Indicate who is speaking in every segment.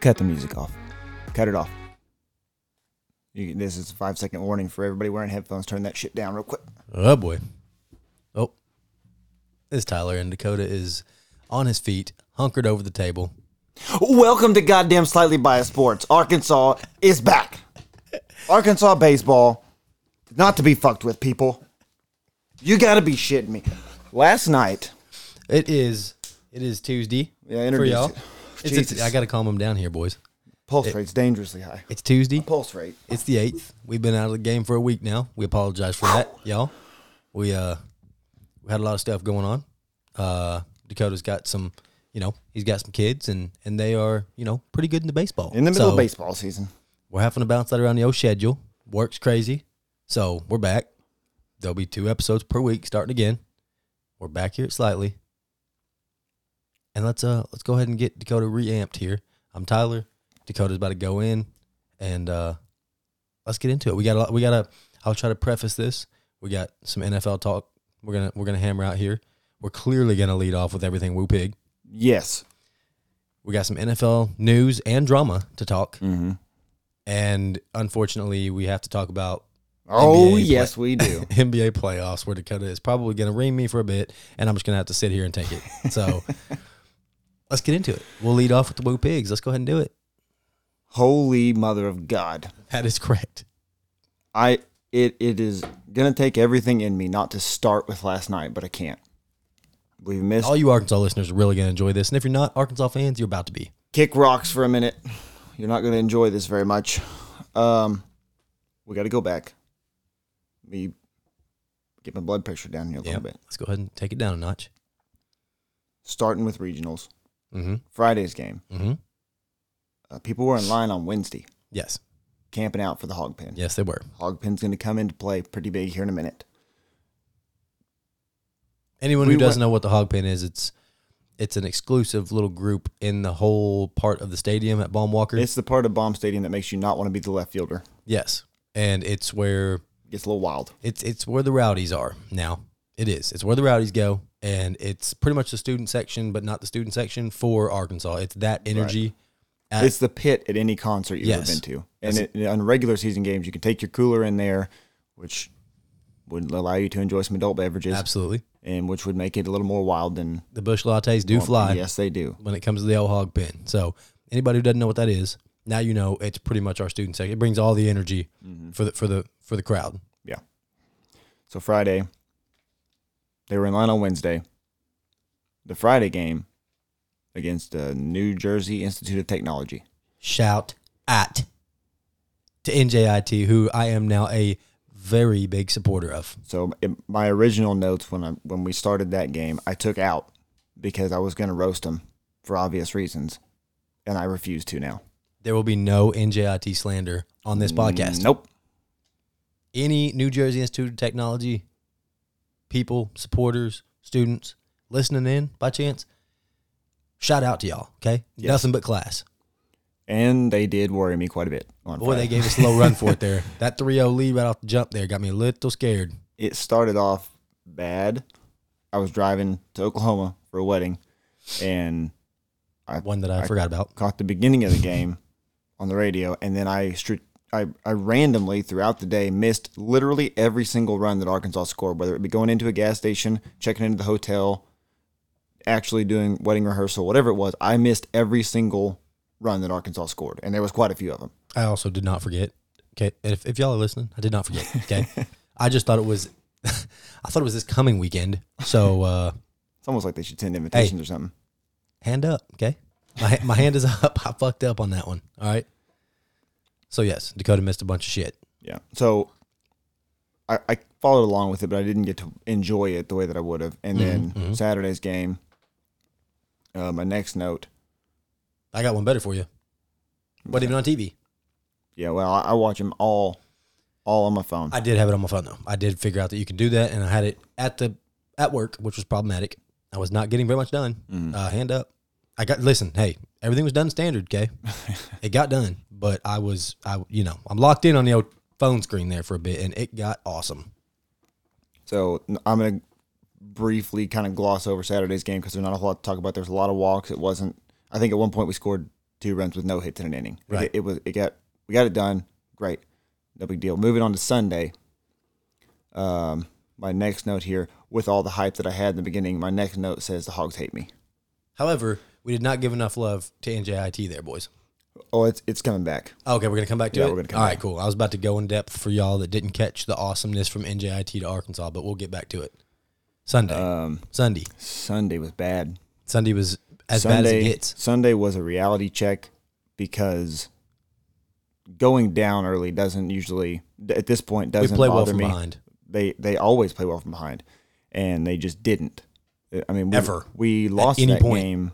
Speaker 1: Cut the music off. Cut it off. You, this is a five second warning for everybody wearing headphones. Turn that shit down real quick.
Speaker 2: Oh boy. Oh. It's Tyler and Dakota is on his feet, hunkered over the table.
Speaker 1: Welcome to goddamn slightly biased sports. Arkansas is back. Arkansas baseball, not to be fucked with, people. You gotta be shitting me. Last night,
Speaker 2: It is it is Tuesday.
Speaker 1: Yeah, introduce
Speaker 2: for y'all.
Speaker 1: it.
Speaker 2: It's, it's-
Speaker 1: Jesus.
Speaker 2: I gotta calm them down here, boys.
Speaker 1: pulse rate's dangerously high.
Speaker 2: It's Tuesday.
Speaker 1: Pulse rate.
Speaker 2: It's the eighth. We've been out of the game for a week now. We apologize for that, y'all. We uh we had a lot of stuff going on. Uh Dakota's got some you know, he's got some kids and and they are, you know, pretty good in the baseball.
Speaker 1: In the middle
Speaker 2: So,
Speaker 1: of baseball season.
Speaker 2: We're having to bounce that around the old schedule. Works crazy. So we're back. There'll be two episodes per week starting again. We're back here at slightly. And let's uh let's go ahead and get Dakota reamped here. I'm Tyler. Dakota's about to go in and uh let's get into it. We got a lot we gotta I'll try to preface this. We got some NFL talk we're gonna we're gonna hammer out here. We're clearly gonna lead off with everything Woo Pig.
Speaker 1: Yes.
Speaker 2: We got some NFL news and drama to talk. And unfortunately, we have to talk about
Speaker 1: Oh,
Speaker 2: NBA
Speaker 1: yes, we do.
Speaker 2: NBA playoffs where Dakota is probably going to ream me for a bit, and I'm just going to have to sit here and take it. So let's get into it. We'll lead off with the Woo Pigs. Let's go ahead and do it.
Speaker 1: Holy mother of God.
Speaker 2: That is correct.
Speaker 1: I it it is gonna take everything in me not to start with last night, but I can't. We missed
Speaker 2: All you Arkansas listeners are really going to enjoy this. And if you're not Arkansas fans, you're about to be.
Speaker 1: kick rocks for a minute. You're not gonna enjoy this very much. Um, we got to go back. Me get my blood pressure down here a
Speaker 2: Yeah.
Speaker 1: little bit.
Speaker 2: Let's go ahead and take it down a notch.
Speaker 1: Starting with regionals.
Speaker 2: Mm-hmm.
Speaker 1: Friday's game.
Speaker 2: Mm-hmm.
Speaker 1: Uh, people were in line on Wednesday,
Speaker 2: Yes.
Speaker 1: camping out for the hog pen.
Speaker 2: Yes, they were.
Speaker 1: Hog pen's gonna come into play pretty big here in a minute.
Speaker 2: Anyone
Speaker 1: We
Speaker 2: who doesn't
Speaker 1: went-
Speaker 2: know what the hog pen is, it's it's an exclusive little group in the whole part of the stadium at Baum Walker.
Speaker 1: It's the part of Bomb Stadium that makes you not want to be the left fielder.
Speaker 2: yes. And it's where
Speaker 1: Gets a little wild.
Speaker 2: It's it's where the rowdies are now. It is. It's where the rowdies go, and it's pretty much the student section, but not the student section for Arkansas. It's that energy. at-
Speaker 1: It's the pit at any concert you've
Speaker 2: Uh, Yes.
Speaker 1: ever been to. And it, on regular season games, you can take your cooler in there, which would allow you to enjoy some adult beverages,
Speaker 2: absolutely.
Speaker 1: and which would make it a little more wild than
Speaker 2: The bush lattes do fly
Speaker 1: Yes, they do.
Speaker 2: when it comes to the old hog pen. So anybody who doesn't know what that is, now you know it's pretty much our student section. It brings all the energy
Speaker 1: Mm-hmm.
Speaker 2: for the for the for the crowd.
Speaker 1: Yeah. So Friday, they were in line on Wednesday. The Friday game against the New Jersey Institute of Technology.
Speaker 2: Shout at to NJIT, who I am now a very big supporter of.
Speaker 1: So in my original notes when I when we started that game, I took out because I was going to roast them for obvious reasons, and I refuse to now.
Speaker 2: There will be no NJIT slander on this podcast.
Speaker 1: Nope.
Speaker 2: any New Jersey Institute of Technology people, supporters, students listening in by chance, shout out to y'all. Okay,
Speaker 1: Yes.
Speaker 2: nothing but class.
Speaker 1: And they did worry me quite a bit. On
Speaker 2: Boy,
Speaker 1: Friday.
Speaker 2: they gave us a little run for it there. That 3-0 lead right off the jump there got me a little scared.
Speaker 1: it started off bad. I was driving to Oklahoma for a wedding, and
Speaker 2: One that I, forgot about.
Speaker 1: caught the beginning of the game on the radio, and then I str- I, I randomly throughout the day missed literally every single run that Arkansas scored, whether it be going into a gas station, checking into the hotel, actually doing wedding rehearsal, whatever it was. I missed every single run that Arkansas scored, and there was quite a few of them.
Speaker 2: I also did not forget. Okay, if, if y'all are listening, I did not forget. Okay, I just thought it was, I thought it was this coming weekend. So uh
Speaker 1: It's almost like they should send invitations or something.
Speaker 2: hand up. Okay, my my hand is up. I fucked up on that one. All right. So yes, Dakota missed a bunch of shit.
Speaker 1: Yeah. So I, I followed along with it, but I didn't get to enjoy it the way that I would have. And then Saturday's game, uh, my next note.
Speaker 2: I got one better for you. But even on TV,
Speaker 1: Yeah, well, I, I watch them all, all on my phone.
Speaker 2: I did have it on my phone though. I did figure out that you can do that, and I had it at the at work, which was problematic. I was not getting very much done.
Speaker 1: Mm-hmm.
Speaker 2: Uh, hand up. I got listen. Hey, everything was done standard. Okay, it got done, but I was I you know I'm locked in on the old phone screen there for a bit, and it got awesome.
Speaker 1: so n- I'm gonna briefly kind of gloss over Saturday's game because there's not a whole lot to talk about. There's a lot of walks. It wasn't. I think at one point we scored two runs with no hits in an inning. It-
Speaker 2: Right.
Speaker 1: It, was it got we got it done. Great. No big deal. Moving on to Sunday. Um, my next note here, with all the hype that I had in the beginning, my next note says the Hogs hate me.
Speaker 2: However, we did not give enough love to NJIT there, boys.
Speaker 1: Oh, it's it's coming back.
Speaker 2: Okay, we're gonna come back to
Speaker 1: Yeah,
Speaker 2: it.
Speaker 1: we're gonna come
Speaker 2: All
Speaker 1: back.
Speaker 2: right, cool. I was about to go in depth for y'all that didn't catch the awesomeness from NJIT to Arkansas, but we'll get back to it. Sunday,
Speaker 1: Um,
Speaker 2: Sunday,
Speaker 1: Sunday was bad.
Speaker 2: Sunday was as bad as it gets.
Speaker 1: Sunday was a reality check because going down early doesn't usually at this point
Speaker 2: We
Speaker 1: doesn't
Speaker 2: play well
Speaker 1: bother
Speaker 2: from
Speaker 1: me.
Speaker 2: behind.
Speaker 1: They they always play well from behind, and they just didn't. I mean, we,
Speaker 2: Ever.
Speaker 1: we lost
Speaker 2: any
Speaker 1: that
Speaker 2: point.
Speaker 1: game.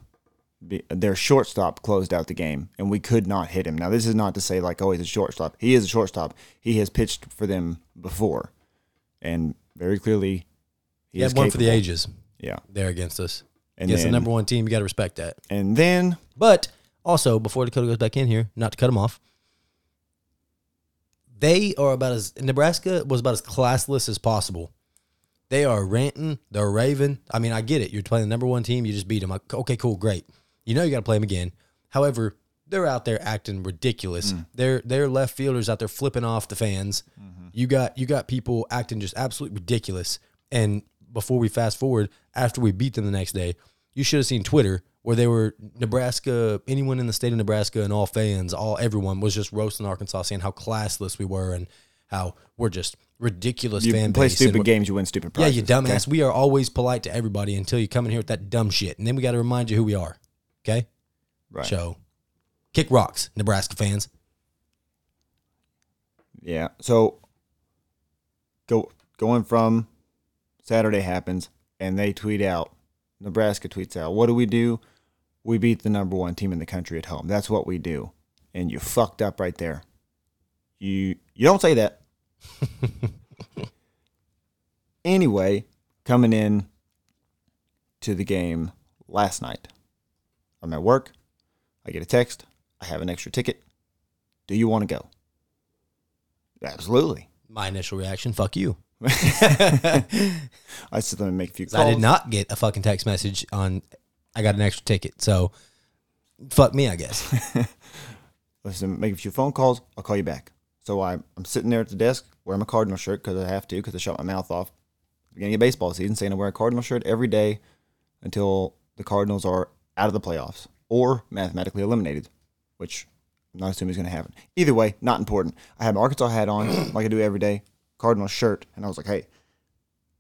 Speaker 1: Be- Their shortstop closed out the game, and we could not hit him. Now, this is not to say like, oh, he's a shortstop. He is a shortstop. He has pitched for them before, and very clearly, he
Speaker 2: You
Speaker 1: is
Speaker 2: had one for the
Speaker 1: capable.
Speaker 2: ages
Speaker 1: Yeah,
Speaker 2: there against us.
Speaker 1: and
Speaker 2: yes,
Speaker 1: then
Speaker 2: the number one team. You got to respect that.
Speaker 1: and then
Speaker 2: But also, before Dakota goes back in here, not to cut them off, they are about as Nebraska was about as classless as possible. They are ranting, they're raving. I mean, I get it. You're playing the number one team, you just beat them. Like, okay, cool, great. You know you got to play them again. However, they're out there acting ridiculous.
Speaker 1: Mm.
Speaker 2: They're they're left fielders out there flipping off the fans.
Speaker 1: Mm-hmm.
Speaker 2: You got you got people acting just absolutely ridiculous. And before we fast forward, after we beat them the next day, you should have seen Twitter where they were Nebraska, anyone in the state of Nebraska and all fans, all everyone was just roasting Arkansas, saying how classless we were and how we're just ridiculous
Speaker 1: you
Speaker 2: fan
Speaker 1: play
Speaker 2: base. and
Speaker 1: stupid
Speaker 2: we're-
Speaker 1: games, you win stupid prizes.
Speaker 2: yeah, you dumbass. We are always polite to everybody until you come in here with that dumb shit. And then we got to remind you who we are. Okay?
Speaker 1: Right.
Speaker 2: So, kick rocks, Nebraska fans.
Speaker 1: Yeah. So go going from Saturday happens and they tweet out Nebraska tweets out, what do we do? We beat the number one team in the country at home. That's what we do. And you fucked up right there. You you don't say that. anyway, coming in to the game last night. I'm at work. I get a text. I have an extra ticket. Do you want to go? Absolutely.
Speaker 2: My initial reaction, fuck you.
Speaker 1: I said, let me make a few
Speaker 2: 'Cause
Speaker 1: calls.
Speaker 2: I did not get a fucking text message on, I got an extra ticket. So, fuck me, I guess.
Speaker 1: Let's make a few phone calls. I'll call you back. So I, I'm sitting there at the desk wearing my Cardinal shirt because I have to because I shut my mouth off at the beginning of baseball season saying I wear a Cardinal shirt every day until the Cardinals are out of the playoffs or mathematically eliminated, which I'm not assuming is going to happen. Either way, not important. I had my Arkansas hat on like I do every day, Cardinal shirt, and I was like, hey,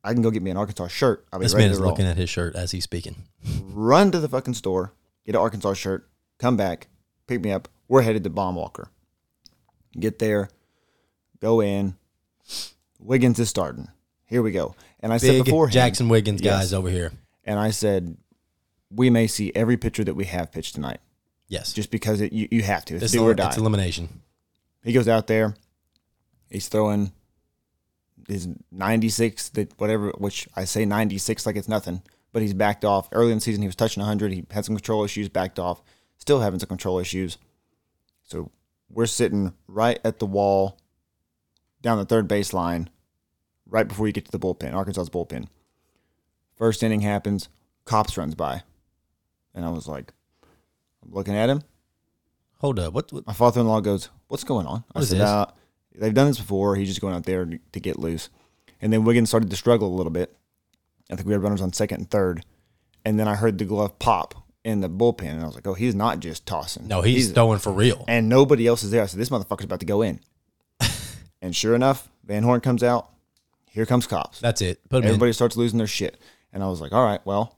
Speaker 1: I can go get me an Arkansas shirt. I'll be
Speaker 2: this
Speaker 1: ready
Speaker 2: man
Speaker 1: to
Speaker 2: is
Speaker 1: roll.
Speaker 2: looking at his shirt as he's speaking.
Speaker 1: run to the fucking store, get an Arkansas shirt, come back, pick me up. We're headed to Bomb Walker. Get there, go in. Wiggins is starting. Here we go. And I said
Speaker 2: Big
Speaker 1: beforehand,
Speaker 2: Jackson Wiggins
Speaker 1: Yes.
Speaker 2: guys over here.
Speaker 1: and I said, we may see every pitcher that we have pitched tonight,
Speaker 2: Yes.
Speaker 1: just because it, you you have to. It's
Speaker 2: This
Speaker 1: do
Speaker 2: is-
Speaker 1: or die.
Speaker 2: It's elimination.
Speaker 1: he goes out there, he's throwing his 96 that whatever, which I say 96 like it's nothing, but he's backed off. Early in the season, he was touching 100. He had some control issues, backed off, still having some control issues. So we're sitting right at the wall, down the third baseline, right before you get to the bullpen, Arkansas's bullpen. First inning happens, cops runs by, and I was like, I'm looking at him.
Speaker 2: Hold up. What, what
Speaker 1: My father in law goes, What's going on? I
Speaker 2: What is
Speaker 1: said,
Speaker 2: this?
Speaker 1: Uh, They've done this before. He's just going out there to get loose. And then Wiggins started to struggle a little bit. I think we had runners on second and third. And then I heard the glove pop in the bullpen. And I was like, Oh, he's not just tossing.
Speaker 2: No, he's, throwing for real.
Speaker 1: And nobody else is there. I said, This motherfucker's about to go in. and sure enough, Van Horn comes out. Here comes cops.
Speaker 2: That's it. Put him
Speaker 1: Everybody starts losing their shit. And I was like, all right, well,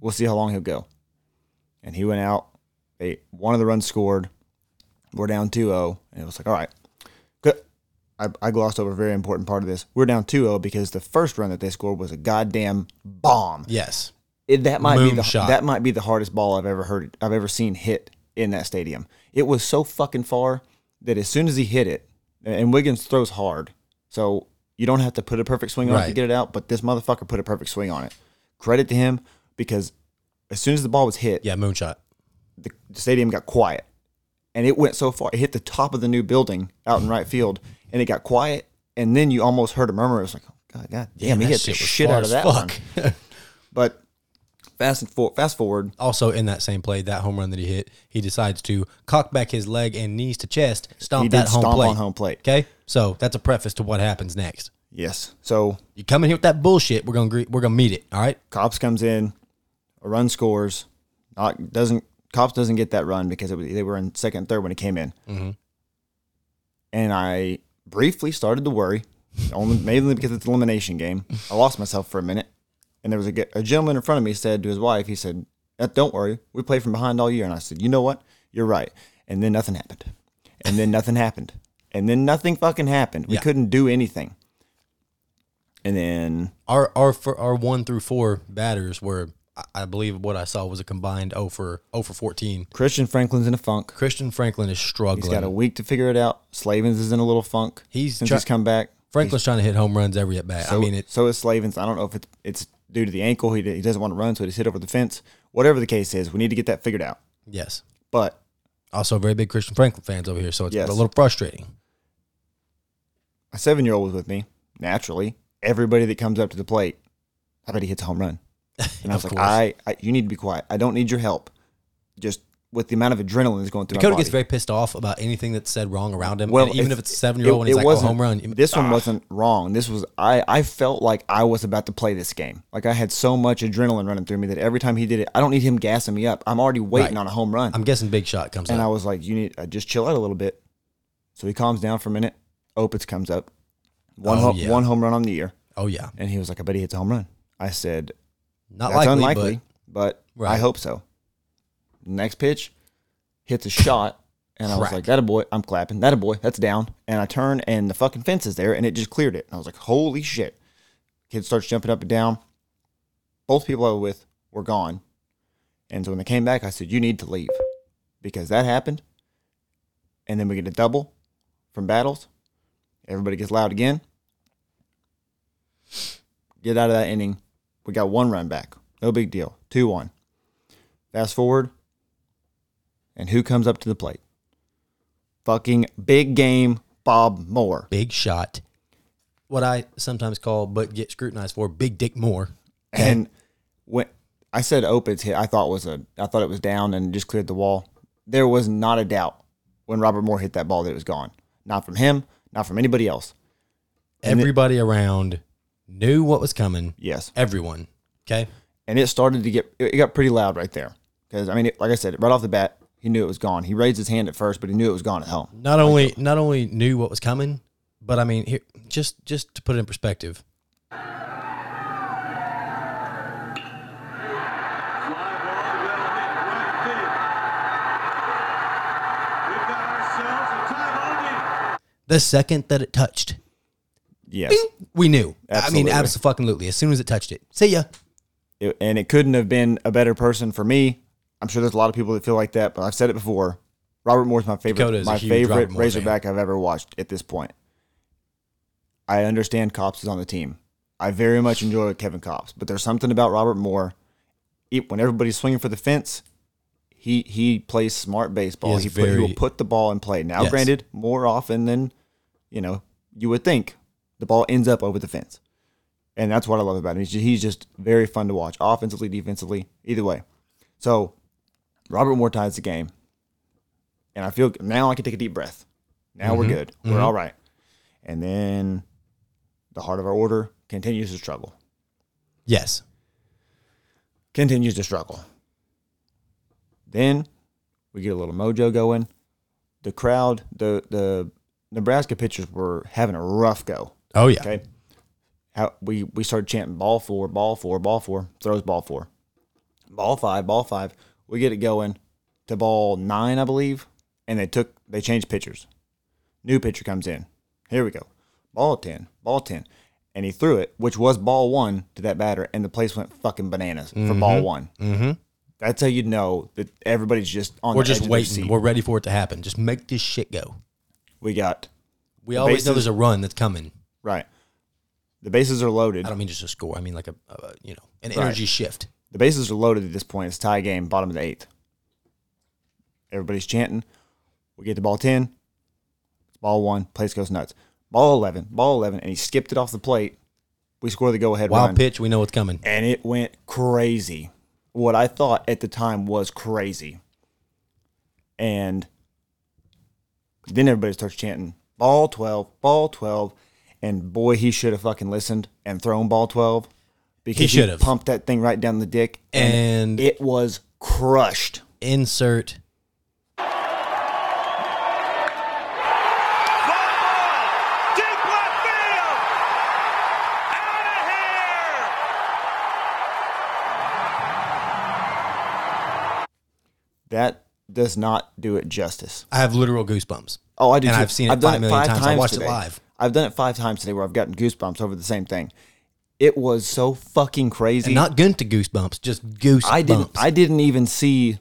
Speaker 1: we'll see how long he'll go. And he went out. They one of the runs scored. We're down 2-0. And it was like, all right. Good. I, I glossed over a very important part of this. We're down 2-0 because the first run that they scored was a goddamn bomb.
Speaker 2: in. Yes.
Speaker 1: It, that might be the
Speaker 2: Moonshot.
Speaker 1: that might be the hardest ball I've ever heard I've ever seen hit in that stadium. It was so fucking far that as soon as he hit it, and Wiggins throws hard, so you don't have to put a perfect swing on it to
Speaker 2: Right.
Speaker 1: get it out. But this motherfucker put a perfect swing on it. Credit to him because as soon as the ball was hit,
Speaker 2: Yeah, moonshot.
Speaker 1: the, the stadium got quiet, and it went so far it hit the top of the new building out in right field, and it got quiet. And then you almost heard a murmur. It was like, oh, God, God damn, he
Speaker 2: that
Speaker 1: hit the
Speaker 2: shit was
Speaker 1: shit
Speaker 2: far
Speaker 1: out of
Speaker 2: as
Speaker 1: that one.
Speaker 2: fuck.
Speaker 1: But Fast and for, fast forward.
Speaker 2: Also, in that same play, that home run that he hit, he decides to cock back his leg and knees to chest, stomp
Speaker 1: he
Speaker 2: that
Speaker 1: did
Speaker 2: home
Speaker 1: stomp
Speaker 2: plate.
Speaker 1: on home plate.
Speaker 2: Okay, so that's a preface to what happens next.
Speaker 1: Yes. So
Speaker 2: You come in here with that bullshit, we're gonna gre- we're gonna meet it. All right.
Speaker 1: Cops comes in, a run scores. Not doesn't Cops doesn't get that run because it was, they were in second and third when it came in.
Speaker 2: Mhm.
Speaker 1: And I briefly started to worry, only mainly because it's an elimination game. I lost myself for a minute, and there was a, ge- a gentleman in front of me said to his wife, he said, "Eh, "Don't worry, we play from behind all year." And I said, "You know what? You're right." And then nothing happened, and then nothing happened, and then nothing fucking happened. We
Speaker 2: Yeah.
Speaker 1: couldn't do anything. And then
Speaker 2: Our our for our one through four batters were, I- I believe, what I saw was a combined 0 for 0 for 14.
Speaker 1: Christian Franklin's in a funk.
Speaker 2: Christian Franklin is struggling.
Speaker 1: He's got a week to figure it out. Slavens is in a little funk.
Speaker 2: He's
Speaker 1: since
Speaker 2: try-
Speaker 1: he's come back.
Speaker 2: Franklin's trying to hit home runs every at bat. I mean, it
Speaker 1: so is Slavens. I don't know if it's it's due to the ankle. He, he doesn't want to run, so he's hit over the fence. Whatever the case is, we need to get that figured out.
Speaker 2: yes.
Speaker 1: But
Speaker 2: Also, very big Christian Franklin fans over here, so it's
Speaker 1: Yes.
Speaker 2: a little frustrating.
Speaker 1: a seven year old was with me. Naturally, everybody that comes up to the plate, I bet he hits a home run. And I was
Speaker 2: Of
Speaker 1: like,
Speaker 2: course.
Speaker 1: I, I, you need to be quiet. I don't need your help. Just with the amount of adrenaline that's going through
Speaker 2: Dakota
Speaker 1: my body.
Speaker 2: gets very pissed off about anything that's said wrong around him.
Speaker 1: Well,
Speaker 2: and even
Speaker 1: it's-
Speaker 2: if it's a seven year old and he's like, oh,
Speaker 1: wasn't-
Speaker 2: home run.
Speaker 1: This one wasn't wrong. This was I. I felt like I was about to play this game. Like I had so much adrenaline running through me that every time he did it, I don't need him gassing me up. I'm already waiting
Speaker 2: Right.
Speaker 1: on a home run.
Speaker 2: I'm guessing Big Shot comes
Speaker 1: and
Speaker 2: out.
Speaker 1: I was like, "You need uh, just chill out a little bit." So he calms down for a minute. Opitz comes up, one
Speaker 2: Oh,
Speaker 1: ho-
Speaker 2: yeah.
Speaker 1: one home run on the year,
Speaker 2: oh, yeah.
Speaker 1: and he was like, "I bet he hits a home run." I said,
Speaker 2: Not
Speaker 1: "That's
Speaker 2: likely,
Speaker 1: unlikely, but, I
Speaker 2: Right.
Speaker 1: hope so." Next pitch, hits a shot. And I was
Speaker 2: Crack.
Speaker 1: like, that a boy. I'm clapping. That a boy. That's down. And I turn and the fucking fence is there and it just cleared it. And I was like, holy shit. Kid starts jumping up and down. Both people I was with were gone. And so when they came back, I said, you need to leave because that happened. And then we get a double from battles. Everybody gets loud again. Get out of that inning. We got one run back. No big deal. 2 1. Fast forward. And who comes up to the plate? Fucking big game Bob Moore.
Speaker 2: but Big Shot, what I sometimes call but get scrutinized for, Big Dick Moore.
Speaker 1: And when I said Opitz hit, I thought was a I thought it was down and just cleared the wall. There was not a doubt when Robert Moore hit that ball that it was gone. Not from him, not from anybody else.
Speaker 2: Everybody around knew what was coming.
Speaker 1: Yes.
Speaker 2: Everyone. Okay.
Speaker 1: and it started to get it got pretty loud right there because I mean, it, like I said, right off the bat, he knew it was gone. He raised his hand at first, but he knew it was gone at home.
Speaker 2: Not only not only knew what was coming, but I mean, here, just just to put it in perspective,
Speaker 3: Fly ball will hit right field. We've got ourselves a time only.
Speaker 2: the second that it touched,
Speaker 1: Yes,
Speaker 2: we knew. I
Speaker 1: Absolutely.
Speaker 2: mean, absolutely. As soon as it touched it, see ya.
Speaker 1: It- and it couldn't have been a better person for me. I'm sure there's a lot of people that feel like that, but I've said it before. Robert Moore's my
Speaker 2: Dakota
Speaker 1: favorite,
Speaker 2: is a
Speaker 1: my
Speaker 2: huge
Speaker 1: favorite
Speaker 2: Robert Moore
Speaker 1: Razorback I've ever watched at this point. I understand Cops is on the team. I very much enjoy Kevin Cops, but there's something about Robert Moore. He- when everybody's swinging for the fence, he he plays smart baseball.
Speaker 2: He
Speaker 1: He,
Speaker 2: is
Speaker 1: put- he will
Speaker 2: very-
Speaker 1: put the ball in play. Now,
Speaker 2: Yes.
Speaker 1: granted, more often than you know you would think, the ball ends up over the fence, and that's what I love about him. He's just, he's just very fun to watch, offensively, defensively, either way. So Robert Moore ties the game, and I feel now I can take a deep breath. Now we're good. We're all right. And then the heart of our order continues to struggle.
Speaker 2: Yes.
Speaker 1: Continues to struggle. Then we get a little mojo going. The crowd, the the Nebraska pitchers were having a rough go.
Speaker 2: Oh yeah.
Speaker 1: Okay. How we we started chanting ball four, ball four, ball four, throws ball four. Ball five, ball five. We get it going to ball nine, I believe. And they took they changed pitchers. New pitcher comes in. Here we go. Ball ten, ball ten. And he threw it, which was ball one to that batter, and the place went fucking bananas for ball one. Mm-hmm. That's how you know that everybody's just on.
Speaker 2: We're
Speaker 1: the
Speaker 2: just
Speaker 1: edge of their
Speaker 2: waiting.
Speaker 1: seat.
Speaker 2: We're ready for it to happen. Just make this shit go.
Speaker 1: We got
Speaker 2: We always know
Speaker 1: bases-
Speaker 2: there's a run that's coming.
Speaker 1: right. The bases are loaded.
Speaker 2: I don't mean just a score. I mean like a, a you know an energy shift.
Speaker 1: The bases are loaded at this point. It's tie game, bottom of the eighth. Everybody's chanting. We get the ball 10. It's ball one. Place goes nuts. Ball 11. Ball 11. And he skipped it off the plate. We score the go ahead
Speaker 2: Wild
Speaker 1: run.
Speaker 2: pitch. We know what's coming.
Speaker 1: And it went crazy. what I thought at the time was crazy. And then everybody starts chanting, ball 12, ball 12. And boy, he should have fucking listened and thrown ball 12 because he,
Speaker 2: should have.
Speaker 1: pumped that thing right down the dick.
Speaker 2: And-
Speaker 1: it was crushed.
Speaker 2: Insert
Speaker 4: Fly ball, deep left field, out of here.
Speaker 1: That does not do it justice.
Speaker 2: I have literal goosebumps.
Speaker 1: Oh, I do.
Speaker 2: And
Speaker 1: too.
Speaker 2: I've seen it
Speaker 1: done
Speaker 2: five million times. I watched it
Speaker 1: today.
Speaker 2: live.
Speaker 1: I've done it five times today where I've gotten goosebumps over the same thing. It was so fucking crazy.
Speaker 2: And not gun to goosebumps, just goosebumps.
Speaker 1: I didn't. I didn't even see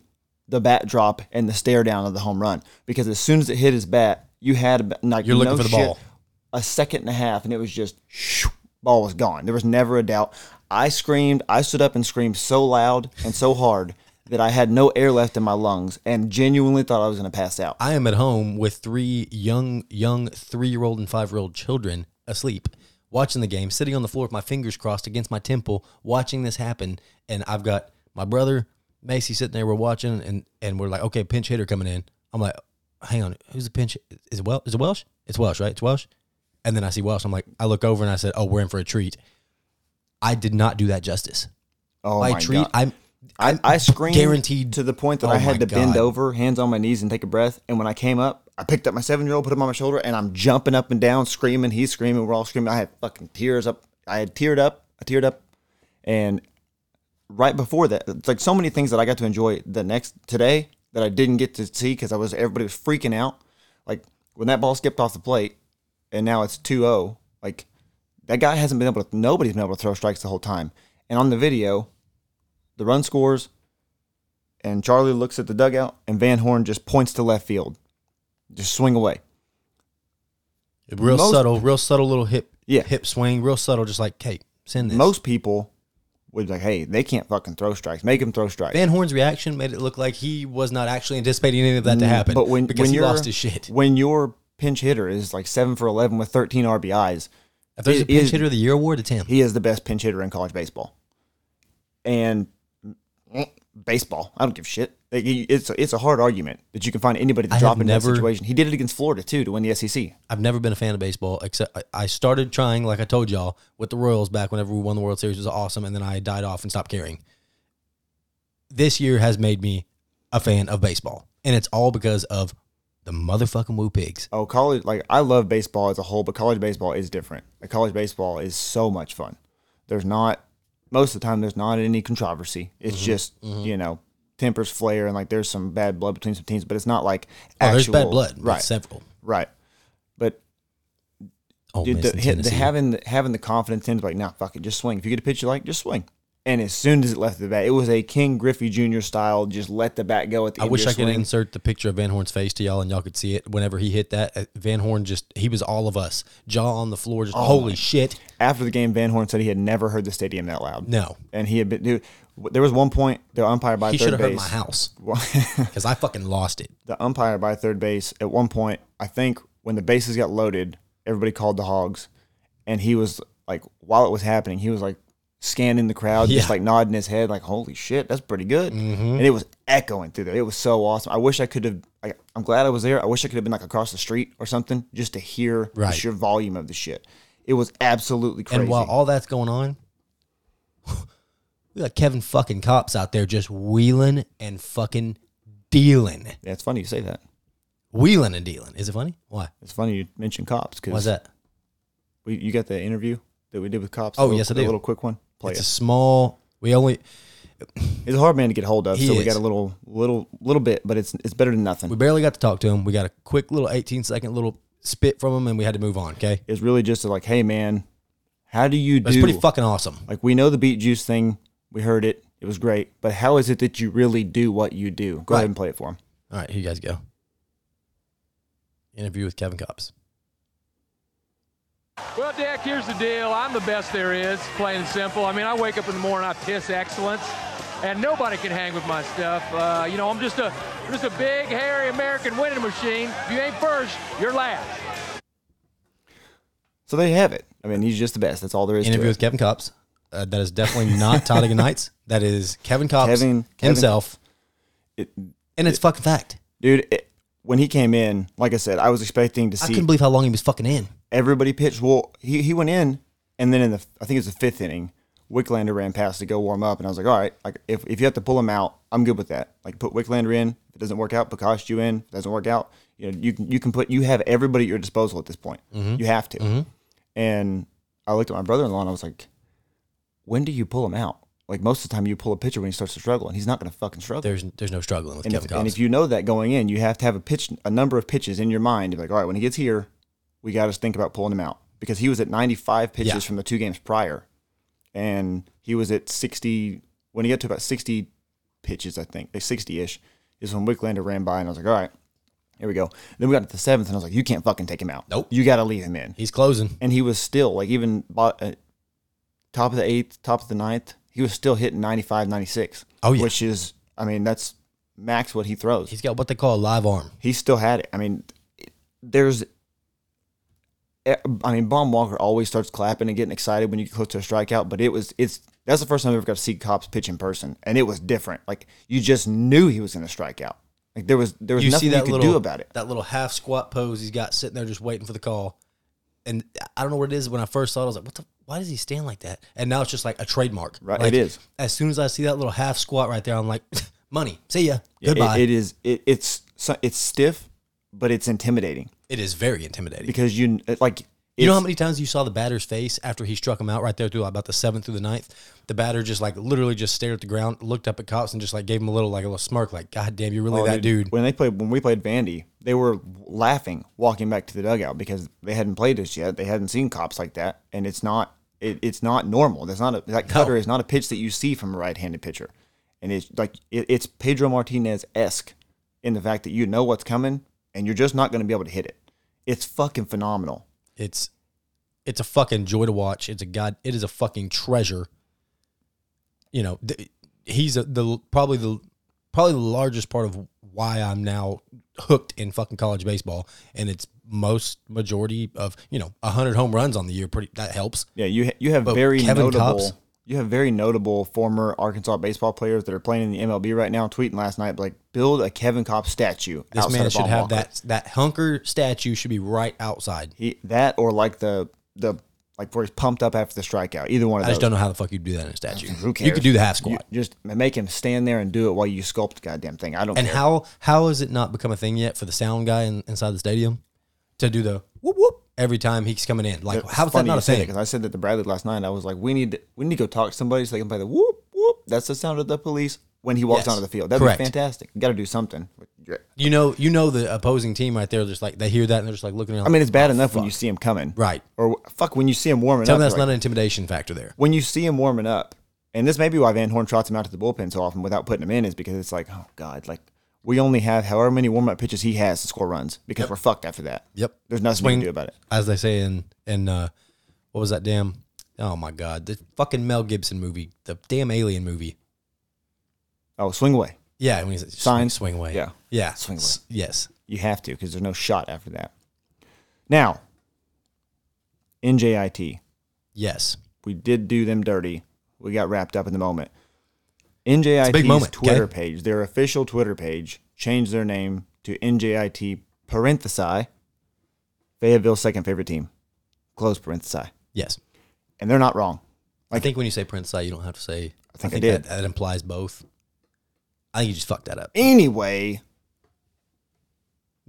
Speaker 1: the bat drop and the stare down of the home run because as soon as it hit his bat, you had about- like
Speaker 2: You're looking
Speaker 1: no
Speaker 2: for the
Speaker 1: shit,
Speaker 2: ball.
Speaker 1: a second and a half, and it was just shoo, ball was gone. There was never a doubt. I screamed. I stood up and screamed so loud and so hard that I had no air left in my lungs and genuinely thought I was going to pass out.
Speaker 2: I am at home with three young, young three year old and five year old children asleep, watching the game, sitting on the floor with my fingers crossed against my temple, watching this happen. And I've got my brother, Macy, sitting there. We're watching, and, and we're like, okay, pinch hitter coming in. I'm like, hang on, who's the pinch? Is it, Wel- is it Welsh? It's Welsh, right? It's Welsh. And then I see Welsh. I'm like, I look over and I said, oh, we're in for a treat. I did not do that justice.
Speaker 1: Oh
Speaker 2: By
Speaker 1: my
Speaker 2: treat,
Speaker 1: god!
Speaker 2: I'm.
Speaker 1: I, I screamed
Speaker 2: guaranteed-
Speaker 1: to the point that
Speaker 2: Oh
Speaker 1: I had
Speaker 2: my
Speaker 1: to bend
Speaker 2: God.
Speaker 1: over, hands on my knees, and take a breath. And when I came up, I picked up my seven year old, put him on my shoulder, and I'm jumping up and down, screaming. He's screaming. We're all screaming. I had fucking tears up. I had teared up. I teared up. And right before that, it's like so many things that I got to enjoy the next today that I didn't get to see because I was everybody was freaking out. Like when that ball skipped off the plate, and now it's 2-0. Like that guy hasn't been able to. Nobody's been able to throw strikes the whole time. And on the video, the run scores, and Charlie looks at the dugout, and Van Horn just points to left field, just swing away.
Speaker 2: Real
Speaker 1: Most-
Speaker 2: subtle, real subtle little hip
Speaker 1: Yeah.
Speaker 2: hip swing, real subtle, just like, hey, send this.
Speaker 1: Most people would be like, "Hey, they can't fucking throw strikes. Make them throw strikes."
Speaker 2: Van Horn's reaction made it look like he was not actually anticipating any of that to happen.
Speaker 1: Mm, But when
Speaker 2: because
Speaker 1: when
Speaker 2: he
Speaker 1: your-
Speaker 2: lost his shit.
Speaker 1: when your pinch hitter is like seven for eleven with thirteen RBIs,
Speaker 2: If there's a
Speaker 1: it
Speaker 2: pinch
Speaker 1: is-
Speaker 2: hitter of the year award, it's him.
Speaker 1: he is the best pinch hitter in college baseball. And eh, baseball, I don't give a shit. Like, you- It's a, it's a hard argument that you can find anybody to
Speaker 2: I have
Speaker 1: drop in
Speaker 2: never-
Speaker 1: that situation. He did it against Florida too to win the E SEC.
Speaker 2: I've never been a fan of baseball except I, I started trying, like I told y'all, with the Royals back whenever we won the World Series it was awesome, and then I died off and stopped caring. This year has made me a fan of baseball, and it's all because of the motherfucking Woo Pigs.
Speaker 1: Oh, college! Like I love baseball as a whole, but college baseball is different. Like, college baseball is so much fun. There's not most of the time. There's not any controversy. It's
Speaker 2: Mm-hmm.
Speaker 1: just you know tempers flare and like there's some bad blood between some teams, but it's not like
Speaker 2: Oh,
Speaker 1: actual
Speaker 2: there's bad blood, but
Speaker 1: Right,
Speaker 2: Several.
Speaker 1: right. But
Speaker 2: Oh,
Speaker 1: dude,
Speaker 2: Miss
Speaker 1: the,
Speaker 2: and
Speaker 1: hit, the
Speaker 2: Tennessee.
Speaker 1: having the, having the confidence in is like, nah, fuck it, just swing. If you get a pitch you like, just swing. And as soon as it left the bat, it was a King Griffey Jr. style. Just let the bat go at the
Speaker 2: I
Speaker 1: end
Speaker 2: wish
Speaker 1: of your
Speaker 2: I could
Speaker 1: swing.
Speaker 2: insert the picture of Van Horn's face to y'all and y'all could see it whenever he hit that. Uh, Van Horn just, he was all of us, jaw on the floor,
Speaker 1: Oh
Speaker 2: just, holy shit.
Speaker 1: After the game, Van Horn said he had never heard the stadium that loud.
Speaker 2: No.
Speaker 1: and he had been dude. w- There was one point the umpire by
Speaker 2: He should
Speaker 1: third
Speaker 2: have hurt my
Speaker 1: base.
Speaker 2: house
Speaker 1: well,
Speaker 2: because I fucking lost it.
Speaker 1: the umpire by third base at one point, I think when the bases got loaded, everybody called the hogs, and he was like, while it was happening, he was like scanning the crowd, just
Speaker 2: Yeah. Mm-hmm.
Speaker 1: like nodding his head, like "Holy shit, that's pretty good," and it was echoing through there. It was so awesome. I wish I could have. I, I'm glad I was there. I wish I could have been like across the street or something just to hear
Speaker 2: Right.
Speaker 1: the sheer volume of the shit. It was absolutely crazy.
Speaker 2: And while all that's going on, we got Kevin fucking cops out there just wheeling and fucking dealing.
Speaker 1: yeah, it's funny you say that.
Speaker 2: Wheeling and dealing. Is it funny? Why?
Speaker 1: It's funny you mention cops
Speaker 2: Why's
Speaker 1: because
Speaker 2: that?
Speaker 1: We, you got the interview that we did with cops? A
Speaker 2: Oh,
Speaker 1: little-
Speaker 2: yes,
Speaker 1: A
Speaker 2: I do.
Speaker 1: little quick one. Play
Speaker 2: It's
Speaker 1: it.
Speaker 2: a small, we only,
Speaker 1: He's a hard man to get hold of,
Speaker 2: He
Speaker 1: so we
Speaker 2: is.
Speaker 1: got a little, little, little bit, but it's it's better than nothing.
Speaker 2: we barely got to talk to him. We got a quick little 18 second little spit from him and we had to move on, okay?
Speaker 1: it's really just like, hey man, how do you
Speaker 2: But it's
Speaker 1: do?
Speaker 2: pretty fucking awesome.
Speaker 1: like we know the beet juice thing, we heard it, it was great, but how is it that you really do what you do? Go
Speaker 2: Right.
Speaker 1: ahead and play it for him.
Speaker 2: All right, here you guys go. Interview with Kevin Cops.
Speaker 5: Well, Dak, here's the deal. I'm the best there is, plain and simple. I mean, I wake up in the morning, I piss excellence, and nobody can hang with my stuff. Uh, you know, I'm just a I'm just a big, hairy American winning machine. If you ain't first, you're last.
Speaker 1: So there you have it. I mean, he's just the best. That's all there is
Speaker 2: Interview
Speaker 1: to
Speaker 2: with
Speaker 1: it.
Speaker 2: Kevin Cops. Uh, that is definitely not Todd Ignites. That is Kevin Cops
Speaker 1: Kevin- Kevin-
Speaker 2: himself.
Speaker 1: It-
Speaker 2: and it's fucking fact.
Speaker 1: dude. It, when he came in, like I said, I was expecting to
Speaker 2: I
Speaker 1: see
Speaker 2: couldn't believe how long he was fucking in.
Speaker 1: everybody pitch. Well, he, he went in, and then in the I think it was the fifth inning, Wicklander ran past to go warm up, and I was like, all right, like if, if you have to pull him out, I'm good with that. Like put Wicklander in. If it doesn't work out, Pakosh you in. If it doesn't work out, you know you can you can put you have everybody at your disposal at this point. You have to. And I looked at my brother-in-law and I was like, when do you pull him out? Like most of the time, you pull a pitcher when he starts to struggle, and he's not going to fucking struggle.
Speaker 2: There's there's no struggling with
Speaker 1: And
Speaker 2: Kevin
Speaker 1: if, and
Speaker 2: Cops.
Speaker 1: if you know that going in, you have to have a pitch, a number of pitches in your mind. You're like, all right, when he gets here, we got to think about pulling him out because he was at 95 pitches
Speaker 2: Yeah.
Speaker 1: from the two games prior, and he was at 60 when he got to about 60 pitches, I think, 60 ish, is when Wicklander ran by, and I was like, all right, here we go. Then we got to the seventh, and I was like, you can't fucking take him out.
Speaker 2: Nope.
Speaker 1: you got to leave him in
Speaker 2: He's closing.
Speaker 1: and he was still like even bo- uh, top of the eighth, top of the ninth, he was still hitting 95, 96.
Speaker 2: Oh, yeah.
Speaker 1: Which is, I mean, that's max what he throws.
Speaker 2: He's got what they call a live arm.
Speaker 1: he still had it. I mean, it- there's, eh, I mean, Bomb Walker always starts clapping and getting excited when you get close to a strikeout, but it was, it's, that's the first time I ever got to see Cops pitch in person, and it was different. Like you just knew he was going to strike out. Like there was there was
Speaker 2: you
Speaker 1: nothing
Speaker 2: see that
Speaker 1: you could
Speaker 2: little
Speaker 1: do about it.
Speaker 2: That little half squat pose he's got sitting there just waiting for the call. And I don't know what it is. When I first saw it, I was like, "What the? Why does he stand like that?" And now it's just like a trademark.
Speaker 1: Right,
Speaker 2: Like,
Speaker 1: it is.
Speaker 2: As soon as I see that little half squat right there, I'm like, "Money, see ya,
Speaker 1: It-
Speaker 2: goodbye."
Speaker 1: it is it, it's it's stiff, but it's intimidating.
Speaker 2: it is very intimidating.
Speaker 1: because you it- like
Speaker 2: You know how
Speaker 1: it's-
Speaker 2: many times you saw the batter's face after he struck him out right there through about the seventh through the ninth? The batter just like literally just stared at the ground, looked up at cops, and just like gave him a little like a little smirk, like "God damn, you're really
Speaker 1: oh,
Speaker 2: that dude."
Speaker 1: when they played when we played Vandy they were laughing walking back to the dugout because they hadn't played us yet they hadn't seen cops like that and it's not it, it's not normal that's not a that cutter is not a pitch that you see from a right-handed pitcher and it's like it, it's Pedro Martinez esque in the fact that you know what's coming and you're just not going to be able to hit it it's fucking phenomenal
Speaker 2: It's it's a fucking joy to watch. It's a god. It is a fucking treasure. You know, th- he's a, the probably the probably the largest part of why I'm now hooked in fucking college baseball, and it's most majority of you know hundred home runs on the year. Pretty that helps.
Speaker 1: Yeah, you ha- you have
Speaker 2: But
Speaker 1: very
Speaker 2: Kevin
Speaker 1: notable.
Speaker 2: Copps?
Speaker 1: You have very notable former Arkansas baseball players that are playing in the MLB right now. Tweeting last night, like build a Kevin Cobb statue.
Speaker 2: This
Speaker 1: outside
Speaker 2: man
Speaker 1: of
Speaker 2: should
Speaker 1: Bob
Speaker 2: have
Speaker 1: Walker.
Speaker 2: that that hunker statue should be right outside.
Speaker 1: He, that or like the the like where he's pumped up after the strikeout. Either one of
Speaker 2: I just
Speaker 1: those.
Speaker 2: don't know how the fuck you do that in a statue.
Speaker 1: Who cares?
Speaker 2: You could do the half squat.
Speaker 1: You just make him stand there and do it while you sculpt the goddamn thing. I don't.
Speaker 2: and
Speaker 1: care.
Speaker 2: how how has it not become a thing yet for the sound guy in, inside the stadium to do the whoop whoop every time he's coming in? Like
Speaker 1: It's
Speaker 2: how is that
Speaker 1: funny
Speaker 2: not
Speaker 1: you
Speaker 2: a
Speaker 1: say
Speaker 2: thing?
Speaker 1: Because I said that to Bradley last night. I was like, we need we need to go talk to somebody so they can play the whoop whoop. That's the sound of the police when he walks
Speaker 2: Yes.
Speaker 1: onto the field. That'd
Speaker 2: Correct.
Speaker 1: be fantastic. Got to do something.
Speaker 2: You know, you know the opposing team right there. Just like they hear that and they're just like looking around.
Speaker 1: I mean, it's bad enough when you see him coming,
Speaker 2: Right.
Speaker 1: Or fuck, when you see him warming
Speaker 2: tell
Speaker 1: up.
Speaker 2: me that's
Speaker 1: you're like-
Speaker 2: not an intimidation factor there.
Speaker 1: when you see him warming up, and this may be why Van Horn trots him out to the bullpen so often without putting him in, is because it's like, oh god, like we only have however many warm up pitches he has to score runs because we're fucked after that.
Speaker 2: Yep.
Speaker 1: There's nothing we
Speaker 2: Swing-
Speaker 1: can do about it.
Speaker 2: As they say in in uh, what was that damn? Oh my god, the fucking Mel Gibson movie, the damn Alien movie.
Speaker 1: Oh, swing away.
Speaker 2: Yeah, when he says
Speaker 1: Sign.
Speaker 2: swing, swing away.
Speaker 1: Yeah.
Speaker 2: yeah,
Speaker 1: Swing away.
Speaker 2: S- Yes,
Speaker 1: You have to because there's no shot after that. Now, NJIT,
Speaker 2: yes.
Speaker 1: we did do them dirty. We got wrapped up in the moment. NJIT's
Speaker 2: big moment, okay?
Speaker 1: Twitter page, their official Twitter page, changed their name to NJIT parenthesi Fayetteville's second favorite team, close parenthesi,
Speaker 2: Yes.
Speaker 1: and they're not wrong.
Speaker 2: I think when you say Prince Sai, you don't have to say. I
Speaker 1: think I did.
Speaker 2: That, that implies both. I think you just fucked that up.
Speaker 1: Anyway,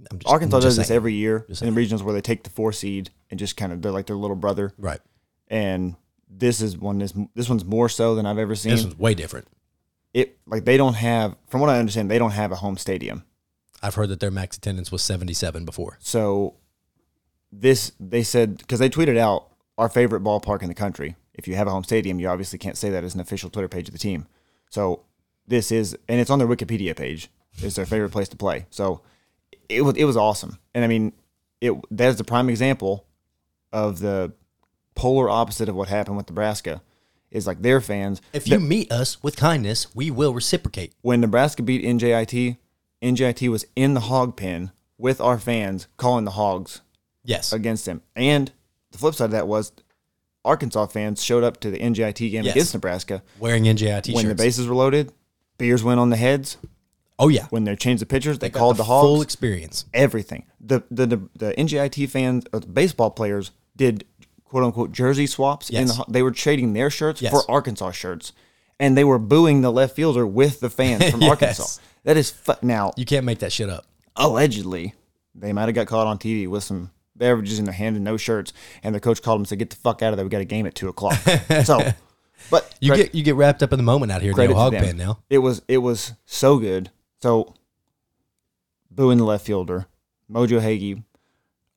Speaker 2: I'm just,
Speaker 1: Arkansas
Speaker 2: I'm
Speaker 1: does
Speaker 2: just
Speaker 1: this
Speaker 2: saying.
Speaker 1: every year
Speaker 2: Just
Speaker 1: in the regions where they take the four seed and just kind of they're like their little brother.
Speaker 2: Right.
Speaker 1: And this is one this this one's more so than I've ever seen.
Speaker 2: This one's way different.
Speaker 1: it like they don't have from what I understand they don't have a home stadium.
Speaker 2: I've heard that their max attendance was 77 before.
Speaker 1: So this they said because they tweeted out our favorite ballpark in the country. If you have a home stadium, you obviously can't say that as an official Twitter page of the team. So this is and it's on their Wikipedia page. It's their favorite place to play. So it was it was awesome. And I mean it that is the prime example of the polar opposite of what happened with Nebraska. Is like their fans
Speaker 2: If you meet us with kindness, we will reciprocate.
Speaker 1: when Nebraska beat NJIT, NJIT was in the hog pen with our fans calling the hogs
Speaker 2: Yes.
Speaker 1: against them. And the flip side of that was Arkansas fans showed up to the NJIT game
Speaker 2: Yes.
Speaker 1: against Nebraska
Speaker 2: Wearing NJI
Speaker 1: when the
Speaker 2: t-shirts.
Speaker 1: bases were loaded. Beers went on the heads.
Speaker 2: oh yeah,
Speaker 1: When they changed the pitchers, they,
Speaker 2: Got
Speaker 1: called the,
Speaker 2: full
Speaker 1: hogs.
Speaker 2: experience.
Speaker 1: everything. The the the, the NJIT fans, or the baseball players, did quote unquote jersey swaps, and
Speaker 2: Yes.
Speaker 1: the, they were trading their shirts
Speaker 2: Yes.
Speaker 1: for Arkansas shirts, and they were booing the left fielder with the fans from
Speaker 2: Yes.
Speaker 1: Arkansas. That is fu- now
Speaker 2: You can't make that shit up.
Speaker 1: allegedly they might have got caught on TV with some beverages in their hand and no shirts, and their coach called them and said, "Get the fuck out of there. We got a game at two o'clock." so, but
Speaker 2: You
Speaker 1: cre-
Speaker 2: get you get wrapped up in the moment out here in the
Speaker 1: credit
Speaker 2: old hog
Speaker 1: to them.
Speaker 2: pen now.
Speaker 1: It was it was so good. So booing the left fielder, Mojo Hagee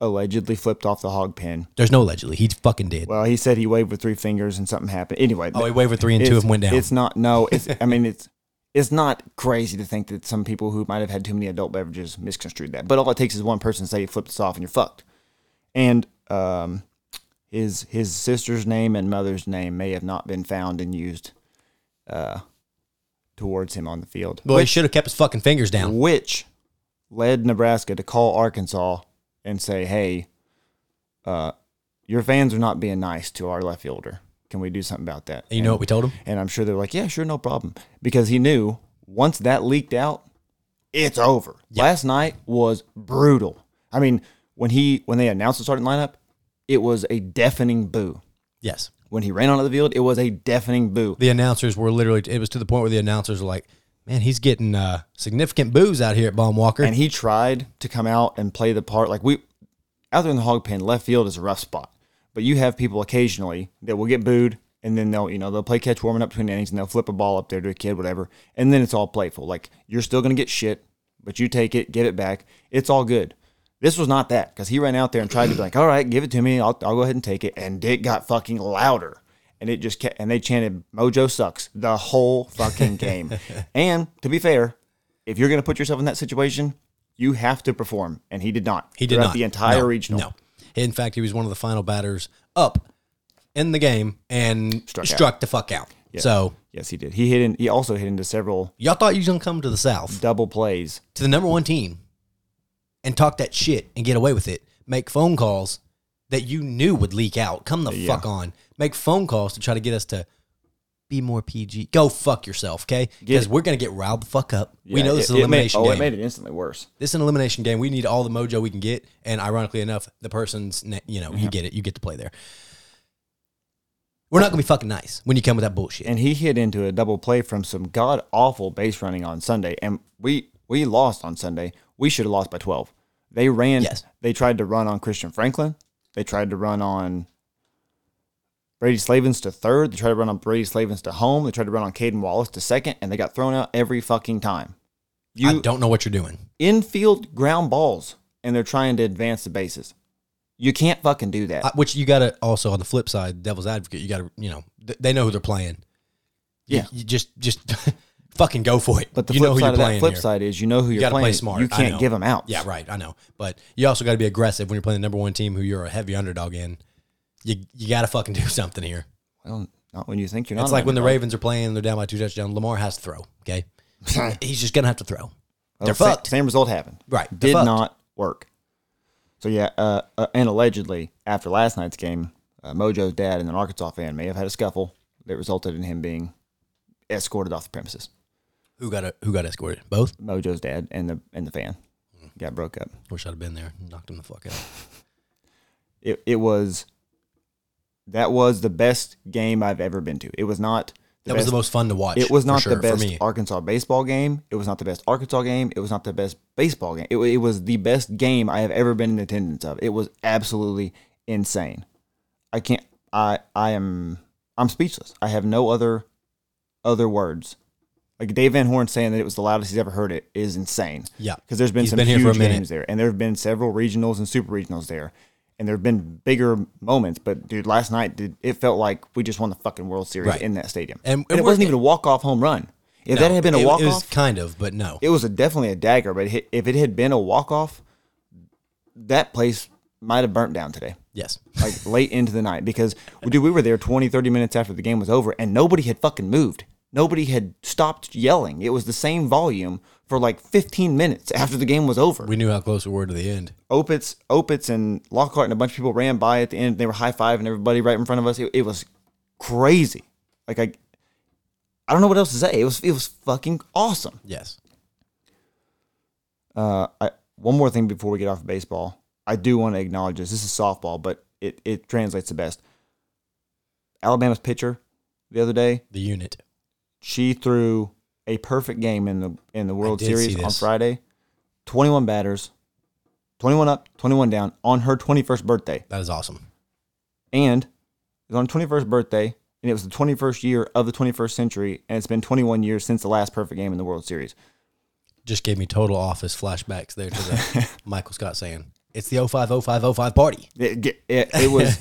Speaker 1: allegedly flipped off the hog pen.
Speaker 2: There's no allegedly. He fucking did.
Speaker 1: Well, he said he waved with three fingers and something happened. Anyway,
Speaker 2: oh, he wavered three and two
Speaker 1: it's-
Speaker 2: of them went down.
Speaker 1: It's not no. It's I mean it's it's not crazy to think that some people who might have had too many adult beverages misconstrued that. But all it takes is one person to say you flipped this off and you're fucked. And um, his his sister's name and mother's name may have not been found and used uh, towards him on the field,
Speaker 2: Well, he should have kept his fucking fingers down.
Speaker 1: which led Nebraska to call Arkansas and say, "Hey, uh, your fans are not being nice to our left fielder. Can we do something about that?"
Speaker 2: And you know
Speaker 1: And-
Speaker 2: what we told him?
Speaker 1: and I'm sure they're like, yeah, sure, no problem. Because he knew once that leaked out, it's over. Last night was brutal. I mean, when he when they announced the starting lineup, it was a deafening boo.
Speaker 2: Yes.
Speaker 1: When he ran onto the field, it was a deafening boo.
Speaker 2: The announcers were literally. It was to the point where the announcers were like, "Man, he's getting uh, significant booze out here at Baum Walker."
Speaker 1: And he tried to come out and play the part like we out there in the hog pen, left field is a rough spot. But you have people occasionally that will get booed and then they'll, you know, they'll play catch warming up between innings and they'll flip a ball up there to a kid, whatever. And then it's all playful. Like you're still gonna get shit, but you take it, get it back. It's all good. This was not that because he ran out there and tried to be like, all right, give it to me. I'll, I'll go ahead and take it. And it got fucking louder. And it just kept, and they chanted, Mojo sucks the whole fucking game. and to be fair, if you're going to put yourself in that situation, you have to perform. And he did not.
Speaker 2: He did
Speaker 1: Throughout
Speaker 2: not
Speaker 1: the entire
Speaker 2: No,
Speaker 1: regional.
Speaker 2: No, in fact, he was one of the final batters up in the game and
Speaker 1: Struck
Speaker 2: struck,
Speaker 1: out.
Speaker 2: the fuck out. So
Speaker 1: Yes, he did. He hit in, he also hit into several
Speaker 2: y'all thought you was gonna come to the South
Speaker 1: double plays.
Speaker 2: to the number one team and talk that shit and get away with it. Make phone calls that you knew would leak out. Come the fuck on. Make phone calls to try to get us to be more PG. Go fuck yourself, okay? Because
Speaker 1: it.
Speaker 2: we're gonna get riled the fuck up. we
Speaker 1: Yeah,
Speaker 2: know this is
Speaker 1: it-
Speaker 2: an
Speaker 1: it made-
Speaker 2: elimination
Speaker 1: Oh,
Speaker 2: game.
Speaker 1: it made it instantly worse.
Speaker 2: this is an elimination game. We need all the mojo we can get. And ironically enough, the person's, na- you know, you get it. You get to play there. We're not going to be fucking nice when you come with that bullshit.
Speaker 1: and he hit into a double play from some god awful base running on Sunday, and we we lost on Sunday. We should have lost by twelve. They ran.
Speaker 2: Yes.
Speaker 1: They tried to run on Christian Franklin. They tried to run on Brady Slavens to third. They tried to run on Brady Slavens to home. They tried to run on Caden Wallace to second, and they got thrown out every fucking time.
Speaker 2: I
Speaker 1: You
Speaker 2: don't know what you're doing.
Speaker 1: infield ground balls, and they're trying to advance the bases. You can't fucking do that.
Speaker 2: I, which you got to also, on the flip side, devil's advocate, you got to, you know, th- they know who they're playing. You-
Speaker 1: Yeah.
Speaker 2: You, just, just fucking go for it.
Speaker 1: but the
Speaker 2: you
Speaker 1: flip
Speaker 2: know who
Speaker 1: side
Speaker 2: you're
Speaker 1: of that
Speaker 2: playing.
Speaker 1: flip
Speaker 2: here.
Speaker 1: side is you know who
Speaker 2: You
Speaker 1: you're
Speaker 2: got to
Speaker 1: playing.
Speaker 2: play smart.
Speaker 1: You
Speaker 2: I
Speaker 1: can't
Speaker 2: know.
Speaker 1: give them out.
Speaker 2: Yeah, right. I know. But you also got to be aggressive when you're playing the number one team who you're a heavy underdog in. You, you got to fucking do something here.
Speaker 1: Well, not when you think you're not.
Speaker 2: It's
Speaker 1: an
Speaker 2: like when the
Speaker 1: underdog.
Speaker 2: Ravens are playing and they're down by two touchdowns. Lamar has to throw. Okay. He's just going to have to throw. They're
Speaker 1: Well, sa- Oh,
Speaker 2: fucked.
Speaker 1: Same, result happened.
Speaker 2: Right, they're
Speaker 1: Did
Speaker 2: fucked.
Speaker 1: not work. So yeah, uh, uh, and allegedly after last night's game, uh, Mojo's dad and an Arkansas fan may have had a scuffle that resulted in him being escorted off the premises.
Speaker 2: Who got a, who got escorted? Both?
Speaker 1: Mojo's dad and the and the fan got broke up.
Speaker 2: Wish I'd have been there. and Knocked him the fuck out.
Speaker 1: It it was that was the best game I've ever been to. It was not. The
Speaker 2: That was
Speaker 1: best,
Speaker 2: the most fun to watch.
Speaker 1: It was
Speaker 2: for
Speaker 1: not
Speaker 2: sure,
Speaker 1: the
Speaker 2: for me.
Speaker 1: best Arkansas baseball game. It was not the best Arkansas game. It was not the best baseball game. It, wa- it was the best game I have ever been in attendance of. It was absolutely insane. I can't. I I am I'm speechless. I have no other other words. Like Dave Van Horn saying that it was the loudest he's ever heard it is insane.
Speaker 2: Yeah.
Speaker 1: because there's been
Speaker 2: He's
Speaker 1: some
Speaker 2: been here
Speaker 1: huge
Speaker 2: for a minute.
Speaker 1: games there, and there have been several regionals and super regionals there, and there have been bigger moments. But dude, last night, dude, it felt like we just won the fucking World Series
Speaker 2: Right.
Speaker 1: in that stadium,
Speaker 2: And-
Speaker 1: and,
Speaker 2: and
Speaker 1: it
Speaker 2: we're-
Speaker 1: wasn't even a walk off home run. If that had been
Speaker 2: It-
Speaker 1: a walk
Speaker 2: It was
Speaker 1: off,
Speaker 2: kind of, but no.
Speaker 1: it was a, definitely a dagger. But hi- if it had been a walk off, that place might have burnt down today,
Speaker 2: yes.
Speaker 1: like late into the night, because dude, we were there 20, 30 minutes after the game was over, and nobody had fucking moved. Nobody had stopped yelling. It was the same volume for like 15 minutes after the game was over.
Speaker 2: We knew how close we were to the end.
Speaker 1: Opitz, Opitz, and Lockhart and a bunch of people ran by at the end. They were high fiving everybody right in front of us. It, it was crazy. Like I, I don't know what else to say. It was it was fucking awesome.
Speaker 2: Yes.
Speaker 1: Uh, I one more thing before we get off of baseball, I do want to acknowledge this. This is softball, but it it translates the best. Alabama's pitcher the other day,
Speaker 2: The unit.
Speaker 1: she threw a perfect game in the in the World
Speaker 2: did see
Speaker 1: Series on
Speaker 2: this.
Speaker 1: Friday. Twenty one batters, twenty one up, twenty one down on her twenty first birthday.
Speaker 2: That is awesome.
Speaker 1: and it was on her 21st birthday and it was the 21st year of the 21st century and it's been 21 years since the last perfect game in the world series
Speaker 2: Just gave me total office flashbacks there to the Michael Scott saying, it's the 050505 party.
Speaker 1: it, it- it- it was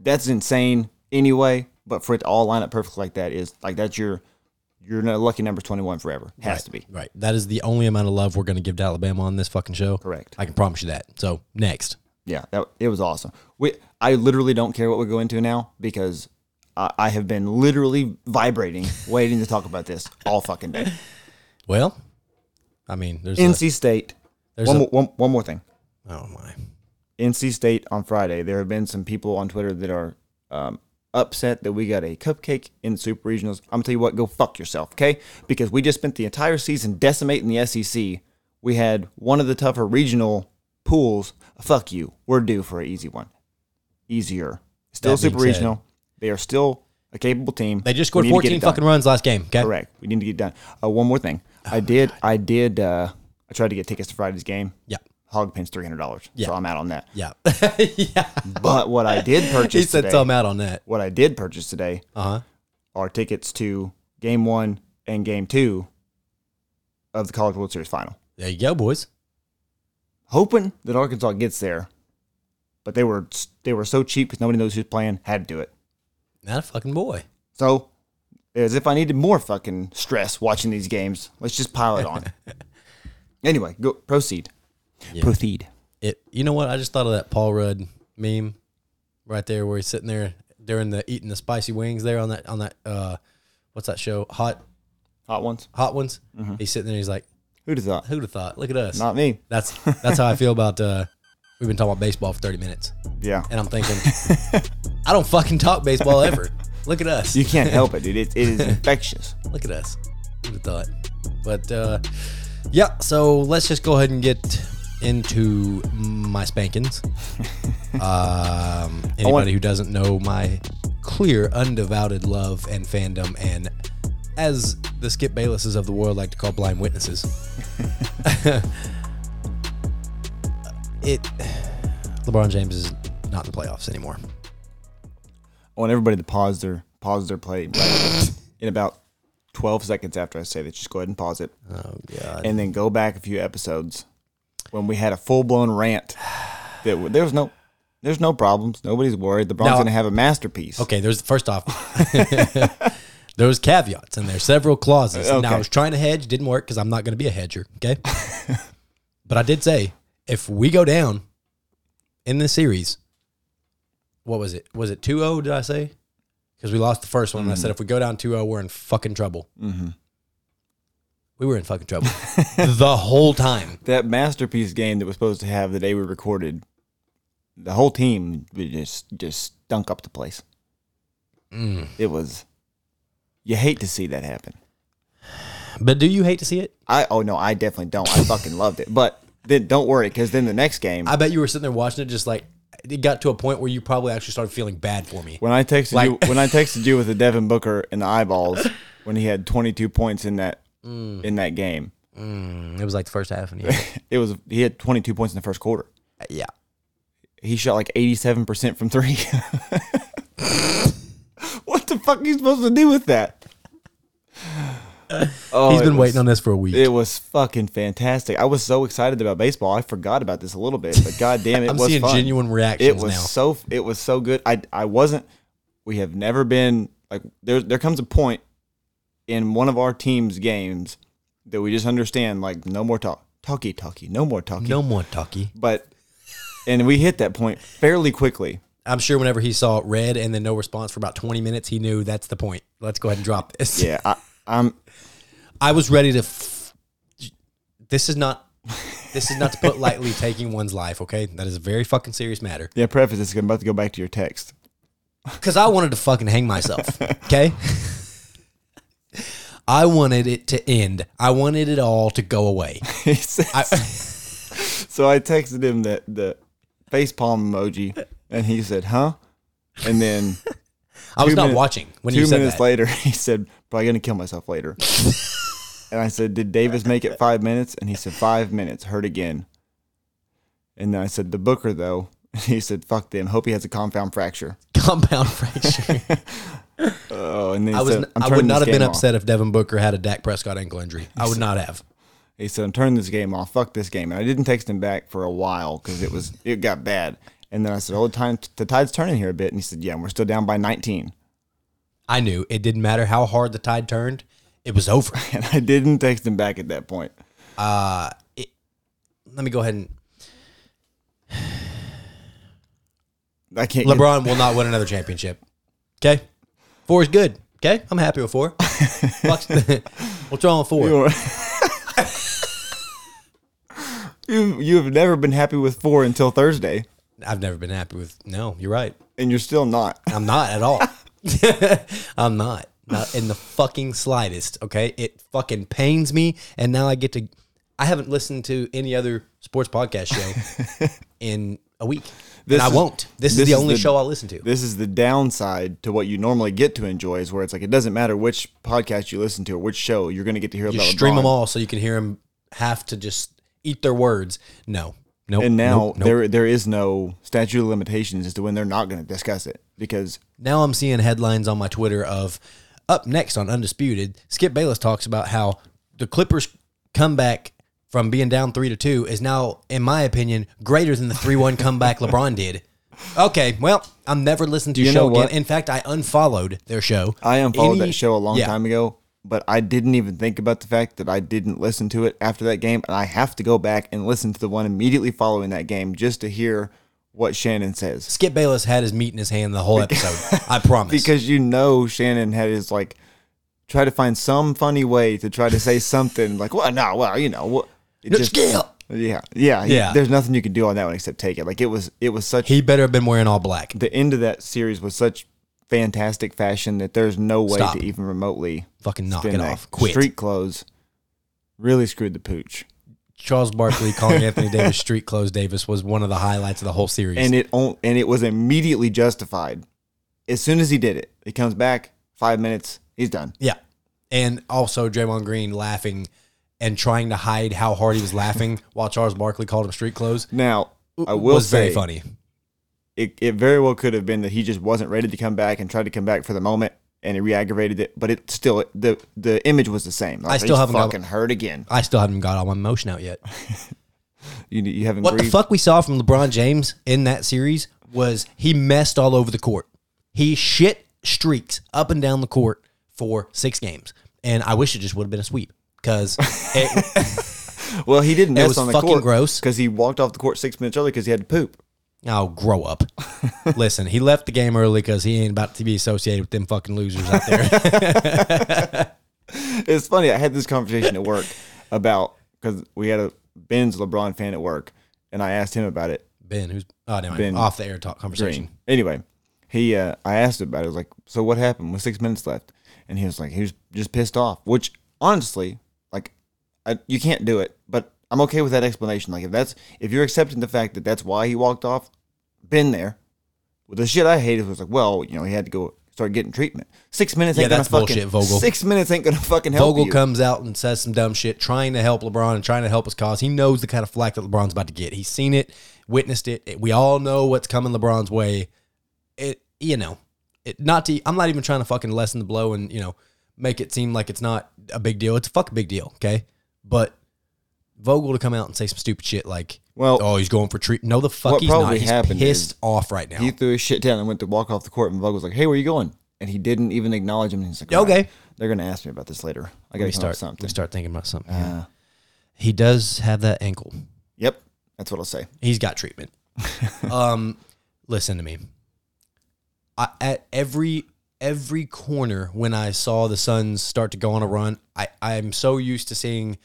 Speaker 1: that's insane anyway but for it to all line up perfectly like that is like that's your your lucky number 21 forever has to be
Speaker 2: Right. That is the only amount of love we're going to give to Alabama on this fucking show.
Speaker 1: Correct.
Speaker 2: I can promise you that. So, next.
Speaker 1: yeah that it was awesome we i literally don't care what we go into now because I, I have been literally vibrating waiting to talk about this all fucking day
Speaker 2: Well, I mean, there's. a-
Speaker 1: nc state
Speaker 2: there's
Speaker 1: one,
Speaker 2: a-
Speaker 1: more one, one more thing
Speaker 2: oh, my.
Speaker 1: NC State on Friday. There have been some people on Twitter that are um, upset that we got a cupcake in Super Regionals. I'm gonna tell you what, go fuck yourself, okay? Because we just spent the entire season decimating the SEC. We had one of the tougher regional pools. Fuck you. We're due for an easy one. Easier. Still
Speaker 2: That being
Speaker 1: super
Speaker 2: said-
Speaker 1: regional. They are still a capable team.
Speaker 2: They just
Speaker 1: We
Speaker 2: scored
Speaker 1: need to get
Speaker 2: 14
Speaker 1: it done.
Speaker 2: fucking runs Oh last game. Okay.
Speaker 1: Correct. We need to get it done. Uh, one more thing. I did. I did. Uh, I tried to get tickets to Friday's game.
Speaker 2: Yeah.
Speaker 1: Hog pins three hundred dollars.
Speaker 2: Yeah.
Speaker 1: So I'm out on that.
Speaker 2: Yeah. yeah.
Speaker 1: But what I did
Speaker 2: He
Speaker 1: purchase
Speaker 2: said
Speaker 1: today,
Speaker 2: something out on that.
Speaker 1: what I did purchase today
Speaker 2: Uh huh.
Speaker 1: are tickets to game one and game two of the College World Series final.
Speaker 2: There you go, boys.
Speaker 1: Hoping that Arkansas gets there, but they were they were so cheap because nobody knows who's playing. Had to do it.
Speaker 2: Not a fucking boy.
Speaker 1: So as if I needed more fucking stress watching these games, let's just pile it on. anyway, go proceed. Proceed.
Speaker 2: It. You know what? I just thought of that Paul Rudd meme, right there, where he's sitting there during the eating the spicy wings there on that on that uh, what's that show? Hot
Speaker 1: Hot ones.
Speaker 2: hot ones. He's sitting there. He's like,
Speaker 1: Who'd have thought?
Speaker 2: who'd have thought? Look at us.
Speaker 1: Mm-hmm. Not me.
Speaker 2: That's that's how I feel about. uh We've been talking about baseball for thirty minutes,
Speaker 1: Yeah.
Speaker 2: and I'm thinking, I don't fucking talk baseball ever. Look at us.
Speaker 1: You can't help it, dude. It, it is infectious.
Speaker 2: Look at us. Who'd have thought? But uh, yeah, so let's just go ahead and get into my spankings. um, anybody
Speaker 1: want-
Speaker 2: who doesn't know my clear, undivided love and fandom, and as the Skip Baylesses of the world like to call blind witnesses, it LeBron James is not in the playoffs anymore.
Speaker 1: I want everybody to pause their pause their play right in about twelve seconds after I say that. Just go ahead and pause it,
Speaker 2: Oh God!
Speaker 1: and then go back a few episodes when we had a full blown rant. That w- there's no there's no problems. Nobody's worried. The Bronx
Speaker 2: Now-
Speaker 1: gonna have a masterpiece.
Speaker 2: Okay, there's first off, there was caveats and there's several clauses. Now I
Speaker 1: Okay.
Speaker 2: was trying to hedge, didn't work because I'm not going to be a hedger. Okay, but I did say if we go down in this series, what was it? Was it 2-0, Did I say? Because we lost the first one. And I said if we go down 2-0, we're in fucking trouble. We were in fucking trouble the whole time.
Speaker 1: That masterpiece game that was supposed to have the day we recorded, the whole team we just just stunk up the place.
Speaker 2: Mm.
Speaker 1: It was. You hate to see that happen.
Speaker 2: But do you hate to see it?
Speaker 1: I oh no, I definitely don't. I fucking loved it. But then don't worry, because then the next game,
Speaker 2: I bet you were sitting there watching it, just like it got to a point where you probably actually started feeling bad for me.
Speaker 1: When I texted
Speaker 2: Like-
Speaker 1: you, when I texted you with the Devin Booker and the eyeballs, when he had 22 points in that in that game,
Speaker 2: It was like the first half, and yeah,
Speaker 1: it was he had 22 points in the first quarter.
Speaker 2: yeah.
Speaker 1: He shot like 87 percent from three. what the fuck are you supposed to do with that? Oh,
Speaker 2: He's
Speaker 1: it
Speaker 2: been
Speaker 1: was-
Speaker 2: waiting on this for a week.
Speaker 1: It was fucking fantastic. I was so excited about baseball. I forgot about this a little bit, but god damn it,
Speaker 2: I'm
Speaker 1: was
Speaker 2: seeing
Speaker 1: fun.
Speaker 2: genuine reactions
Speaker 1: It was
Speaker 2: now.
Speaker 1: so it was so good. I I wasn't. We have never been like there. There comes a point in one of our team's games that we just understand like no more talk, talkie talkie, no more talkie.
Speaker 2: no more talkie.
Speaker 1: But and we hit that point fairly quickly.
Speaker 2: I'm sure whenever he saw red and then no response for about 20 minutes, he knew that's the point. Let's go ahead and drop this.
Speaker 1: Yeah, I, I'm
Speaker 2: I was ready to. F- this is not. This is not to put lightly taking one's life. Okay, that is a very fucking serious matter.
Speaker 1: yeah. Preface this. 'cause I'm about to go back to your text.
Speaker 2: Because I wanted to fucking hang myself. Okay. I wanted it to end. I wanted it all to go away.
Speaker 1: He says-
Speaker 2: I,
Speaker 1: so I texted him that the face palm emoji, and he said, "Huh?" And then
Speaker 2: I was
Speaker 1: Two
Speaker 2: not
Speaker 1: minute-
Speaker 2: watching when
Speaker 1: two
Speaker 2: you said
Speaker 1: minutes
Speaker 2: that.
Speaker 1: later, he said, "Probably gonna kill myself later." and I said, "Did Davis make it five minutes?" And he said, five minutes. Hurt again." And then I said, "The Booker though." And he said, "Fuck them. Hope he has a compound fracture."
Speaker 2: Compound fracture.
Speaker 1: Oh, and then he
Speaker 2: I was.
Speaker 1: said, I'm
Speaker 2: I
Speaker 1: turning
Speaker 2: would not
Speaker 1: this
Speaker 2: have been
Speaker 1: game off."
Speaker 2: upset if Devin Booker had a Dak Prescott ankle injury. I would not have.
Speaker 1: He said, "I'm turning this game off. Fuck this game." And I didn't text him back for a while because it was it got bad. And then I said, "Oh, the time the tide's turning here a bit." And he said, "Yeah, and we're still down by 19."
Speaker 2: I knew it didn't matter how hard the tide turned. It was over.
Speaker 1: And I didn't text him back at that point.
Speaker 2: Let me go ahead and.
Speaker 1: I can't. get-
Speaker 2: LeBron will not win another championship. Okay, four is good. Okay, I'm happy with four. Bucks- What's wrong with
Speaker 1: You
Speaker 2: four?
Speaker 1: are- you you have never been happy with four until Thursday,
Speaker 2: I've never been happy with. No, you're right.
Speaker 1: and you're still not.
Speaker 2: I'm not at all. I'm not. Not in the fucking slightest. Okay. It fucking pains me. And now I get to, I haven't listened to any other sports podcast show in a week.
Speaker 1: This
Speaker 2: and I
Speaker 1: is-
Speaker 2: won't. This,
Speaker 1: this
Speaker 2: is the
Speaker 1: is
Speaker 2: only
Speaker 1: the-
Speaker 2: show I'll listen to.
Speaker 1: This is the downside to what you normally get to enjoy, is where it's like it doesn't matter which podcast you listen to or which show, you're going to get to hear
Speaker 2: you
Speaker 1: about
Speaker 2: stream
Speaker 1: LeBron.
Speaker 2: them all so you can hear them have to just eat their words. No. No.
Speaker 1: And now
Speaker 2: nope, nope.
Speaker 1: there there is no statute of limitations as to when they're not going to discuss it because
Speaker 2: now I'm seeing headlines on my Twitter of up next on Undisputed, Skip Bayless talks about how the Clippers comeback from being down three to two is now, in my opinion, greater than the three one comeback LeBron did. Okay, well, I'm never listening to your
Speaker 1: You
Speaker 2: show
Speaker 1: know
Speaker 2: again.
Speaker 1: what?
Speaker 2: In fact, I unfollowed their show.
Speaker 1: I unfollowed
Speaker 2: Any-
Speaker 1: that show a long
Speaker 2: yeah.
Speaker 1: time ago, but I didn't even think about the fact that I didn't listen to it after that game, and I have to go back and listen to the one immediately following that game just to hear what Shannon says.
Speaker 2: Skip Bayless had his meat in his hand the whole episode. I promise.
Speaker 1: Because you know Shannon had his like try to find some funny way to try to say something like, well, no, well, you know, what it
Speaker 2: No, Skip!
Speaker 1: Yeah, yeah, he-
Speaker 2: Yeah.
Speaker 1: There's nothing you could do on that one except take it. Like it was, it was such.
Speaker 2: he better have been wearing all black.
Speaker 1: the end of that series was such fantastic fashion that there's no way
Speaker 2: Stop.
Speaker 1: to even remotely
Speaker 2: Fucking knock
Speaker 1: Spin
Speaker 2: it
Speaker 1: that.
Speaker 2: off. Quit.
Speaker 1: Street clothes really screwed the pooch.
Speaker 2: Charles Barkley calling Anthony Davis street clothes Davis was one of the highlights of the whole series.
Speaker 1: And it on- and it was immediately justified. As soon as he did it, he comes back, five minutes, he's done.
Speaker 2: Yeah. And also Draymond Green laughing and trying to hide how hard he was laughing while Charles Barkley called him street clothes.
Speaker 1: Now, I will
Speaker 2: was
Speaker 1: say
Speaker 2: very funny.
Speaker 1: It, it very well could have been that he just wasn't ready to come back and tried to come back for the moment and he re-aggravated it, but it still the the image was the same. Like,
Speaker 2: I still
Speaker 1: he's
Speaker 2: haven't got- Uh,
Speaker 1: fucking hurt again.
Speaker 2: I still haven't got all my emotion out yet.
Speaker 1: You you haven't
Speaker 2: What the
Speaker 1: grieved.
Speaker 2: fuck we saw from LeBron James in that series was he messed all over the court. He shit streaks up and down the court for six games. And I wish it just would have been a sweep because it,
Speaker 1: Well, he didn't mess
Speaker 2: was
Speaker 1: on the
Speaker 2: fucking
Speaker 1: court
Speaker 2: gross.
Speaker 1: because he walked off the court six minutes early because he had to poop.
Speaker 2: Oh, grow up. Listen, he left the game early because he ain't about to be associated with them fucking losers out there.
Speaker 1: it's funny. I had this conversation at work about because we had a Ben's LeBron fan at work, and I asked him about it.
Speaker 2: Ben, who's oh, never mind.
Speaker 1: Ben
Speaker 2: off the air talk conversation.
Speaker 1: Green. Anyway, he uh, I asked him about it. I was like, "So what happened with six minutes left?" And he was like, "He was just pissed off." Which honestly, like, I, you can't do it. But I'm okay with that explanation. Like, if that's if you're accepting the fact that that's why he walked off, been there. Well, the shit I hated was like, well, you know, he had to go start getting treatment. Six minutes
Speaker 2: Yeah,
Speaker 1: ain't gonna
Speaker 2: that's
Speaker 1: fucking
Speaker 2: bullshit, Vogel.
Speaker 1: six minutes ain't gonna fucking help
Speaker 2: Vogel
Speaker 1: you.
Speaker 2: comes out and says some dumb shit, trying to help LeBron and trying to help his cause. He knows the kind of flack that LeBron's about to get. He's seen it, witnessed it. It- We all know what's coming LeBron's way. It, you know, it not to. I'm not even trying to fucking lessen the blow and you know make it seem like it's not a big deal. It's a fucking big deal, okay? But Vogel to come out and say some stupid shit like,
Speaker 1: Well-
Speaker 2: oh, he's going for treat. No, the fuck
Speaker 1: What
Speaker 2: he's not.
Speaker 1: probably
Speaker 2: He's
Speaker 1: happened
Speaker 2: pissed
Speaker 1: is
Speaker 2: off right now.
Speaker 1: He threw his shit down and went to walk off the court, and Vogel was like, "Hey, where you going?" And he didn't even acknowledge him. And he's like,
Speaker 2: Okay.
Speaker 1: "Alright, they're gonna ask me about this later. I
Speaker 2: Let
Speaker 1: gotta
Speaker 2: me
Speaker 1: start
Speaker 2: start. Let
Speaker 1: something."
Speaker 2: me start thinking about something. here.
Speaker 1: Uh,
Speaker 2: He does have that ankle.
Speaker 1: yep, that's what I'll say.
Speaker 2: He's got treatment. um, listen to me. I, at every every corner when I saw the Suns start to go on a run. I, I'm so used to seeing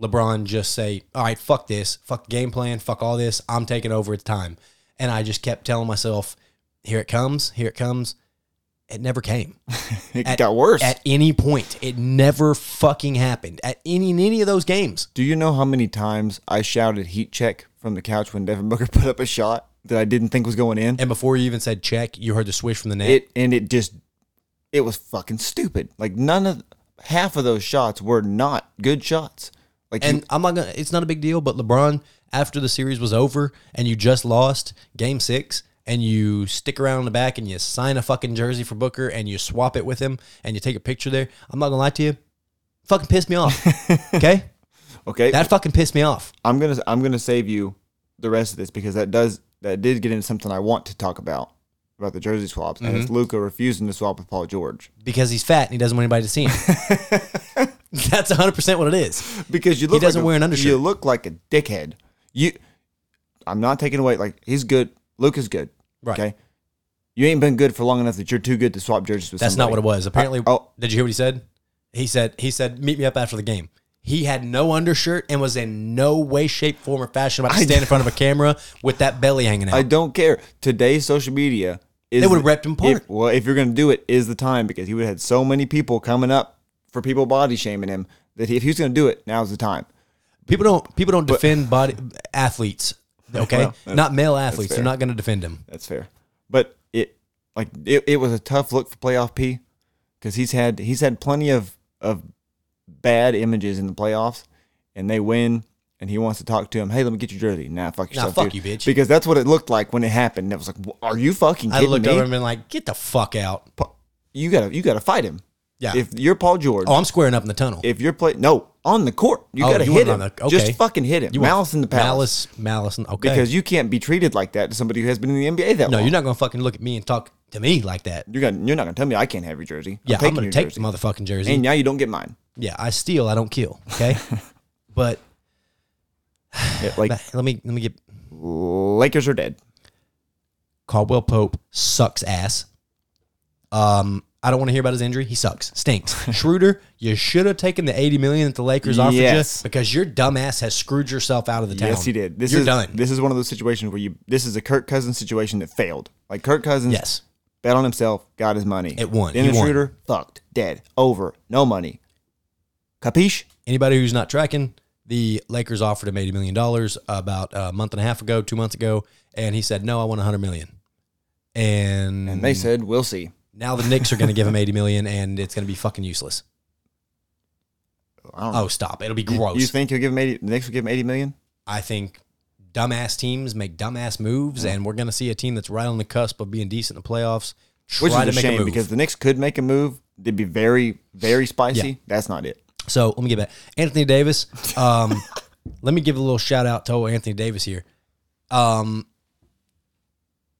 Speaker 2: LeBron just say, All right, fuck this, fuck game plan, fuck all this. I'm taking over. It's time. And I just kept telling myself, Here it comes, here it comes. It never came
Speaker 1: It
Speaker 2: At-
Speaker 1: got worse.
Speaker 2: at any point. It never fucking happened at any in any of those games.
Speaker 1: Do you know how many times I shouted heat check from the couch when Devin Booker put up a shot that I didn't think was going in?
Speaker 2: And before you even said check, you heard the swish from the net.
Speaker 1: It and it just it was fucking stupid. Like none of half of those shots were not good shots. Like
Speaker 2: and
Speaker 1: you-
Speaker 2: I'm not gonna. It's not a big deal. But LeBron, after the series was over and you just lost Game Six, and you stick around in the back and you sign a fucking jersey for Booker and you swap it with him and you take a picture there. I'm not gonna lie to you. Fucking pissed me off. okay,
Speaker 1: okay,
Speaker 2: that fucking pissed me off.
Speaker 1: I'm gonna I'm gonna save you the rest of this because that does that did get into something I want to talk about about the jersey swaps and
Speaker 2: Mm-hmm.
Speaker 1: it's Luca refusing to swap with Paul George
Speaker 2: because he's fat and he doesn't want anybody to see him. That's 100% what it is.
Speaker 1: because you look
Speaker 2: doesn't
Speaker 1: like a-
Speaker 2: wear an undershirt.
Speaker 1: You look like a dickhead. You, I'm not taking away like he's good. Luke is good.
Speaker 2: Right.
Speaker 1: Okay. You ain't been good for long enough that you're too good to swap jerseys with.
Speaker 2: That's not what it was. Apparently,
Speaker 1: oh.
Speaker 2: did you hear what he said? He said he said meet me up after the game. He had no undershirt and was in no way, shape, form, or fashion about to
Speaker 1: I
Speaker 2: stand in front of a camera with that belly hanging out.
Speaker 1: I don't care. Today's social media is
Speaker 2: They would've
Speaker 1: the-
Speaker 2: ripped him apart.
Speaker 1: if- well, if you're gonna do it, is the time because he would have had so many people coming up for people body shaming him that he, if he was gonna do it, now's the time.
Speaker 2: people don't people don't defend body athletes. Okay,
Speaker 1: Well, that's-
Speaker 2: not male athletes. They're
Speaker 1: fair.
Speaker 2: not going to defend him.
Speaker 1: That's fair. But it like it, it was a tough look for playoff P because he's had he's had plenty of of bad images in the playoffs, and they win. And he wants to talk to him. Hey, let me get your jersey. Nah, fuck yourself,
Speaker 2: fuck
Speaker 1: dude.
Speaker 2: you, bitch.
Speaker 1: Because that's what it looked like when it happened. It was like, "Wha- are you fucking
Speaker 2: I
Speaker 1: kidding
Speaker 2: looked
Speaker 1: me?
Speaker 2: over and been like, get the fuck out.
Speaker 1: Pa- You gotta, you gotta fight him.
Speaker 2: Yeah.
Speaker 1: If you're Paul George,
Speaker 2: Oh, I'm squaring up in the tunnel.
Speaker 1: if you're play, no, on the court, you
Speaker 2: Oh,
Speaker 1: gotta
Speaker 2: you
Speaker 1: hit him.
Speaker 2: want it on the- okay.
Speaker 1: Just fucking hit him.
Speaker 2: You want
Speaker 1: malice in the palace.
Speaker 2: Malice, malice. in- Okay.
Speaker 1: Because you can't be treated like that to somebody who has been in the NBA that
Speaker 2: no,
Speaker 1: long.
Speaker 2: you're not going to fucking look at me and talk to me like that.
Speaker 1: You're gonna you're not gonna tell me I can't have your jersey.
Speaker 2: Yeah, I'm,
Speaker 1: taking
Speaker 2: gonna
Speaker 1: your
Speaker 2: take
Speaker 1: jersey.
Speaker 2: the motherfucking jersey.
Speaker 1: And now you don't get mine.
Speaker 2: yeah, I steal, I don't kill. Okay, but
Speaker 1: Yeah, like
Speaker 2: but let me let me get
Speaker 1: Lakers are dead.
Speaker 2: Caldwell Pope sucks ass. Um, I don't want to hear about his injury. He sucks, stinks. Schroeder, you should have taken the eighty million that the Lakers offered
Speaker 1: Yes.
Speaker 2: you because your dumbass has screwed yourself out of the town.
Speaker 1: Yes, he did. This
Speaker 2: You're
Speaker 1: is
Speaker 2: done.
Speaker 1: this is one of those situations where you this is a Kirk Cousins situation that failed. Like Kirk Cousins
Speaker 2: yes,
Speaker 1: bet on himself, got his money.
Speaker 2: It won.
Speaker 1: Dennis
Speaker 2: He won.
Speaker 1: Schroeder fucked, dead, over, no money. Capiche?
Speaker 2: anybody who's not tracking, the Lakers offered him eighty million dollars about a month and a half ago, two months ago, and he said, "No, I want a hundred million. And
Speaker 1: And they said, "We'll see."
Speaker 2: now the Knicks are going to give him eighty million, and it's going to be fucking useless.
Speaker 1: I don't know.
Speaker 2: Oh, stop! It'll be
Speaker 1: You-
Speaker 2: gross.
Speaker 1: You think he'll give him 80 the Knicks will give him 80 million?
Speaker 2: I think dumbass teams make dumbass moves, and we're going to see a team that's right on the cusp of being decent in the playoffs try
Speaker 1: Which
Speaker 2: to
Speaker 1: is a
Speaker 2: make a
Speaker 1: shame
Speaker 2: move.
Speaker 1: because the Knicks could make a move. They'd be very very spicy.
Speaker 2: Yeah.
Speaker 1: That's not it.
Speaker 2: so let me get back. Anthony Davis. Um, let me give a little shout out to old Anthony Davis here. Um,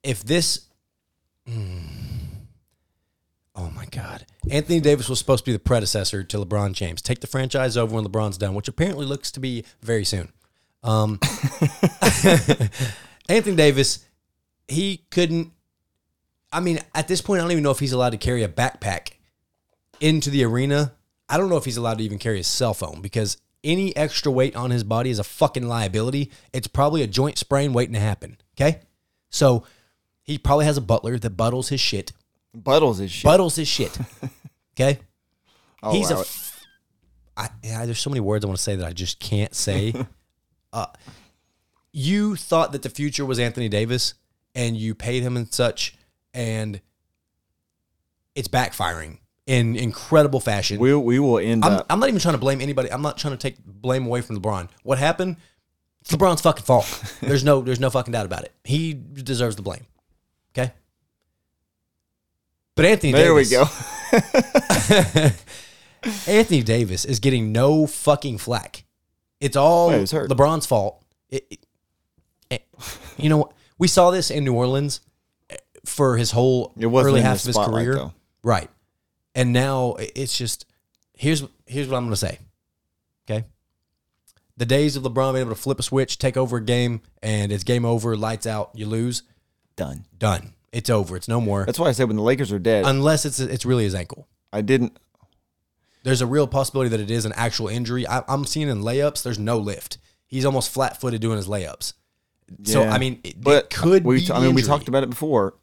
Speaker 2: if this, Hmm. oh my God, Anthony Davis was supposed to be the predecessor to LeBron James, take the franchise over when LeBron's done, which apparently looks to be very soon. Um, Anthony Davis, he couldn't. I mean, at this point, I don't even know if he's allowed to carry a backpack into the arena. I don't know if he's allowed to even carry his cell phone because any extra weight on his body is a fucking liability. It's probably a joint sprain waiting to happen. Okay. So he probably has a butler that buttles his shit,
Speaker 1: Buttles is shit. Oh,
Speaker 2: buttles his shit. Okay.
Speaker 1: I'll
Speaker 2: He's a.
Speaker 1: allow it.
Speaker 2: f- I, yeah, there's so many words I want to say that I just can't say. uh, you thought that the future was Anthony Davis, and you paid him and such, and it's backfiring in incredible fashion.
Speaker 1: we we will end
Speaker 2: I'm,
Speaker 1: up
Speaker 2: I'm not even trying to blame anybody. I'm not trying to take blame away from LeBron. What happened? It's LeBron's fucking fault. There's no there's no fucking doubt about it. He deserves the blame. Okay. But Anthony
Speaker 1: There
Speaker 2: Davis,
Speaker 1: we go.
Speaker 2: Anthony Davis is getting no fucking flack. It's all
Speaker 1: Well, he was hurt.
Speaker 2: LeBron's fault. It- it- it- you know, what? we saw this in New Orleans eh, for his whole
Speaker 1: It wasn't
Speaker 2: early
Speaker 1: in
Speaker 2: half
Speaker 1: the
Speaker 2: of his
Speaker 1: spotlight,
Speaker 2: career,
Speaker 1: though.
Speaker 2: right? And now i- it's just here's here's what I'm going to say. Okay, the days of LeBron being able to flip a switch, take over a game, and it's game over, lights out, you lose,
Speaker 1: Done.
Speaker 2: done. It's over. It's no more.
Speaker 1: That's why I said when the Lakers are dead,
Speaker 2: Unless it's it's really his ankle.
Speaker 1: I didn't.
Speaker 2: There's a real possibility that it is an actual injury. I, I'm seeing in layups, there's no lift. He's almost flat footed doing his layups. So
Speaker 1: Yeah.
Speaker 2: I mean, it, it could.
Speaker 1: we.
Speaker 2: be
Speaker 1: I mean, we
Speaker 2: injury.
Speaker 1: talked about it before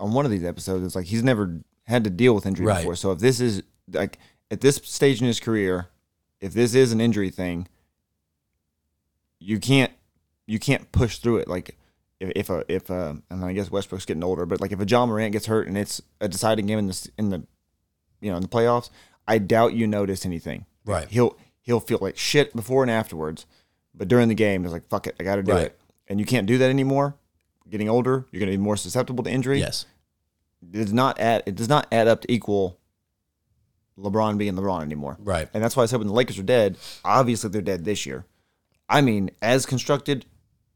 Speaker 1: on one of these episodes. It's like he's never had to deal with injury
Speaker 2: Right.
Speaker 1: before. So if this is like at this stage in his career, if this is an injury thing, you can't you can't push through it. Like if, if a if a and I guess Westbrook's getting older, but like if a John Morant gets hurt and it's a deciding game in the s- in the you know in the playoffs, I doubt you notice anything.
Speaker 2: Right.
Speaker 1: He'll he'll feel like shit before and afterwards, but during the game, it's like fuck it, I got to do
Speaker 2: Right.
Speaker 1: it. And you can't do that anymore. Getting older, you're going to be more susceptible to injury.
Speaker 2: Yes.
Speaker 1: It does not add it does not add up to equal LeBron being LeBron anymore.
Speaker 2: Right.
Speaker 1: And that's why I said when the Lakers are dead, obviously they're dead this year. I mean, as constructed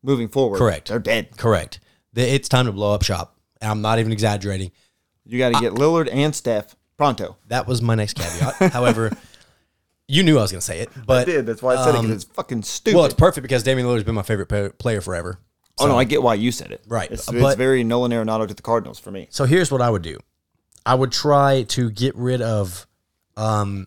Speaker 1: moving forward,
Speaker 2: Correct.
Speaker 1: They're dead.
Speaker 2: Correct. The- It's time to blow up shop. And I'm not even exaggerating.
Speaker 1: You got to get Lillard and Steph pronto.
Speaker 2: That was my next caveat. However, you knew I was going to say it, but
Speaker 1: That's why I said it
Speaker 2: um,
Speaker 1: because it's fucking stupid.
Speaker 2: well, it's perfect because Damian Lillard's been my favorite pa- player forever.
Speaker 1: oh no, I get why you said it.
Speaker 2: Right,
Speaker 1: It's, it's
Speaker 2: but-
Speaker 1: very Nolan Arenado to the Cardinals for me.
Speaker 2: So here's what I would do. I would try to get rid of um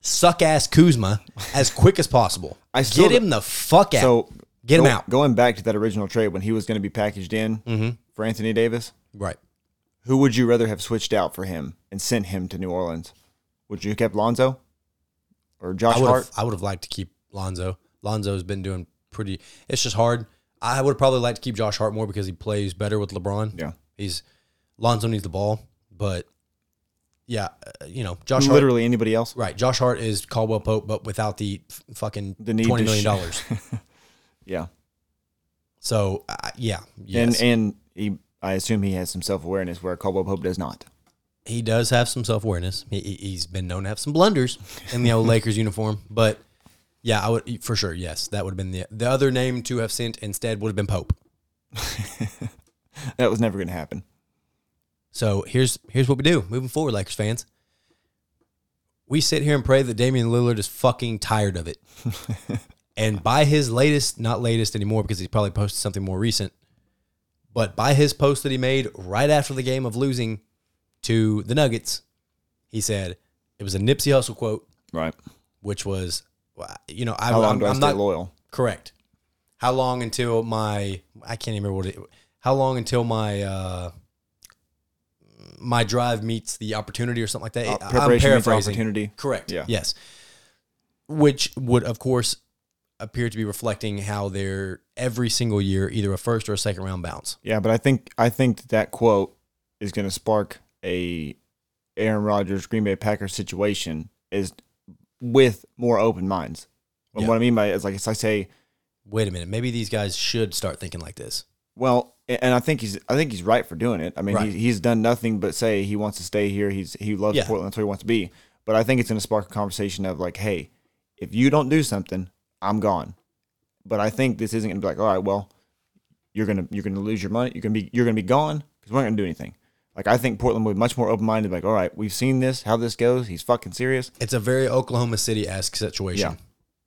Speaker 2: suck ass Kuzma as quick as possible.
Speaker 1: I still-
Speaker 2: get him the fuck out.
Speaker 1: So
Speaker 2: get him
Speaker 1: go-
Speaker 2: out. Mm-hmm.
Speaker 1: Going back to that original trade when he was going to be packaged in for Anthony Davis,
Speaker 2: Right.
Speaker 1: who would you rather have switched out for him and sent him to New Orleans? Would you have kept Lonzo or Josh
Speaker 2: I would
Speaker 1: Hart?
Speaker 2: have, I would have liked to keep Lonzo. Lonzo's been doing pretty it's just hard. I would have probably liked to keep Josh Hart more because he plays better with LeBron.
Speaker 1: Yeah.
Speaker 2: He's Lonzo needs the ball, but yeah, uh, you know, Josh Hart
Speaker 1: Literally anybody else?
Speaker 2: Right, Josh Hart is Caldwell Pope, but without the f- fucking
Speaker 1: The need
Speaker 2: twenty
Speaker 1: to
Speaker 2: million
Speaker 1: sh-
Speaker 2: dollars.
Speaker 1: Yeah.
Speaker 2: So uh, yeah, yes,
Speaker 1: And and he, I assume he has some self awareness where Caldwell Pope does not.
Speaker 2: he does have some self awareness. He, he- he's been known to have some blunders in the old Lakers uniform, but yeah, I would for sure. Yes, that would have been the the other name to have sent instead would have been Pope.
Speaker 1: That was never going to happen.
Speaker 2: So here's here's what we do moving forward, Lakers fans. We sit here and pray that Damian Lillard is fucking tired of it, and by his latest, not latest anymore because he's probably posted something more recent, but by his post that he made right after the game of losing to the Nuggets, he said it was a Nipsey Hustle quote,
Speaker 1: Right.
Speaker 2: which was, well, you know, I,
Speaker 1: How long
Speaker 2: am
Speaker 1: do I
Speaker 2: I'm
Speaker 1: stay
Speaker 2: not
Speaker 1: loyal?
Speaker 2: correct. How long until my I can't even remember what it. How long until my uh my drive meets the opportunity or something like that?
Speaker 1: Uh,
Speaker 2: I'm
Speaker 1: preparation meets
Speaker 2: paraphrasing.
Speaker 1: opportunity.
Speaker 2: Correct.
Speaker 1: Yeah.
Speaker 2: Yes. Which would of course appear to be reflecting how they're every single year either a first or a second round bounce.
Speaker 1: Yeah, but I think I think that, that quote is going to spark a Aaron Rodgers Green Bay Packers situation is with more open minds. And
Speaker 2: Yeah.
Speaker 1: What I mean by it is like it's like say,
Speaker 2: Wait a minute. Maybe these guys should start thinking like this.
Speaker 1: well, a- and I think he's I think he's right for doing it. I mean,
Speaker 2: Right.
Speaker 1: he, he's done nothing but say he wants to stay here. He's he loves
Speaker 2: Yeah.
Speaker 1: Portland. That's where he wants to be. But I think it's going to spark a conversation of like, hey, if you don't do something, I'm gone. But I think this isn't going to be like, all right, well, you're gonna you're gonna lose your money. You're gonna be you're gonna be gone because we're not gonna do anything. Like I think Portland would be much more open minded. Like, all right, we've seen this, how this goes. He's fucking serious.
Speaker 2: It's a very Oklahoma City esque situation.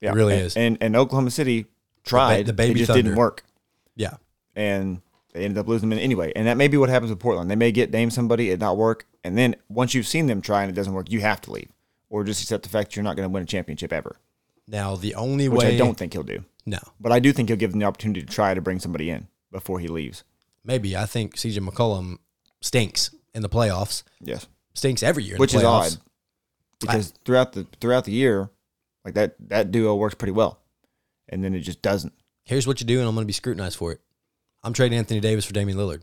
Speaker 1: Yeah, yeah,
Speaker 2: really
Speaker 1: and,
Speaker 2: is.
Speaker 1: And and Oklahoma City tried.
Speaker 2: the Baby
Speaker 1: it just didn't
Speaker 2: Thunder.
Speaker 1: work,
Speaker 2: Yeah.
Speaker 1: and they ended up losing them anyway. And that may be what happens with Portland. They may get name somebody, it not work, and then once you've seen them try and it doesn't work, you have to leave or just accept the fact you're not gonna win a championship ever,
Speaker 2: Now the only
Speaker 1: which
Speaker 2: way
Speaker 1: I don't think he'll do.
Speaker 2: no.
Speaker 1: But I do think he'll give them the opportunity to try to bring somebody in before he leaves.
Speaker 2: Maybe I think CJ McCollum stinks in the playoffs.
Speaker 1: Yes.
Speaker 2: stinks every year, in the
Speaker 1: which is
Speaker 2: playoffs.
Speaker 1: odd because throughout the throughout the year, like that that duo works pretty well, and then it just doesn't.
Speaker 2: Here's what you do, and I'm going to be scrutinized for it. I'm trading Anthony Davis for Damian Lillard.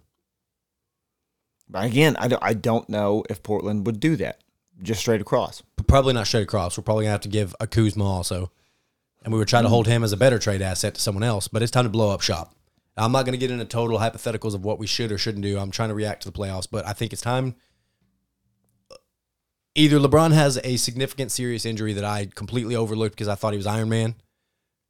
Speaker 1: But again, I don't I don't know if Portland would do that just straight across.
Speaker 2: But probably not straight across. We're probably going to have to give a Kuzma also, and we would try to hold him as a better trade asset to someone else. But it's time to blow up shop. I'm not going to get into total hypotheticals of what we should or shouldn't do. I'm trying to react to the playoffs, but I think it's time. Either LeBron has a significant serious injury that I completely overlooked because I thought he was Iron Man,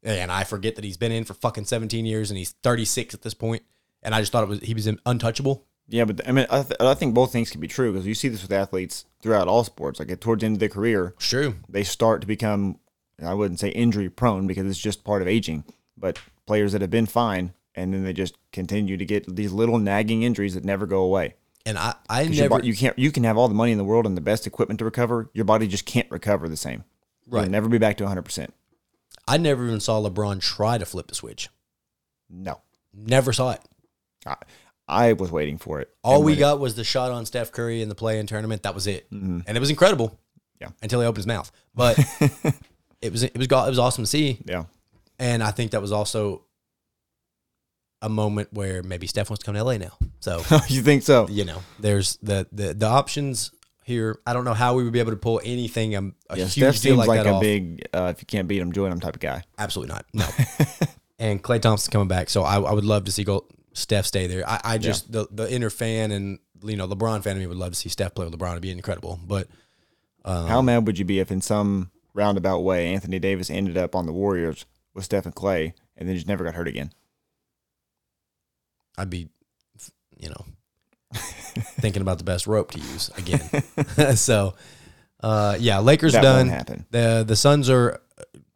Speaker 2: and I forget that he's been in for fucking 17 years and he's 36 at this point, and I just thought it was he was untouchable.
Speaker 1: Yeah, but I mean, I, th- I think both things can be true because you see this with athletes throughout all sports. Like towards the end of their career,
Speaker 2: True.
Speaker 1: they start to become I wouldn't say injury prone because it's just part of aging. But players that have been fine and then they just continue to get these little nagging injuries that never go away.
Speaker 2: And I, I
Speaker 1: 'Cause your
Speaker 2: never,
Speaker 1: bo- you can't. You can have all the money in the world and the best equipment to recover. Your body just can't recover the same.
Speaker 2: Right.
Speaker 1: You'll never be back to 100. percent
Speaker 2: I never even saw LeBron try to flip the switch.
Speaker 1: No.
Speaker 2: Never saw it.
Speaker 1: I, I was waiting for it.
Speaker 2: All
Speaker 1: And
Speaker 2: we
Speaker 1: when it-
Speaker 2: got was the shot on Steph Curry in the play-in tournament. That was it, and it was incredible.
Speaker 1: Mm-hmm. Yeah.
Speaker 2: until he opened his mouth, but it was it was go- it was awesome to see,
Speaker 1: Yeah.
Speaker 2: and I think that was also a moment where maybe Steph wants to come to LA now. So
Speaker 1: you think so?
Speaker 2: you know, there's the the the options here. I don't know how we would be able to pull anything um, a
Speaker 1: Yeah,
Speaker 2: huge
Speaker 1: Steph
Speaker 2: deal
Speaker 1: seems
Speaker 2: like,
Speaker 1: like,
Speaker 2: that
Speaker 1: a
Speaker 2: off.
Speaker 1: big. Uh, if you can't beat him, join him type of guy.
Speaker 2: Absolutely not. No. and Clay Thompson's coming back, so I, I would love to see Go- Steph stay there. I, I just the the inner fan and you know LeBron fan of me would love to see Steph play with LeBron. It'd be incredible. But
Speaker 1: How mad would you be if, in some roundabout way, Anthony Davis ended up on the Warriors with Steph and Clay, and then just never got hurt again?
Speaker 2: I'd be, you know, thinking about the best rope to use again. so, uh, yeah, Lakers
Speaker 1: That
Speaker 2: done.
Speaker 1: won't happen.
Speaker 2: The the Suns are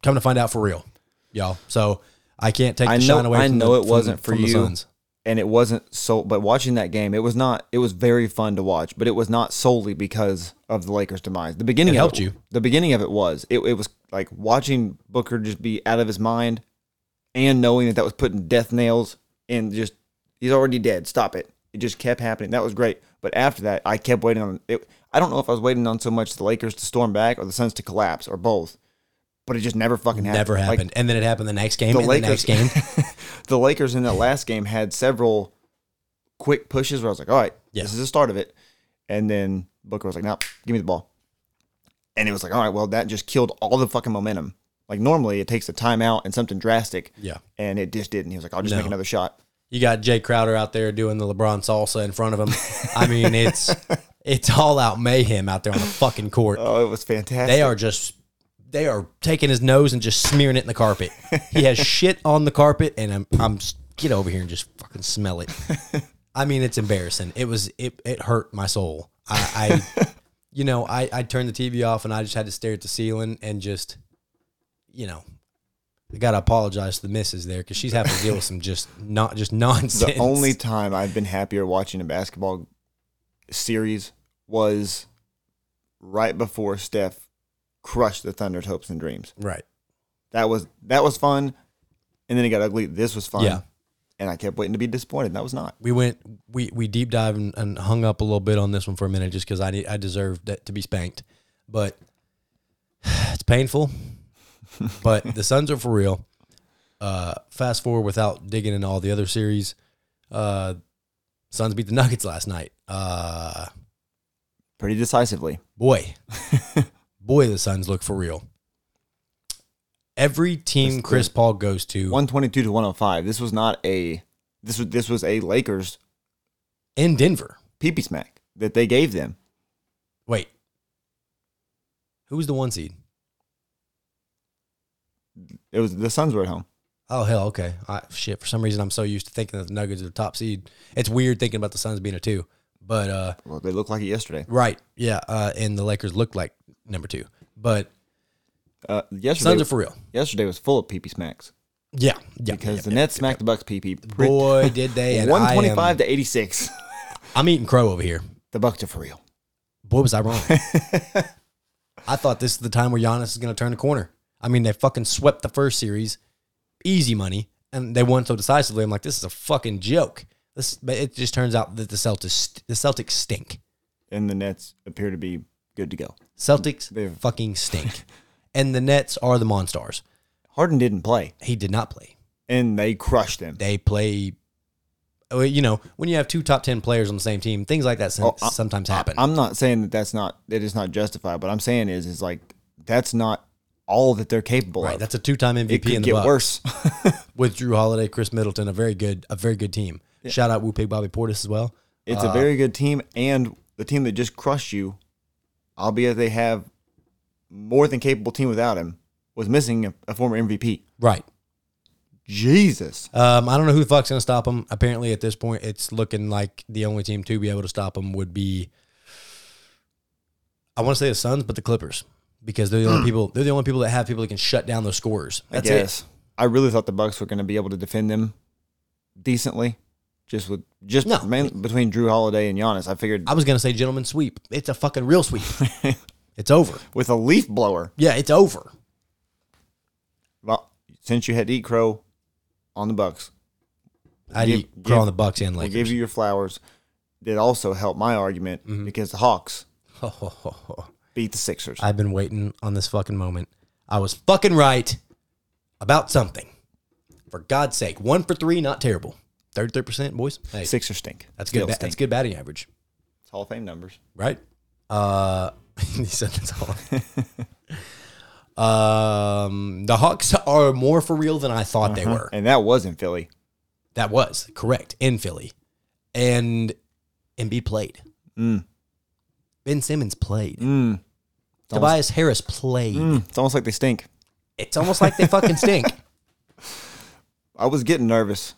Speaker 2: coming to find out for real, y'all. So I can't take the
Speaker 1: I know-
Speaker 2: shine away.
Speaker 1: I
Speaker 2: from
Speaker 1: know
Speaker 2: the-
Speaker 1: it
Speaker 2: from-
Speaker 1: wasn't for
Speaker 2: from The
Speaker 1: you.
Speaker 2: Suns.
Speaker 1: And it wasn't so. But watching that game, it was not. It was very fun to watch, but it was not solely because of the Lakers' demise. The beginning
Speaker 2: It
Speaker 1: of
Speaker 2: helped
Speaker 1: it,
Speaker 2: you.
Speaker 1: The beginning of it was. It, it was like watching Booker just be out of his mind, and knowing that that was putting death nails and just he's already dead. Stop it. It just kept happening. That was great. But after that, I kept waiting on it. I don't know if I was waiting on so much the Lakers to storm back or the Suns to collapse or both. But it just never fucking happened.
Speaker 2: Never
Speaker 1: Like,
Speaker 2: happened, and then it happened the next game.
Speaker 1: the
Speaker 2: and
Speaker 1: Lakers
Speaker 2: the next game,
Speaker 1: the Lakers in that last game had several quick pushes where I was like, all right,
Speaker 2: Yeah.
Speaker 1: this is the start of it. And then Booker was like, no, give me the ball. And it was like, all right, well, that just killed all the fucking momentum. Like normally it takes a timeout and something drastic.
Speaker 2: Yeah.
Speaker 1: And it just didn't. He was like, I'll just
Speaker 2: No.
Speaker 1: make another shot.
Speaker 2: you got Jay Crowder out there doing the LeBron salsa in front of him. I mean, it's it's all out mayhem out there on the fucking court.
Speaker 1: Oh, it was fantastic.
Speaker 2: They are just they are taking his nose and just smearing it in the carpet. he has shit on the carpet, and I'm I'm s- get over here and just fucking smell it. I mean, it's embarrassing. It was it it hurt my soul. I, I you know I I turned the TV off and I just had to stare at the ceiling and just you know. I gotta apologize to the missus there because she's having to deal with some just not just nonsense.
Speaker 1: the only time I've been happier watching a basketball series was right before Steph crushed the Thunder's hopes and dreams.
Speaker 2: right,
Speaker 1: That was that was fun, and then it got ugly. This was fun.
Speaker 2: Yeah.
Speaker 1: And I kept waiting to be disappointed. and That was not.
Speaker 2: we went we we deep dive and, and hung up a little bit on this one for a minute just because I need, I deserved that to be spanked, but it's painful. but the Suns are for real. Uh, fast forward without digging into all the other series. Uh, Suns beat the Nuggets last night. Uh,
Speaker 1: Pretty decisively.
Speaker 2: boy, boy, the Suns look for real. Every team Chris Paul goes to
Speaker 1: One twenty two to one oh five. This was not a this was this was a Lakers
Speaker 2: in Denver.
Speaker 1: pee pee smack that they gave them.
Speaker 2: Wait, who was the one seed?
Speaker 1: It was the Suns were at home.
Speaker 2: Oh hell, okay. I, shit, for some reason I'm so used to thinking that the Nuggets are the top seed. It's weird thinking about the Suns being a two, but uh,
Speaker 1: Well, they looked like it yesterday.
Speaker 2: right, yeah, uh, and the Lakers look like number two, but
Speaker 1: Uh,
Speaker 2: Suns
Speaker 1: yesterday,
Speaker 2: are for real.
Speaker 1: yesterday was full of pee pee smacks
Speaker 2: Yeah, yeah.
Speaker 1: because
Speaker 2: yeah,
Speaker 1: the
Speaker 2: yeah.
Speaker 1: Nets smacked the Bucks pee pee.
Speaker 2: boy did they, and
Speaker 1: One twenty
Speaker 2: I
Speaker 1: five
Speaker 2: am,
Speaker 1: to eighty six.
Speaker 2: I'm eating crow over here.
Speaker 1: The Bucks are for real.
Speaker 2: Boy was I wrong. I thought this is the time where Giannis is going to turn the corner. I mean, they fucking swept the first series, easy money, and they won so decisively. I'm like, this is a fucking joke. This, but it just turns out that the Celtics, the Celtics stink.
Speaker 1: And the Nets appear to be good to go.
Speaker 2: Celtics
Speaker 1: They've-
Speaker 2: fucking stink. and the Nets are the Monstars.
Speaker 1: Harden didn't play,
Speaker 2: He did not play.
Speaker 1: and they crushed them.
Speaker 2: They play. oh, You know, when you have two top 10 players on the same team, things like that sen-
Speaker 1: Oh, I-
Speaker 2: sometimes happen.
Speaker 1: I'm not saying that that's not that is not justified. What I'm saying is is like that's not all that they're capable
Speaker 2: right.
Speaker 1: of.
Speaker 2: That's a two time
Speaker 1: it
Speaker 2: MVP
Speaker 1: could
Speaker 2: in the
Speaker 1: get
Speaker 2: Bucks.
Speaker 1: worse.
Speaker 2: With Drew Holiday, Chris Middleton, a very good, a very good team. Shout out Wu Pig Bobby Portis as well.
Speaker 1: it's
Speaker 2: Uh,
Speaker 1: a very good team, and the team that just crushed you, albeit they have more than capable team without him, was missing a, a former MVP.
Speaker 2: Right.
Speaker 1: Jesus,
Speaker 2: Um, I don't know who the fuck's going to stop him. Apparently, at this point, it's looking like the only team to be able to stop him would be, I want to say the Suns, but the Clippers, because they're the
Speaker 1: Hmm.
Speaker 2: only people. They're the only people that have people that can shut down those scorers. That's
Speaker 1: I guess I really thought the Bucks were going to be able to defend them. decently, just with just
Speaker 2: No.
Speaker 1: man, between Drew Holiday and Giannis. I figured
Speaker 2: I was gonna say gentleman sweep. It's a fucking real sweep. it's over.
Speaker 1: with a leaf blower.
Speaker 2: Yeah, it's over.
Speaker 1: Well, since you had to eat crow on the Bucks,
Speaker 2: I
Speaker 1: Give-
Speaker 2: eat Crow
Speaker 1: give-
Speaker 2: on the Bucks and
Speaker 1: we
Speaker 2: Lakers.
Speaker 1: gave you your flowers. That also helped my argument
Speaker 2: Mm-hmm.
Speaker 1: because the Hawks beat the Sixers.
Speaker 2: I've been waiting on this fucking moment. I was fucking right about something. For God's sake, one for three, not terrible. Thirty-three percent, boys. Hey,
Speaker 1: Sixers stink.
Speaker 2: that's good.
Speaker 1: Still
Speaker 2: ba-
Speaker 1: stink.
Speaker 2: that's good batting average,
Speaker 1: It's Hall of Fame numbers.
Speaker 2: right? Uh, he said that's all. um, the Hawks are more for real than I thought they were.
Speaker 1: And that was in Philly.
Speaker 2: That was correct in Philly, and Embiid played.
Speaker 1: Mm.
Speaker 2: Ben Simmons played.
Speaker 1: Mm. It's, almost,
Speaker 2: Tobias Harris played.
Speaker 1: mm, it's almost like they stink.
Speaker 2: It's almost like they fucking stink.
Speaker 1: I was getting nervous.